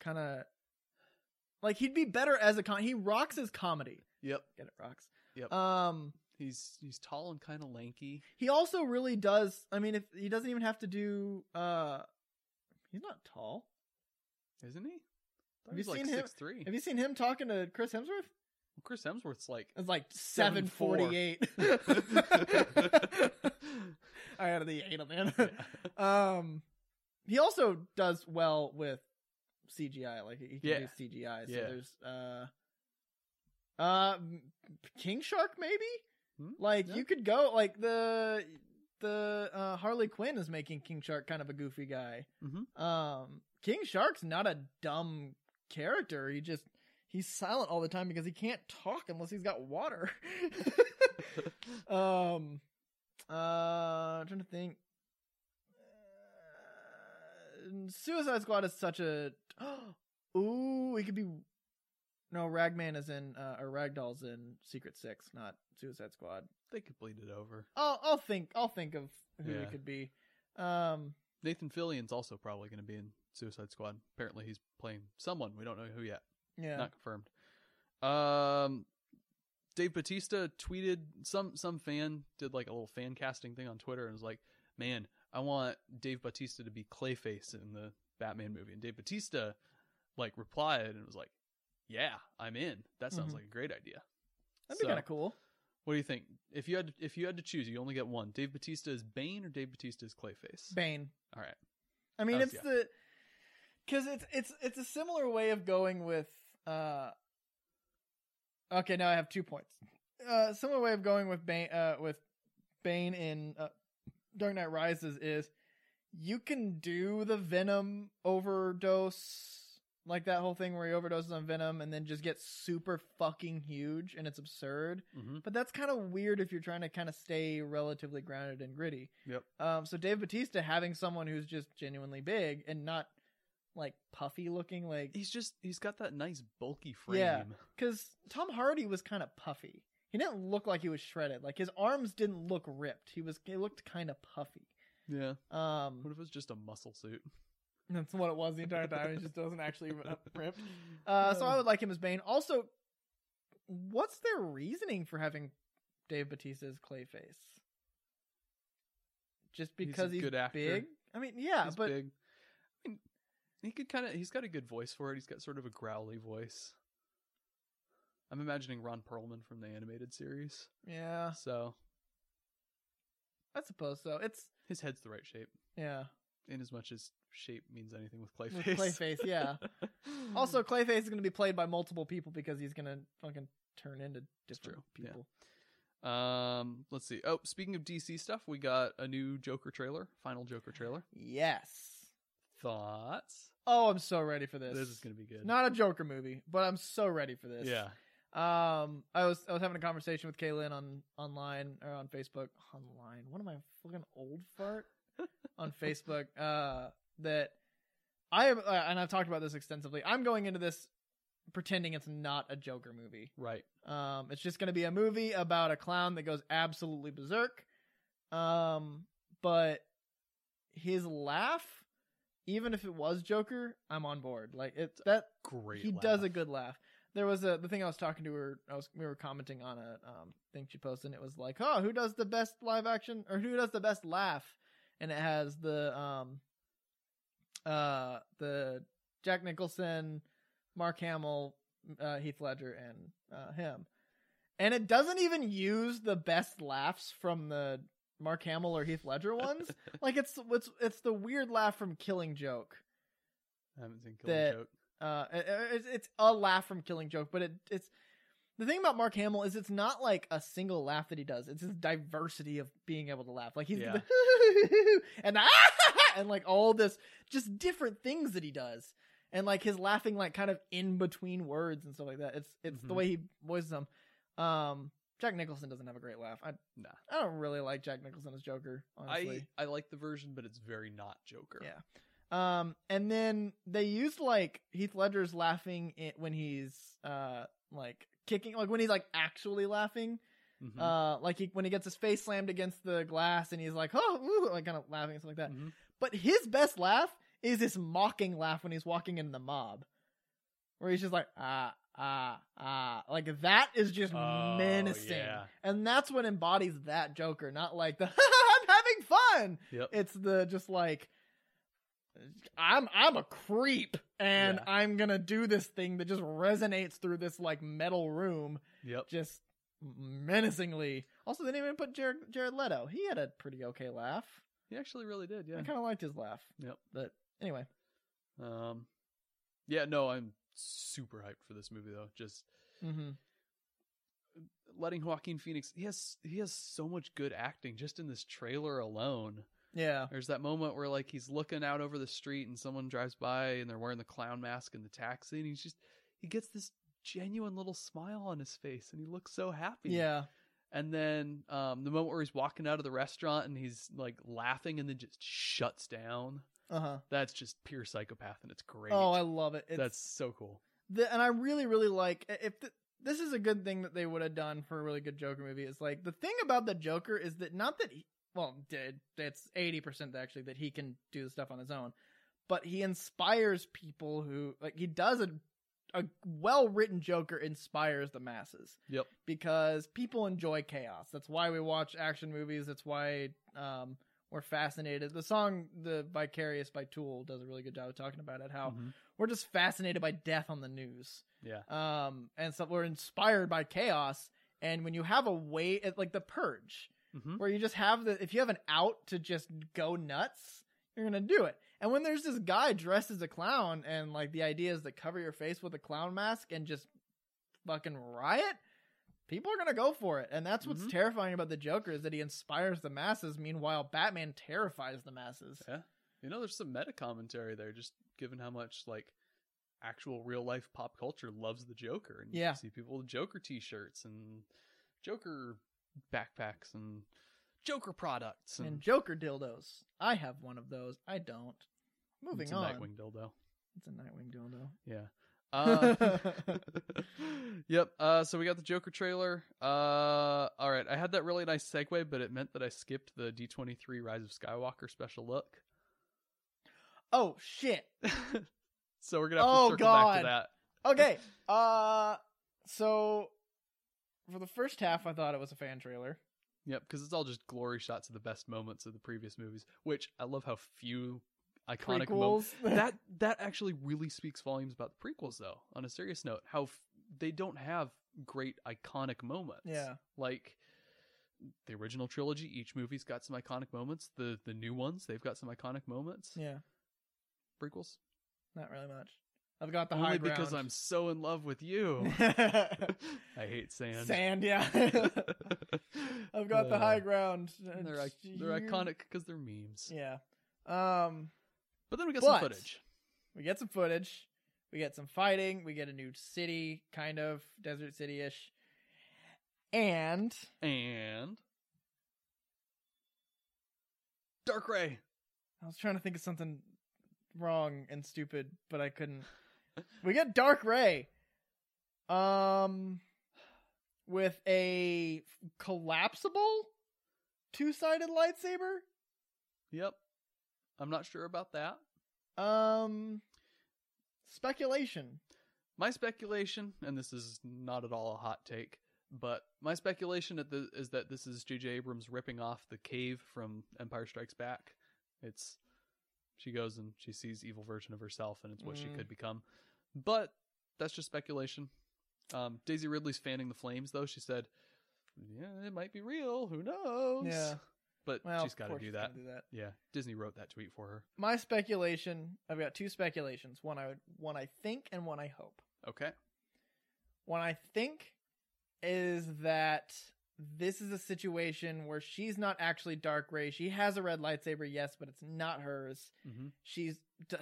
[SPEAKER 1] kind of like he'd be better as a con he rocks his comedy.
[SPEAKER 2] Yep.
[SPEAKER 1] Get it rocks.
[SPEAKER 2] Yep.
[SPEAKER 1] Um
[SPEAKER 2] He's he's tall and kind of lanky.
[SPEAKER 1] he also really does I mean if he doesn't even have to do uh he's not tall.
[SPEAKER 2] Isn't he? Thought
[SPEAKER 1] Have
[SPEAKER 2] he was
[SPEAKER 1] you
[SPEAKER 2] like
[SPEAKER 1] seen him-
[SPEAKER 2] six three.
[SPEAKER 1] Have you seen him talking to Chris Hemsworth?
[SPEAKER 2] Chris Hemsworth's like
[SPEAKER 1] It's like seven
[SPEAKER 2] Seven four.
[SPEAKER 1] forty eight. I had the eight on the end. Um, he also does well with CGI. Like he can
[SPEAKER 2] Yeah.
[SPEAKER 1] do CGI. So
[SPEAKER 2] Yeah.
[SPEAKER 1] there's uh, uh, King Shark maybe.
[SPEAKER 2] Hmm?
[SPEAKER 1] Like
[SPEAKER 2] Yeah.
[SPEAKER 1] you could go like the the uh, Harley Quinn is making King Shark kind of a goofy guy.
[SPEAKER 2] Mhm.
[SPEAKER 1] Um, King Shark's not a dumb character. He just he's silent all the time because he can't talk unless he's got water. Um, uh, I'm trying to think. Uh, Suicide Squad is such a. oh, Ooh, it could be. No, Ragman is in, uh, or Ragdoll's in Secret Six, not Suicide Squad.
[SPEAKER 2] they could bleed it over.
[SPEAKER 1] I'll, I'll think, I'll think of who
[SPEAKER 2] Yeah.
[SPEAKER 1] it could be. Um,
[SPEAKER 2] Nathan Fillion's also probably going to be in Suicide Squad. Apparently, he's playing someone we don't know who yet.
[SPEAKER 1] yeah.
[SPEAKER 2] Not confirmed. Um, Dave Batista tweeted some some fan did like a little fan casting thing on Twitter and was like, "Man, I want Dave Batista to be Clayface in the Batman movie." And Dave Batista like replied and was like, "Yeah, I'm in. That sounds
[SPEAKER 1] Mhm.
[SPEAKER 2] like a great idea."
[SPEAKER 1] That'd be
[SPEAKER 2] So,
[SPEAKER 1] kind of cool.
[SPEAKER 2] What do you think? If you had if you had to choose, you only get one. Dave Batista is Bane or Dave Batista is Clayface.
[SPEAKER 1] Bane.
[SPEAKER 2] All right.
[SPEAKER 1] I mean,
[SPEAKER 2] Oh,
[SPEAKER 1] it's
[SPEAKER 2] yeah.
[SPEAKER 1] the because it's it's it's a similar way of going with. uh Okay, now I have two points. Uh Similar way of going with Bane uh, with Bane in uh, Dark Knight Rises is you can do the Venom overdose. Like that whole thing where he overdoses on venom and then just gets super fucking huge and it's absurd.
[SPEAKER 2] Mm-hmm.
[SPEAKER 1] But that's kind of weird if you're trying to kind of stay relatively grounded and gritty.
[SPEAKER 2] Yep.
[SPEAKER 1] Um, so Dave Batista having someone who's just genuinely big and not like puffy looking, like
[SPEAKER 2] He's just he's got that nice bulky frame.
[SPEAKER 1] Yeah. because Tom Hardy was kind of puffy. He didn't look like he was shredded. Like his arms didn't look ripped. He was he looked kind of puffy.
[SPEAKER 2] Yeah. What
[SPEAKER 1] Um,
[SPEAKER 2] if it's just a muscle suit?
[SPEAKER 1] that's what it was the entire time. He just doesn't actually r- ripped. Uh, so I would like him as Bane. Also, what's their reasoning for having Dave Batista as Clayface? Just
[SPEAKER 2] He's a
[SPEAKER 1] because he's,
[SPEAKER 2] good actor.
[SPEAKER 1] big. I mean, yeah,
[SPEAKER 2] He's
[SPEAKER 1] but
[SPEAKER 2] big. I mean, he could kind of. He's got a good voice for it. He's got sort of a growly voice. I'm imagining Ron Perlman from the animated series.
[SPEAKER 1] yeah,
[SPEAKER 2] So
[SPEAKER 1] I suppose so. It's
[SPEAKER 2] his head's the right shape,
[SPEAKER 1] yeah.
[SPEAKER 2] in as much as shape means anything with Clayface.
[SPEAKER 1] With Clayface, yeah. Also, Clayface is going to be played by multiple people because he's going to fucking turn into different
[SPEAKER 2] true, yeah.
[SPEAKER 1] people.
[SPEAKER 2] um, let's see. Oh, speaking of DC stuff, we got a new Joker trailer, final Joker trailer.
[SPEAKER 1] Yes.
[SPEAKER 2] Thoughts?
[SPEAKER 1] Oh, I'm so ready for this.
[SPEAKER 2] This is gonna be good.
[SPEAKER 1] not a Joker movie, but I'm so ready for this.
[SPEAKER 2] yeah.
[SPEAKER 1] Um, I was I was having a conversation with Kaylin on online or on Facebook online. What am I fucking old fart on Facebook? Uh, that I am, uh, and I've talked about this extensively. I'm going into this pretending it's not a Joker movie.
[SPEAKER 2] Right.
[SPEAKER 1] Um, it's just going to be a movie about a clown that goes absolutely berserk. Um, but his laugh, even if it was Joker, I'm on board. Like it that
[SPEAKER 2] Great.
[SPEAKER 1] he does a
[SPEAKER 2] laugh.
[SPEAKER 1] good laugh. There was a the thing I was talking to her. I was we were commenting on a um, thing she posted. and It was like, oh, who does the best live action or who does the best laugh? And it has the um, uh, the Jack Nicholson, Mark Hamill, uh, Heath Ledger, and uh, him. And it doesn't even use the best laughs from the Mark Hamill or Heath Ledger ones. like it's it's it's the weird laugh from Killing Joke
[SPEAKER 2] I haven't seen
[SPEAKER 1] that-
[SPEAKER 2] Killing Joke.
[SPEAKER 1] uh it- it's, it's a laugh from killing joke but it it's the thing about mark hamill is it's not like a single laugh that he does it's his diversity of being able to laugh like he's
[SPEAKER 2] Yeah.
[SPEAKER 1] the and the and like all this just different things that he does and like his laughing like kind of in between words and stuff like that it's it's the
[SPEAKER 2] Mhm.
[SPEAKER 1] way he voices them um jack nicholson doesn't have a great laugh i
[SPEAKER 2] Nah.
[SPEAKER 1] i don't really like jack nicholson as joker honestly
[SPEAKER 2] I I like the version, but it's very not Joker.
[SPEAKER 1] Yeah. Um, and then they used like Heath Ledger's laughing it when he's uh like kicking, like when he's like actually laughing.
[SPEAKER 2] Mhm.
[SPEAKER 1] Uh, like he, when he gets his face slammed against the glass and he's like, oh, ooh, like kind of laughing and stuff like that.
[SPEAKER 2] Mhm.
[SPEAKER 1] But his best laugh is this mocking laugh when he's walking in the mob, where he's just like, ah, ah, ah. Like that is just
[SPEAKER 2] Oh,
[SPEAKER 1] menacing.
[SPEAKER 2] yeah.
[SPEAKER 1] And that's what embodies that Joker, not like the, I'm having fun.
[SPEAKER 2] Yep.
[SPEAKER 1] It's the just like, I'm I'm a creep and
[SPEAKER 2] Yeah.
[SPEAKER 1] I'm gonna do this thing that just resonates through this like metal room
[SPEAKER 2] Yep.
[SPEAKER 1] just menacingly. Also, they didn't even put Jared, Jared Leto. He had a pretty okay laugh.
[SPEAKER 2] He actually really did. Yeah.
[SPEAKER 1] I kind of liked his laugh.
[SPEAKER 2] Yep.
[SPEAKER 1] But anyway,
[SPEAKER 2] Um, yeah. No, I'm super hyped for this movie though. Just
[SPEAKER 1] hmm
[SPEAKER 2] letting Joaquin Phoenix. He has he has so much good acting just in this trailer alone.
[SPEAKER 1] yeah,
[SPEAKER 2] There's that moment where like he's looking out over the street and someone drives by and they're wearing the clown mask and the taxi and he's just he gets this genuine little smile on his face and he looks so happy.
[SPEAKER 1] yeah,
[SPEAKER 2] And then um, the moment where he's walking out of the restaurant and he's like laughing and then just shuts down.
[SPEAKER 1] uh huh.
[SPEAKER 2] That's just pure psychopath and it's great.
[SPEAKER 1] Oh, I love it. It's,
[SPEAKER 2] that's so cool.
[SPEAKER 1] the, and I really, really like if th- this is a good thing that they would have done for a really good Joker movie. Is like the thing about the Joker is that not that he, well, did that's eighty percent actually that he can do the stuff on his own, but he inspires people who like he does a a well written Joker inspires the masses.
[SPEAKER 2] Yep.
[SPEAKER 1] Because people enjoy chaos. That's why we watch action movies. That's why um, we're fascinated. The song "The Vicarious" by Tool does a really good job of talking about it. How
[SPEAKER 2] Mhm.
[SPEAKER 1] we're just fascinated by death on the news.
[SPEAKER 2] Yeah.
[SPEAKER 1] Um, and so we're inspired by chaos. And when you have a way, it- like the purge,
[SPEAKER 2] Mhm.
[SPEAKER 1] where you just have the, if you have an out to just go nuts, you're gonna do it. And when there's this guy dressed as a clown, and like the idea is to cover your face with a clown mask and just fucking riot, people are gonna go for it. And that's what's
[SPEAKER 2] Mhm.
[SPEAKER 1] terrifying about the Joker is that he inspires the masses. Meanwhile, Batman terrifies the masses.
[SPEAKER 2] Yeah. You know, there's some meta commentary there, just given how much like actual real life pop culture loves the Joker. And
[SPEAKER 1] Yeah.
[SPEAKER 2] you see people with Joker t shirts and Joker backpacks and Joker products and,
[SPEAKER 1] And Joker dildos. I have one of those. I don't. Moving
[SPEAKER 2] it's a
[SPEAKER 1] on.
[SPEAKER 2] Nightwing dildo.
[SPEAKER 1] It's a Nightwing dildo.
[SPEAKER 2] Yeah.
[SPEAKER 1] Um,
[SPEAKER 2] Uh, yep. Uh, so we got the Joker trailer. Uh, all right. I had that really nice segue, but it meant that I skipped the D23 Rise of Skywalker special look.
[SPEAKER 1] Oh shit.
[SPEAKER 2] so we're gonna have to
[SPEAKER 1] Oh,
[SPEAKER 2] circle back
[SPEAKER 1] God.
[SPEAKER 2] to that.
[SPEAKER 1] Okay. Uh so for the first half I thought it was a fan trailer.
[SPEAKER 2] Yep, because it's all just glory shots of the best moments of the previous movies, which I love how few iconic moments.
[SPEAKER 1] Prequels.
[SPEAKER 2] That that actually really speaks volumes about the prequels, though. On a serious note, how f- they don't have great iconic moments.
[SPEAKER 1] Yeah.
[SPEAKER 2] like the original trilogy, each movie's got some iconic moments. The the new ones, they've got some iconic moments.
[SPEAKER 1] yeah,
[SPEAKER 2] Prequels,
[SPEAKER 1] not really much. I've got the high
[SPEAKER 2] only
[SPEAKER 1] ground.
[SPEAKER 2] because I'm so in love with you. I hate
[SPEAKER 1] sand.
[SPEAKER 2] sand.
[SPEAKER 1] yeah. I've got the
[SPEAKER 2] Uh,
[SPEAKER 1] high ground.
[SPEAKER 2] and They're ic- they're
[SPEAKER 1] You-
[SPEAKER 2] iconic because they're memes.
[SPEAKER 1] Yeah. Um
[SPEAKER 2] But then we got
[SPEAKER 1] But-
[SPEAKER 2] some footage.
[SPEAKER 1] We get some footage. We get some fighting. We get a new city, kind of desert city ish. And
[SPEAKER 2] and Dark Ray.
[SPEAKER 1] I was trying to think of something wrong and stupid, but I couldn't. we get Dark Ray. Um, with a collapsible two sided lightsaber.
[SPEAKER 2] Yep. I'm not sure about that.
[SPEAKER 1] Um, speculation.
[SPEAKER 2] My speculation, and this is not at all a hot take, but my speculation at the, is that this is J.J. Abrams ripping off the cave from Empire Strikes Back. It's she goes and she sees evil version of herself, and it's what she
[SPEAKER 1] Mm.
[SPEAKER 2] could become. But that's just speculation. Um, Daisy Ridley's fanning the flames, though. She said, "Yeah, it might be real. Who knows?"
[SPEAKER 1] Yeah.
[SPEAKER 2] But
[SPEAKER 1] Well,
[SPEAKER 2] she's
[SPEAKER 1] of
[SPEAKER 2] got to
[SPEAKER 1] course
[SPEAKER 2] do
[SPEAKER 1] she's
[SPEAKER 2] that.
[SPEAKER 1] gotta do that.
[SPEAKER 2] Yeah, Disney wrote that tweet for her.
[SPEAKER 1] My speculation. I've got two speculations. One I would, one I think, and one I hope.
[SPEAKER 2] Okay.
[SPEAKER 1] One I think is that this is a situation where she's not actually Dark Ray. She has a red lightsaber, yes, but it's not hers.
[SPEAKER 2] Mm-hmm.
[SPEAKER 1] She's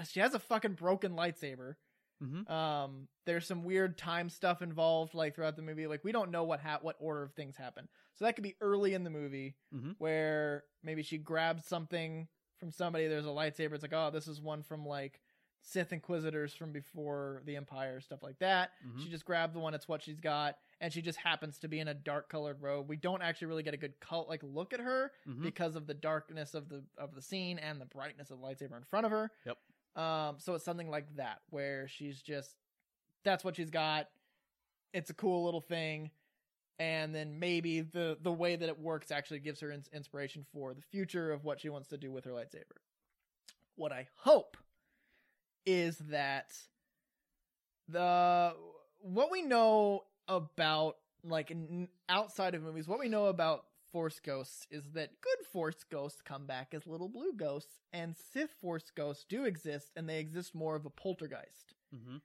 [SPEAKER 1] she has a fucking broken lightsaber.
[SPEAKER 2] Mhm.
[SPEAKER 1] Um, there's some weird time stuff involved, like throughout the movie. Like we don't know what ha- what order of things happen. So that could be early in the movie
[SPEAKER 2] Mhm.
[SPEAKER 1] where maybe she grabs something from somebody. There's a lightsaber. It's like, oh, this is one from like Sith Inquisitors from before the Empire, stuff like that.
[SPEAKER 2] Mhm.
[SPEAKER 1] She just grabbed the one. It's what she's got, and she just happens to be in a dark colored robe. We don't actually really get a good cult like look at her
[SPEAKER 2] Mhm.
[SPEAKER 1] because of the darkness of the of the scene and the brightness of the lightsaber in front of her.
[SPEAKER 2] Yep.
[SPEAKER 1] Um. So it's something like that where she's just that's what she's got. It's a cool little thing, and then maybe the the way that it works actually gives her ins- inspiration for the future of what she wants to do with her lightsaber. What I hope is that the what we know about like n- outside of movies, what we know about Force ghosts is that good Force ghosts come back as little blue ghosts, and Sith Force ghosts do exist, and they exist more of a poltergeist,
[SPEAKER 2] Mhm.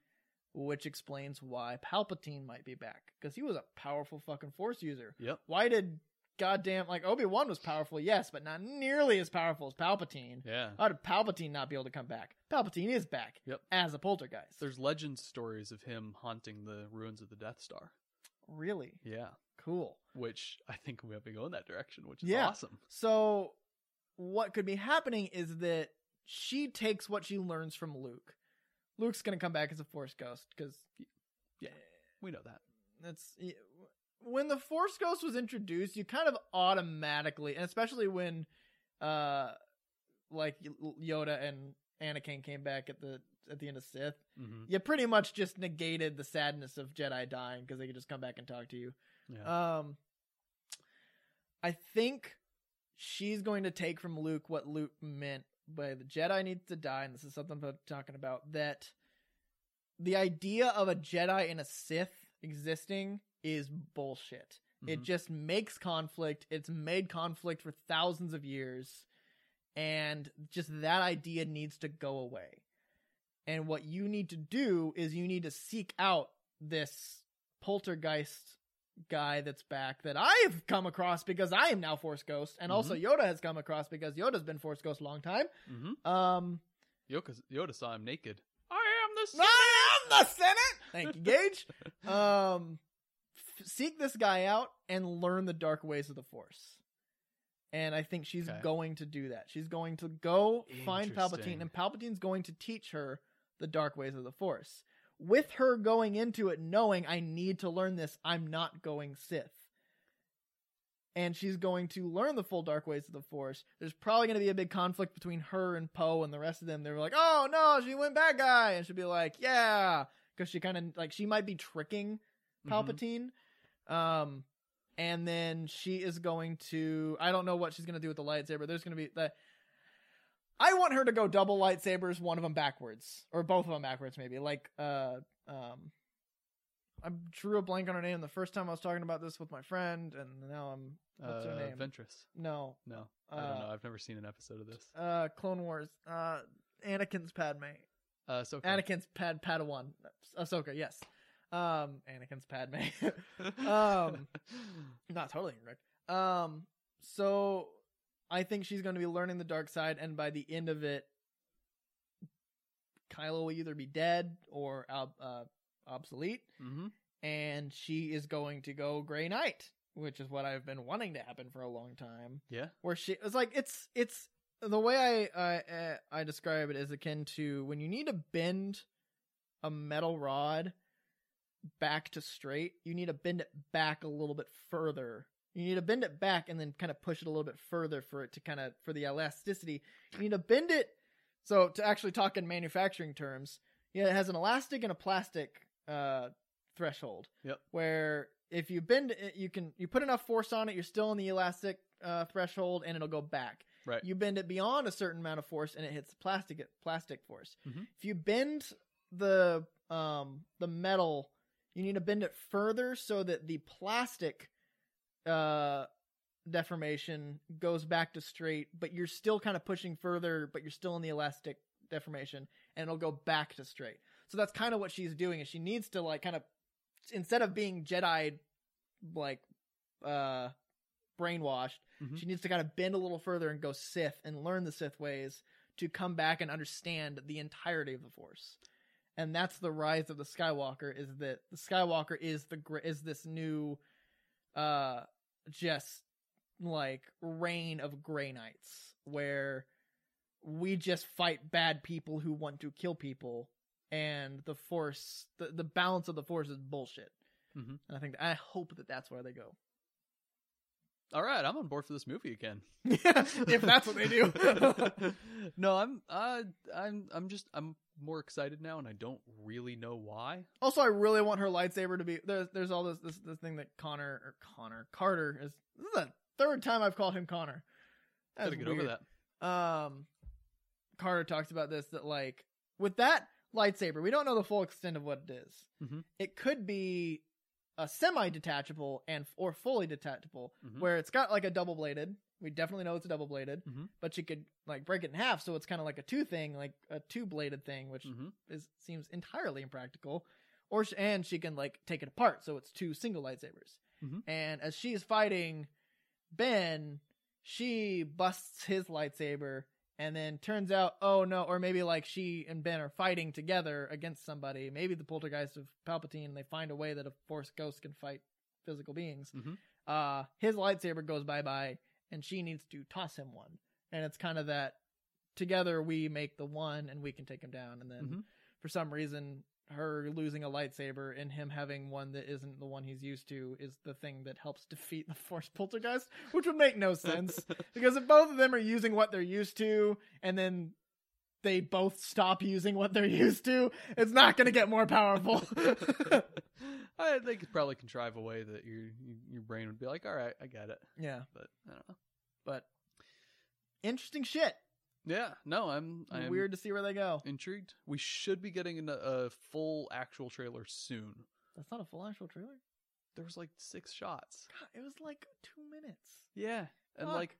[SPEAKER 1] which explains why Palpatine might be back because he was a powerful fucking Force user.
[SPEAKER 2] Yep.
[SPEAKER 1] Why did goddamn like Obi Wan was powerful, yes, but not nearly as powerful as Palpatine.
[SPEAKER 2] Yeah.
[SPEAKER 1] How did Palpatine not be able to come back? Palpatine is back
[SPEAKER 2] Yep.
[SPEAKER 1] as a poltergeist.
[SPEAKER 2] There's legend stories of him haunting the ruins of the Death Star.
[SPEAKER 1] really
[SPEAKER 2] Yeah.
[SPEAKER 1] cool.
[SPEAKER 2] Which I think we have to go in that direction, which is
[SPEAKER 1] Yeah.
[SPEAKER 2] awesome.
[SPEAKER 1] So, what could be happening is that she takes what she learns from Luke. Luke's gonna come back as a Force ghost because
[SPEAKER 2] We know that.
[SPEAKER 1] that's when the Force ghost was introduced. You kind of automatically, and especially when, uh, like Y- Yoda and Anakin came back at the at the end of Sith,
[SPEAKER 2] hmm
[SPEAKER 1] you pretty much just negated the sadness of Jedi dying because they could just come back and talk to you.
[SPEAKER 2] Yeah.
[SPEAKER 1] Um, I think she's going to take from Luke what Luke meant by the Jedi needs to die, and this is something I'm talking about that the idea of a Jedi and a Sith existing is bullshit. It
[SPEAKER 2] Mhm.
[SPEAKER 1] just makes conflict. It's made conflict for thousands of years. And just that idea needs to go away. And what you need to do is you need to seek out this poltergeist guy that's back that I've come across because I am now Force Ghost. And also Yoda has come across because Yoda's been Force Ghost a long time.
[SPEAKER 2] Mhm.
[SPEAKER 1] Um,
[SPEAKER 2] Yoda, Yoda saw him naked. Mm-hmm. I am the
[SPEAKER 1] I am the Senate. Thank you, Gage. Um, f- seek this guy out and learn the dark ways of the Force. And I think she's
[SPEAKER 2] Okay.
[SPEAKER 1] going to do that. She's going to go find Palpatine,
[SPEAKER 2] Interesting.
[SPEAKER 1] and Palpatine's going to teach her the dark ways of the Force. With her going into it knowing I need to learn this, I'm not going Sith. And she's going to learn the full dark ways of the Force. There's probably going to be a big conflict between her and Poe and the rest of them. They were like, "Oh no, she went bad guy," and she'll be like, "Yeah," because she kind of like she might be tricking Palpatine. Um, and then she is going to. I don't know what she's going to do with the lightsaber. There's going to be the. I want her to go double lightsabers, one of them backwards, or both of them backwards, maybe. Like, uh, um, I drew a blank on her name the first time I was talking about this with my friend, and now I'm what's her
[SPEAKER 2] Uh,
[SPEAKER 1] name?
[SPEAKER 2] Ventress.
[SPEAKER 1] no,
[SPEAKER 2] No,
[SPEAKER 1] uh,
[SPEAKER 2] I don't know. I've never seen an episode of this.
[SPEAKER 1] uh, Clone Wars, uh, Anakin's Padme,
[SPEAKER 2] Uh, so
[SPEAKER 1] Anakin's Pad Padawan, Ahsoka, yes, um, Anakin's Padme. um, not totally incorrect. Um, so I think she's going to be learning the dark side, and by the end of it, Kylo will either be dead or ob- uh, obsolete,
[SPEAKER 2] hmm
[SPEAKER 1] and she is going to go Grey Knight, which is what I've been wanting to happen for a long time.
[SPEAKER 2] Yeah.
[SPEAKER 1] Where she it's like it's it's the way I I uh, I describe it is akin to when you need to bend a metal rod back to straight, you need to bend it back a little bit further. You need to bend it back and then kind of push it a little bit further for it to kind of for the elasticity. You need to bend it so to actually talk in manufacturing terms, yeah, it has an elastic and a plastic uh threshold.
[SPEAKER 2] Yep.
[SPEAKER 1] Where if you bend it, you can you put enough force on it, you're still in the elastic uh, threshold, and it'll go back.
[SPEAKER 2] Right.
[SPEAKER 1] You bend it beyond a certain amount of force, and it hits the plastic plastic force.
[SPEAKER 2] Mhm.
[SPEAKER 1] If you bend the um the metal, you need to bend it further so that the plastic uh deformation goes back to straight, but you're still kind of pushing further, but you're still in the elastic deformation, and it'll go back to straight. So that's kind of what she's doing. Is she needs to like kind of instead of being Jedi like uh brainwashed,
[SPEAKER 2] Mhm.
[SPEAKER 1] she needs to kind of bend a little further and go Sith and learn the Sith ways to come back and understand the entirety of the Force. And that's the rise of the Skywalker. Is that the Skywalker is the gr- is this new uh just like reign of gray knights where we just fight bad people who want to kill people and the force the, the balance of the force is bullshit
[SPEAKER 2] Mhm.
[SPEAKER 1] and i think i hope that that's where they go
[SPEAKER 2] All right, I'm on board for this movie again.
[SPEAKER 1] if that's what they do
[SPEAKER 2] no, I'm uh, I'm I'm just I'm more excited now, and I don't really know why.
[SPEAKER 1] also i really want her lightsaber to be there's, there's all this, this this thing that connor or connor carter is this is the third time i've called him connor
[SPEAKER 2] Gotta get over
[SPEAKER 1] weird.
[SPEAKER 2] that.
[SPEAKER 1] um Carter talks about this that like with that lightsaber, we don't know the full extent of what it is.
[SPEAKER 2] Mhm.
[SPEAKER 1] It could be a semi-detachable and or fully detachable,
[SPEAKER 2] Mhm.
[SPEAKER 1] where it's got like a double bladed. We definitely know it's a double bladed,
[SPEAKER 2] Mhm.
[SPEAKER 1] but you could like break it in half, so it's kind of like a two thing, like a two bladed thing, which
[SPEAKER 2] Mhm.
[SPEAKER 1] is seems entirely impractical. Or sh and she can like take it apart, so it's two single lightsabers.
[SPEAKER 2] Mhm.
[SPEAKER 1] And as she's fighting Ben, she busts his lightsaber, and then turns out, oh no, or maybe like she and Ben are fighting together against somebody. Maybe the poltergeist of Palpatine. and They find a way that a force ghost can fight physical beings.
[SPEAKER 2] Mhm.
[SPEAKER 1] Uh, his lightsaber goes bye bye, and she needs to toss him one. And it's kind of that together we make the one, and we can take him down. And then
[SPEAKER 2] Mhm.
[SPEAKER 1] for some reason her losing a lightsaber and him having one that isn't the one he's used to is the thing that helps defeat the force poltergeist which would make no sense because if both of them are using what they're used to and then they both stop using what they're used to it's not going to get more powerful
[SPEAKER 2] I think it's probably contrive a way that your your brain would be like, all right, I get it,
[SPEAKER 1] yeah
[SPEAKER 2] but I don't know.
[SPEAKER 1] but interesting shit
[SPEAKER 2] Yeah, no, I'm I'm
[SPEAKER 1] weird to see where they go
[SPEAKER 2] intrigued. We should be getting an, a full actual trailer soon.
[SPEAKER 1] that's not a full actual trailer
[SPEAKER 2] There was like six shots.
[SPEAKER 1] God, it was like two minutes
[SPEAKER 2] Yeah, and
[SPEAKER 1] Fuck.
[SPEAKER 2] like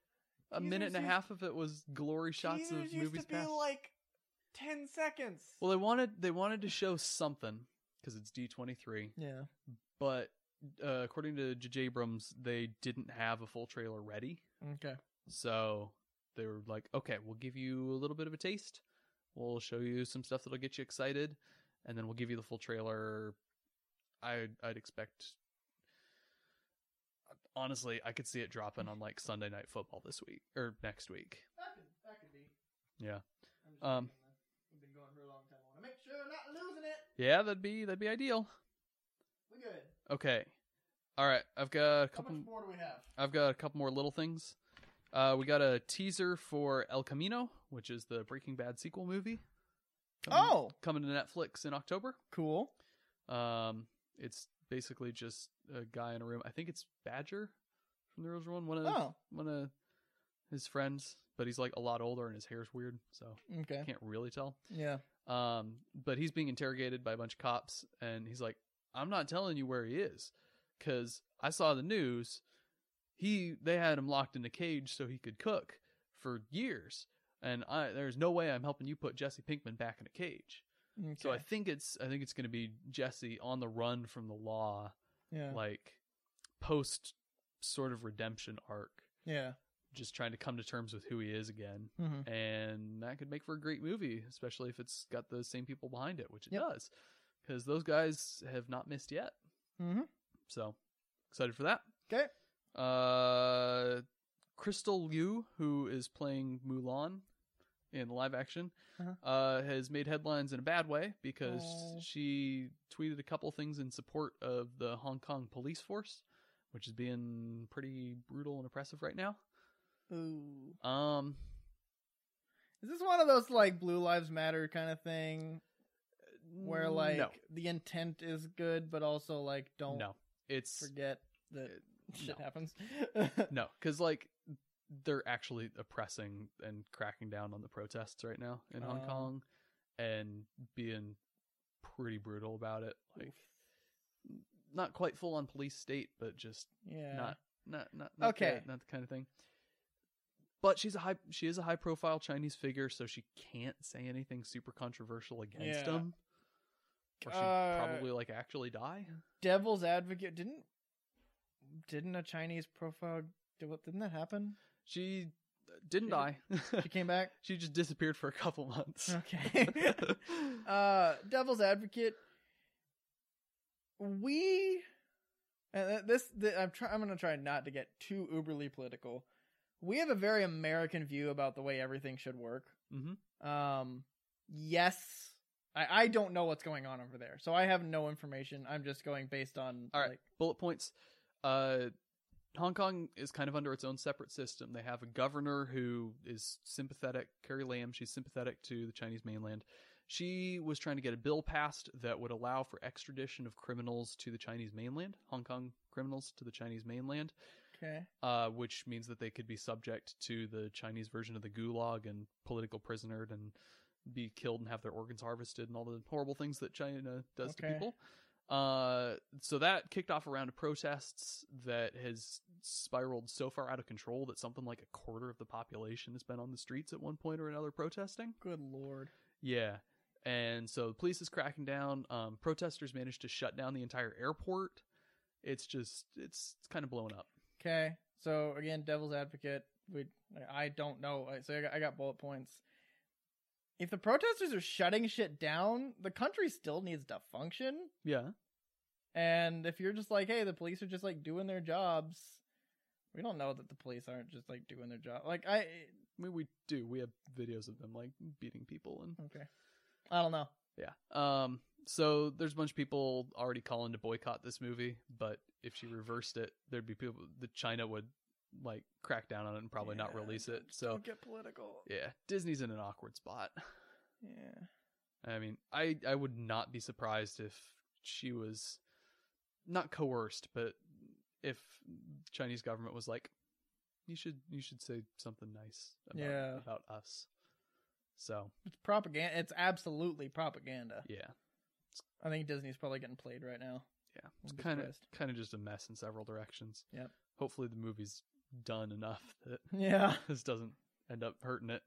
[SPEAKER 2] a
[SPEAKER 1] Teasers
[SPEAKER 2] minute and a
[SPEAKER 1] used-
[SPEAKER 2] half of it was glory shots of movies past.
[SPEAKER 1] like 10 seconds
[SPEAKER 2] well, they wanted they wanted to show something because it's D twenty three,
[SPEAKER 1] yeah
[SPEAKER 2] but uh, according to J.J. Abrams, they didn't have a full trailer ready,
[SPEAKER 1] okay
[SPEAKER 2] so they were like, "Okay, we'll give you a little bit of a taste. We'll show you some stuff that'll get you excited, and then we'll give you the full trailer." I'd I'd expect. Honestly, I could see it dropping on like Sunday night football this week or next week.
[SPEAKER 1] That could, that could be.
[SPEAKER 2] Yeah.
[SPEAKER 1] I'm just
[SPEAKER 2] Um,
[SPEAKER 1] thinking, uh, We've been going for a long time. I want to make sure I'm not losing it.
[SPEAKER 2] Yeah, that'd be that'd be ideal.
[SPEAKER 1] We're good.
[SPEAKER 2] Okay. All right. I've got a
[SPEAKER 1] How
[SPEAKER 2] couple
[SPEAKER 1] much more do we have?
[SPEAKER 2] I've got a couple more little things. Uh we got a teaser for El Camino, which is the Breaking Bad sequel movie. Coming-
[SPEAKER 1] Oh,
[SPEAKER 2] coming to Netflix in October.
[SPEAKER 1] cool.
[SPEAKER 2] Um it's basically just a guy in a room. I think it's Badger from the original one, one of
[SPEAKER 1] Oh,
[SPEAKER 2] one of his friends, but he's like a lot older and his hair's weird, so I
[SPEAKER 1] okay.
[SPEAKER 2] can't really tell.
[SPEAKER 1] Yeah.
[SPEAKER 2] Um, but he's being interrogated by a bunch of cops, and he's like, "I'm not telling you where he is, because I saw the news. He they had him locked in a cage so he could cook for years, and I there's no way I'm helping you put Jesse Pinkman back in a cage.
[SPEAKER 1] Okay.
[SPEAKER 2] So I think it's I think it's going to be Jesse on the run from the law,
[SPEAKER 1] yeah.
[SPEAKER 2] like post sort of redemption arc,
[SPEAKER 1] yeah.
[SPEAKER 2] just trying to come to terms with who he is again."
[SPEAKER 1] Mm-hmm.
[SPEAKER 2] and that could make for a great movie, especially if it's got the same people behind it, which it
[SPEAKER 1] Yep.
[SPEAKER 2] does, because those guys have not missed yet.
[SPEAKER 1] Mhm.
[SPEAKER 2] So excited for that.
[SPEAKER 1] 'Kay.
[SPEAKER 2] Uh, Crystal Liu, who is playing Mulan in live action,
[SPEAKER 1] Uh-huh.
[SPEAKER 2] uh, has made headlines in a bad way because
[SPEAKER 1] Aw.
[SPEAKER 2] she tweeted a couple things in support of the Hong Kong police force, which is being pretty brutal and oppressive right now.
[SPEAKER 1] Ooh.
[SPEAKER 2] Um,
[SPEAKER 1] Is this one of those like Blue Lives Matter kind of thing where like
[SPEAKER 2] no.
[SPEAKER 1] the intent is good, but also like don't
[SPEAKER 2] no it's
[SPEAKER 1] forget that
[SPEAKER 2] it-
[SPEAKER 1] shit
[SPEAKER 2] no.
[SPEAKER 1] happens?
[SPEAKER 2] no because like they're actually oppressing and cracking down on the protests right now in hong
[SPEAKER 1] Oh.
[SPEAKER 2] kong and being pretty brutal about it like
[SPEAKER 1] Oof.
[SPEAKER 2] not quite full on police state but just
[SPEAKER 1] yeah.
[SPEAKER 2] not not not, not
[SPEAKER 1] Okay.
[SPEAKER 2] the, not the kind of thing but she's a high she is a high profile chinese figure so she can't say anything super controversial against
[SPEAKER 1] Yeah.
[SPEAKER 2] them or she'd
[SPEAKER 1] Uh,
[SPEAKER 2] probably like actually die
[SPEAKER 1] devil's advocate didn't didn't a chinese profile did what didn't that happen
[SPEAKER 2] she didn't
[SPEAKER 1] She-
[SPEAKER 2] die
[SPEAKER 1] she came back
[SPEAKER 2] She just disappeared for a couple months.
[SPEAKER 1] okay uh devil's advocate we and th- this th- i'm try, i'm gonna try not to get too uberly political we have a very american view about the way everything should work
[SPEAKER 2] Mm-hmm.
[SPEAKER 1] Um, yes, I, I don't know what's going on over there, so I have no information. I'm just going based on
[SPEAKER 2] All right.
[SPEAKER 1] like
[SPEAKER 2] Bullet points. Uh, Hong Kong is kind of under its own separate system. They have a governor who is sympathetic, Carrie Lam. She's sympathetic to the Chinese mainland. She was trying to get a bill passed that would allow for extradition of criminals to the Chinese mainland, Hong Kong criminals to the Chinese mainland,
[SPEAKER 1] okay,
[SPEAKER 2] uh, which means that they could be subject to the Chinese version of the gulag and political prisonered and be killed and have their organs harvested and all the horrible things that China does
[SPEAKER 1] Okay.
[SPEAKER 2] to people. Uh, so that kicked off a round of protests that has spiraled so far out of control that something like a quarter of the population has been on the streets at one point or another protesting.
[SPEAKER 1] good lord.
[SPEAKER 2] Yeah. And so the police is cracking down. Um, protesters managed to shut down the entire airport. It's just, it's, it's kind of blowing up.
[SPEAKER 1] Okay, so again, devil's advocate. We I don't know. I- So I got, I got bullet points. If the protesters are shutting shit down, the country still needs to function.
[SPEAKER 2] Yeah.
[SPEAKER 1] And if you're just like, hey, the police are just like doing their jobs, we don't know that the police aren't just like doing their job. Like I,
[SPEAKER 2] I mean, we do. We have videos of them like beating people and
[SPEAKER 1] okay, I don't know.
[SPEAKER 2] yeah. Um. So there's a bunch of people already calling to boycott this movie, but if she reversed it, there'd be people. The China would like crack down on it and probably not
[SPEAKER 1] Yeah,
[SPEAKER 2] release
[SPEAKER 1] don't-
[SPEAKER 2] it. So
[SPEAKER 1] don't get political.
[SPEAKER 2] yeah, Disney's in an awkward spot.
[SPEAKER 1] Yeah.
[SPEAKER 2] I mean, I I would not be surprised if she was not coerced, but if Chinese government was like, you should you should say something nice about,
[SPEAKER 1] Yeah.
[SPEAKER 2] about us. So
[SPEAKER 1] It's propaganda. It's absolutely propaganda.
[SPEAKER 2] yeah.
[SPEAKER 1] I think Disney's probably getting played right now.
[SPEAKER 2] Yeah,
[SPEAKER 1] Wouldn't
[SPEAKER 2] it's
[SPEAKER 1] be
[SPEAKER 2] kind of
[SPEAKER 1] surprised.
[SPEAKER 2] kind of just a mess in several directions.
[SPEAKER 1] Yep.
[SPEAKER 2] Hopefully, the movie's done enough that
[SPEAKER 1] Yeah.
[SPEAKER 2] this doesn't end up hurting it.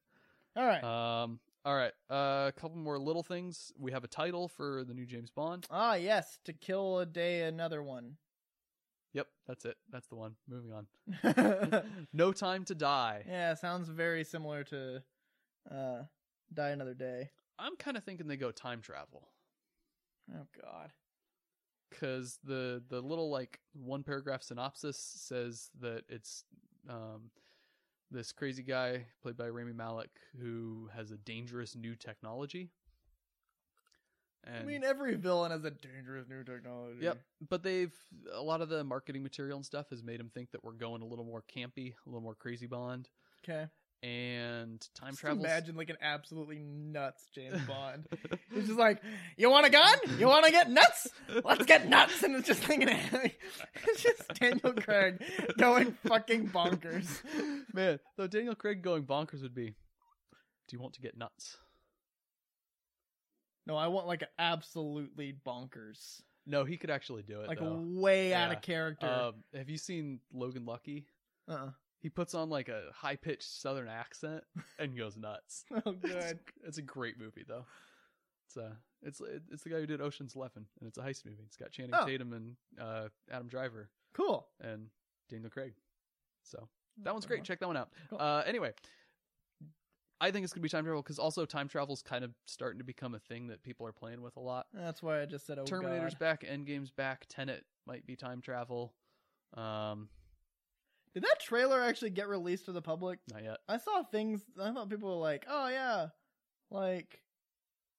[SPEAKER 1] All right.
[SPEAKER 2] Um. All right. Uh, a couple more little things. We have a title for the new James Bond.
[SPEAKER 1] ah, yes. To kill a day, another one.
[SPEAKER 2] Yep, that's it. That's the one. Moving on.
[SPEAKER 1] yeah,
[SPEAKER 2] no time to die.
[SPEAKER 1] sounds very similar to uh, Die Another Day.
[SPEAKER 2] I'm kind of thinking they go time travel
[SPEAKER 1] Oh, God.
[SPEAKER 2] because the the little like one paragraph synopsis says that it's um this crazy guy played by Rami Malek who has a dangerous new technology.
[SPEAKER 1] I
[SPEAKER 2] And
[SPEAKER 1] mean, every villain has a dangerous new technology.
[SPEAKER 2] Yep. but they've a lot of the marketing material and stuff has made him think that we're going a little more campy, a little more crazy Bond,
[SPEAKER 1] Okay.
[SPEAKER 2] and time
[SPEAKER 1] Just
[SPEAKER 2] travel.
[SPEAKER 1] imagine like an absolutely nuts James Bond. He's just like, you want a gun? You want to get nuts? Let's get nuts! And it's just thinking, it's just Daniel Craig going fucking bonkers.
[SPEAKER 2] Man, though Daniel Craig going bonkers would be. Do you want to get nuts?
[SPEAKER 1] No, I want like absolutely bonkers,
[SPEAKER 2] No, he could actually do it.
[SPEAKER 1] like
[SPEAKER 2] though.
[SPEAKER 1] way out
[SPEAKER 2] uh, Yeah.
[SPEAKER 1] of character.
[SPEAKER 2] Um, have you seen Logan Lucky?
[SPEAKER 1] uh-uh.
[SPEAKER 2] He puts on like a high pitched Southern accent and goes nuts.
[SPEAKER 1] Oh,
[SPEAKER 2] It's,
[SPEAKER 1] good.
[SPEAKER 2] it's a great movie though. It's uh, it's it's the guy who did Ocean's Eleven, and it's a heist movie. It's got Channing
[SPEAKER 1] Oh.
[SPEAKER 2] Tatum and uh, Adam Driver
[SPEAKER 1] Cool.
[SPEAKER 2] and Daniel Craig. So that one's great. Check that one out.
[SPEAKER 1] Cool.
[SPEAKER 2] Uh, anyway, I think it's gonna be time travel because also time travel's kind of starting to become a thing that people are playing with a lot.
[SPEAKER 1] That's why I just said, oh,
[SPEAKER 2] Terminator's
[SPEAKER 1] God.
[SPEAKER 2] back, Endgame's back, Tenet might be time travel. Um,
[SPEAKER 1] Did that trailer actually get released to the public?
[SPEAKER 2] not yet.
[SPEAKER 1] I saw things. I thought people were like, "Oh yeah, like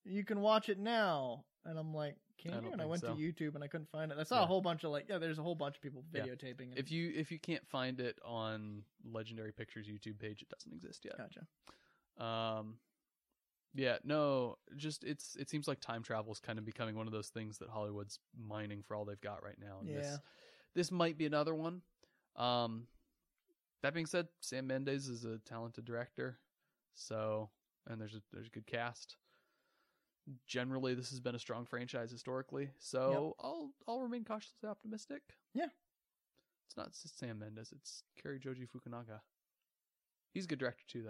[SPEAKER 1] you can watch it now," and I'm like,
[SPEAKER 2] I
[SPEAKER 1] "Can
[SPEAKER 2] don't
[SPEAKER 1] you?" And I
[SPEAKER 2] think
[SPEAKER 1] went to
[SPEAKER 2] so.
[SPEAKER 1] YouTube and I couldn't find it. I saw
[SPEAKER 2] Yeah.
[SPEAKER 1] a whole bunch of like, yeah, there's a whole bunch of people
[SPEAKER 2] Yeah.
[SPEAKER 1] videotaping. and-
[SPEAKER 2] If you if you can't find it on Legendary Pictures YouTube page, it doesn't exist yet.
[SPEAKER 1] gotcha.
[SPEAKER 2] Um, yeah, no, just it's it seems like time travel is kind of becoming one of those things that Hollywood's mining for all they've got right now. And
[SPEAKER 1] Yeah.
[SPEAKER 2] this this might be another one. Um, that being said, Sam Mendes is a talented director, so and there's a there's a good cast. Generally, this has been a strong franchise historically, so I'll I'll remain cautiously optimistic.
[SPEAKER 1] Yeah.
[SPEAKER 2] it's not just Sam Mendes; it's Kerry Joji Fukunaga. He's a good director too,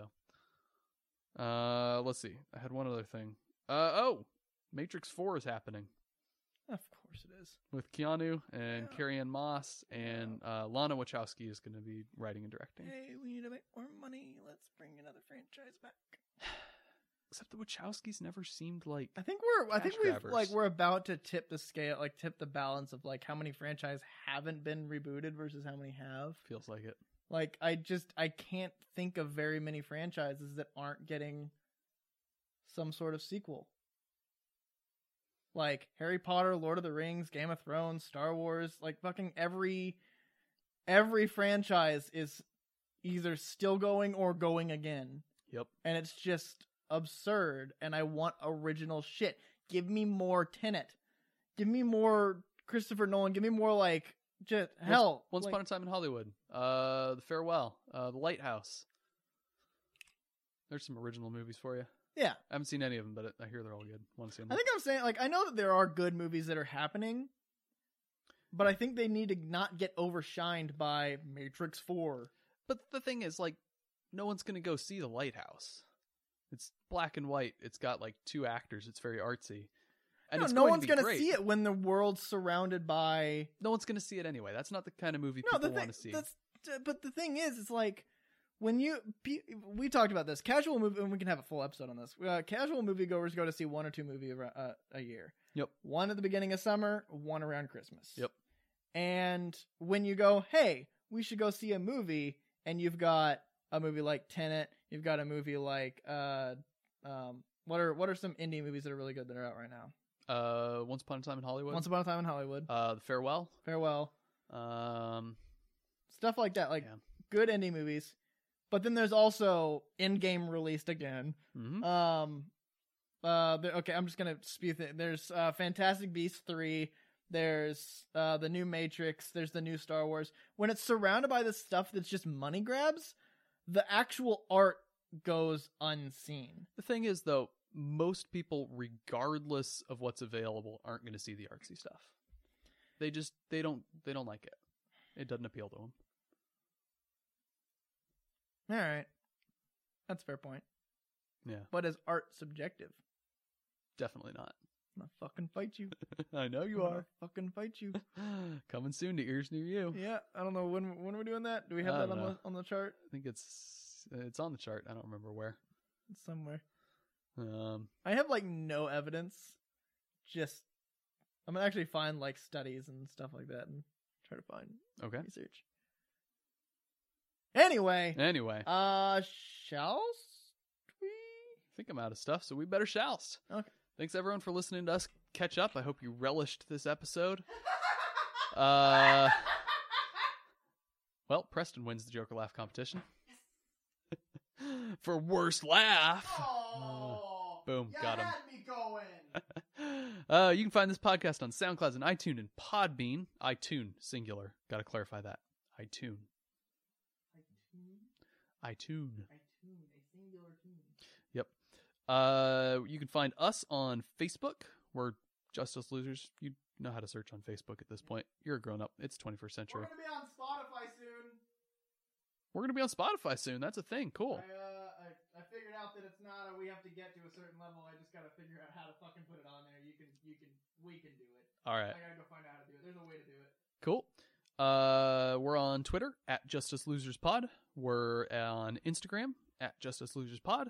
[SPEAKER 2] though. Uh, let's see. I had one other thing. Uh oh, Matrix Four is happening
[SPEAKER 1] Of course it is.
[SPEAKER 2] with Keanu and
[SPEAKER 1] Yeah.
[SPEAKER 2] Carrie Ann Moss and uh, Lana Wachowski is going to be writing and directing.
[SPEAKER 1] Hey, we need to make more money. Let's bring another franchise back.
[SPEAKER 2] Except the Wachowskis never seemed like
[SPEAKER 1] I think we're. I think
[SPEAKER 2] Cash
[SPEAKER 1] we've
[SPEAKER 2] grabbers.
[SPEAKER 1] like we're about to tip the scale, like tip the balance of like how many franchise haven't been rebooted versus how many have.
[SPEAKER 2] feels like it.
[SPEAKER 1] Like I just I can't think of very many franchises that aren't getting some sort of sequel. Like Harry Potter, Lord of the Rings, Game of Thrones, Star Wars, like fucking every every franchise is either still going or going again.
[SPEAKER 2] Yep.
[SPEAKER 1] And it's just absurd and I want original shit. Give me more Tenet. Give me more Christopher Nolan. Give me more like just hell.
[SPEAKER 2] Once
[SPEAKER 1] like-
[SPEAKER 2] upon a time in Hollywood, uh, The Farewell, uh, The Lighthouse. There's some original movies for you.
[SPEAKER 1] Yeah.
[SPEAKER 2] I haven't seen any of them, but I hear they're all good. Want to see them?
[SPEAKER 1] I think I'm saying like I know that there are good movies that are happening, but I think they need to not get overshined by Matrix Four.
[SPEAKER 2] But the thing is, like, no one's gonna go see the lighthouse. It's black and white. It's got like two actors. It's very artsy, and
[SPEAKER 1] no,
[SPEAKER 2] it's
[SPEAKER 1] no
[SPEAKER 2] going
[SPEAKER 1] one's
[SPEAKER 2] to be
[SPEAKER 1] gonna
[SPEAKER 2] great.
[SPEAKER 1] see it when the world's surrounded by
[SPEAKER 2] No one's gonna see it anyway. That's not the kind of movie
[SPEAKER 1] no. The
[SPEAKER 2] people
[SPEAKER 1] thing,
[SPEAKER 2] want to see.
[SPEAKER 1] that's, uh, but the thing is, it's like when you pe- we talked about this casual movie, and we can have a full episode on this. Uh, casual moviegoers go to see one or two movies uh, a year.
[SPEAKER 2] Yep.
[SPEAKER 1] One at the beginning of summer, one around Christmas.
[SPEAKER 2] Yep.
[SPEAKER 1] And when you go, hey, we should go see a movie, and you've got a movie like Tenet, you've got a movie like uh, um, what are what are some indie movies that are really good that are out right now?
[SPEAKER 2] Uh, Once upon a time in Hollywood.
[SPEAKER 1] Once Upon a Time in Hollywood,
[SPEAKER 2] uh, The Farewell.
[SPEAKER 1] Farewell,
[SPEAKER 2] Um,
[SPEAKER 1] stuff like that, like
[SPEAKER 2] Yeah.
[SPEAKER 1] good indie movies. But then there's also Endgame released again.
[SPEAKER 2] mhm.
[SPEAKER 1] Um, uh, there- okay, I'm just gonna spew. Th- there's uh, Fantastic Beasts three. There's uh, the new Matrix. There's the new Star Wars. When it's surrounded by this stuff that's just money grabs, the actual art goes unseen.
[SPEAKER 2] The thing is, though, most people, regardless of what's available, aren't going to see the artsy stuff. They just they don't they don't like it. It doesn't appeal to them.
[SPEAKER 1] All right, that's a fair point.
[SPEAKER 2] Yeah.
[SPEAKER 1] But is art subjective?
[SPEAKER 2] Definitely not.
[SPEAKER 1] I'm gonna fucking fight you.
[SPEAKER 2] I know you
[SPEAKER 1] I'm gonna
[SPEAKER 2] are.
[SPEAKER 1] fucking fight you.
[SPEAKER 2] Coming soon to ears near you.
[SPEAKER 1] yeah, I don't know when when we're doing that. Do we have
[SPEAKER 2] I
[SPEAKER 1] that
[SPEAKER 2] don't
[SPEAKER 1] on
[SPEAKER 2] know.
[SPEAKER 1] the on the chart
[SPEAKER 2] I think it's it's on the chart. I don't remember where.
[SPEAKER 1] somewhere?
[SPEAKER 2] Um,
[SPEAKER 1] I have like no evidence. Just I'm gonna actually find like studies and stuff like that and try to find
[SPEAKER 2] okay.
[SPEAKER 1] research. Anyway,
[SPEAKER 2] Anyway, I
[SPEAKER 1] uh, shall we?
[SPEAKER 2] think I'm out of stuff, so we better shoust.
[SPEAKER 1] Okay.
[SPEAKER 2] Thanks everyone for listening to us catch up. I hope you relished this episode. Uh, well, Preston wins the Joker laugh competition for worst laugh. boom, you got him. had
[SPEAKER 1] me going.
[SPEAKER 2] Uh, you can find this podcast on SoundCloud and iTunes and Podbean. iTunes singular. Got to clarify that. iTunes. iTunes. Uh, you can find us on Facebook. We're Justice Losers. You know how to search on Facebook at this point. You're a grown up. It's 21st century.
[SPEAKER 1] We're gonna be on Spotify soon.
[SPEAKER 2] We're gonna be on Spotify soon. That's a thing. Cool.
[SPEAKER 1] I, uh, I, I figured out that it's not a we have to get to a certain level. I just gotta figure out how to fucking put it on there. You can, you can, we can do it.
[SPEAKER 2] All right.
[SPEAKER 1] I gotta go find out how to do it. There's a way to do it.
[SPEAKER 2] Cool. Uh, we're on Twitter at Justice Losers Pod. We're on Instagram at Justice Losers Pod.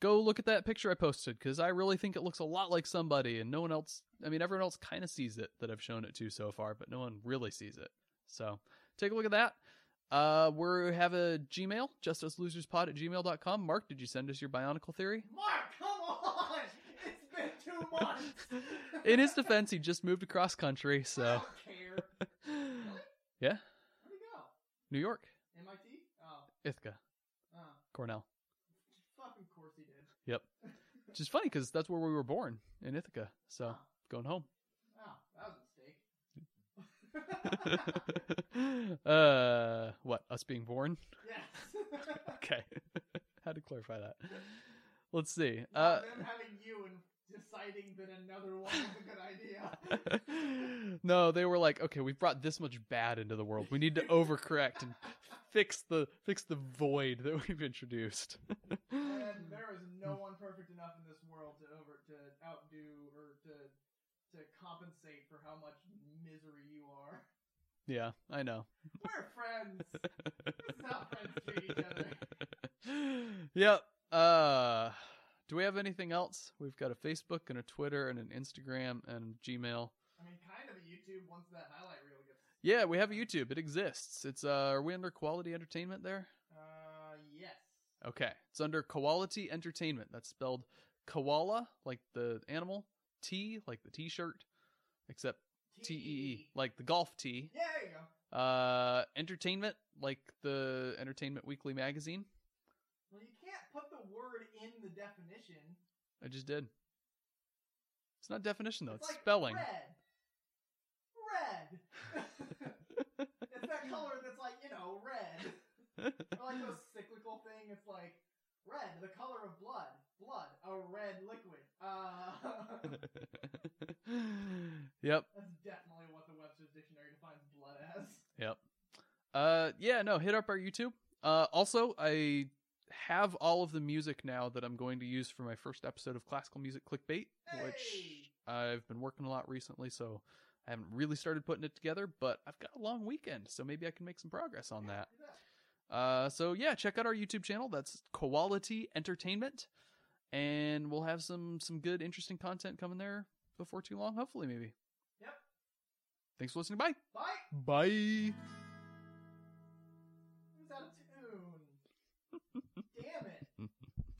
[SPEAKER 2] Go look at that picture I posted because I really think it looks a lot like somebody, and no one else. I mean, everyone else kind of sees it that I've shown it to so far, but no one really sees it. So take a look at that. Uh, we have a Gmail, justiceloserspod at gmail.com. Mark, did you send us your Bionicle theory?
[SPEAKER 1] Mark, come on! It's been two months.
[SPEAKER 2] In his defense, he just moved across country,
[SPEAKER 1] I
[SPEAKER 2] so
[SPEAKER 1] don't care. Where'd he go?
[SPEAKER 2] New York,
[SPEAKER 1] MIT? Oh,
[SPEAKER 2] Ithaca,
[SPEAKER 1] oh,
[SPEAKER 2] Cornell.
[SPEAKER 1] fucking course he did.
[SPEAKER 2] Which is funny because that's where we were born in Ithaca. So going home.
[SPEAKER 1] Oh, that was a mistake.
[SPEAKER 2] uh, what us being born?
[SPEAKER 1] yes.
[SPEAKER 2] Okay, how to clarify that? Let's see. Uh,
[SPEAKER 1] Not them having you and deciding that another one was a good idea.
[SPEAKER 2] no, they were like, okay, we've brought this much bad into the world. We need to overcorrect and fix the fix the void that we've introduced. Mm.
[SPEAKER 1] And there is no one perfect enough in this world to over to outdo or to to compensate for how much misery you are.
[SPEAKER 2] yeah, I know.
[SPEAKER 1] We're friends. This is how friends treat each other.
[SPEAKER 2] yep. Uh, do we have anything else? We've got a Facebook and a Twitter and an Instagram and
[SPEAKER 1] I
[SPEAKER 2] Gmail.
[SPEAKER 1] mean, kind of a YouTube once that highlight reel gets.
[SPEAKER 2] Yeah, we have a YouTube. It exists. It's uh, are we under Quality Entertainment there?
[SPEAKER 1] Uh, yes.
[SPEAKER 2] Okay, it's under Quality Entertainment. That's spelled koala, like the animal, T, like the T-shirt, except T E E, like the golf tee.
[SPEAKER 1] Yeah, there you go.
[SPEAKER 2] Uh, entertainment, like the Entertainment Weekly magazine.
[SPEAKER 1] Well, you can't put the word in the definition.
[SPEAKER 2] I just did. It's not definition though; it's,
[SPEAKER 1] like
[SPEAKER 2] spelling.
[SPEAKER 1] Red. Red. it's that color that's like, you know, red. Or like those cyclical thing. It's like red, the color of blood. Blood, a red liquid. Uh,
[SPEAKER 2] yep.
[SPEAKER 1] that's definitely what the Webster's Dictionary defines blood as.
[SPEAKER 2] Yep. Uh, yeah, no, hit up our YouTube. Uh, also, I have all of the music now that I'm going to use for my first episode of Classical Music Clickbait, which
[SPEAKER 1] Hey!
[SPEAKER 2] I've been working a lot recently, so I haven't really started putting it together, but I've got a long weekend, so maybe I can make some progress on that.
[SPEAKER 1] Yeah, look at
[SPEAKER 2] Uh, so yeah, check out our YouTube channel. That's Quality Entertainment, and we'll have some some good, interesting content coming there before too long. Hopefully, maybe.
[SPEAKER 1] Yep.
[SPEAKER 2] Thanks for listening. Bye.
[SPEAKER 1] Bye.
[SPEAKER 2] Bye.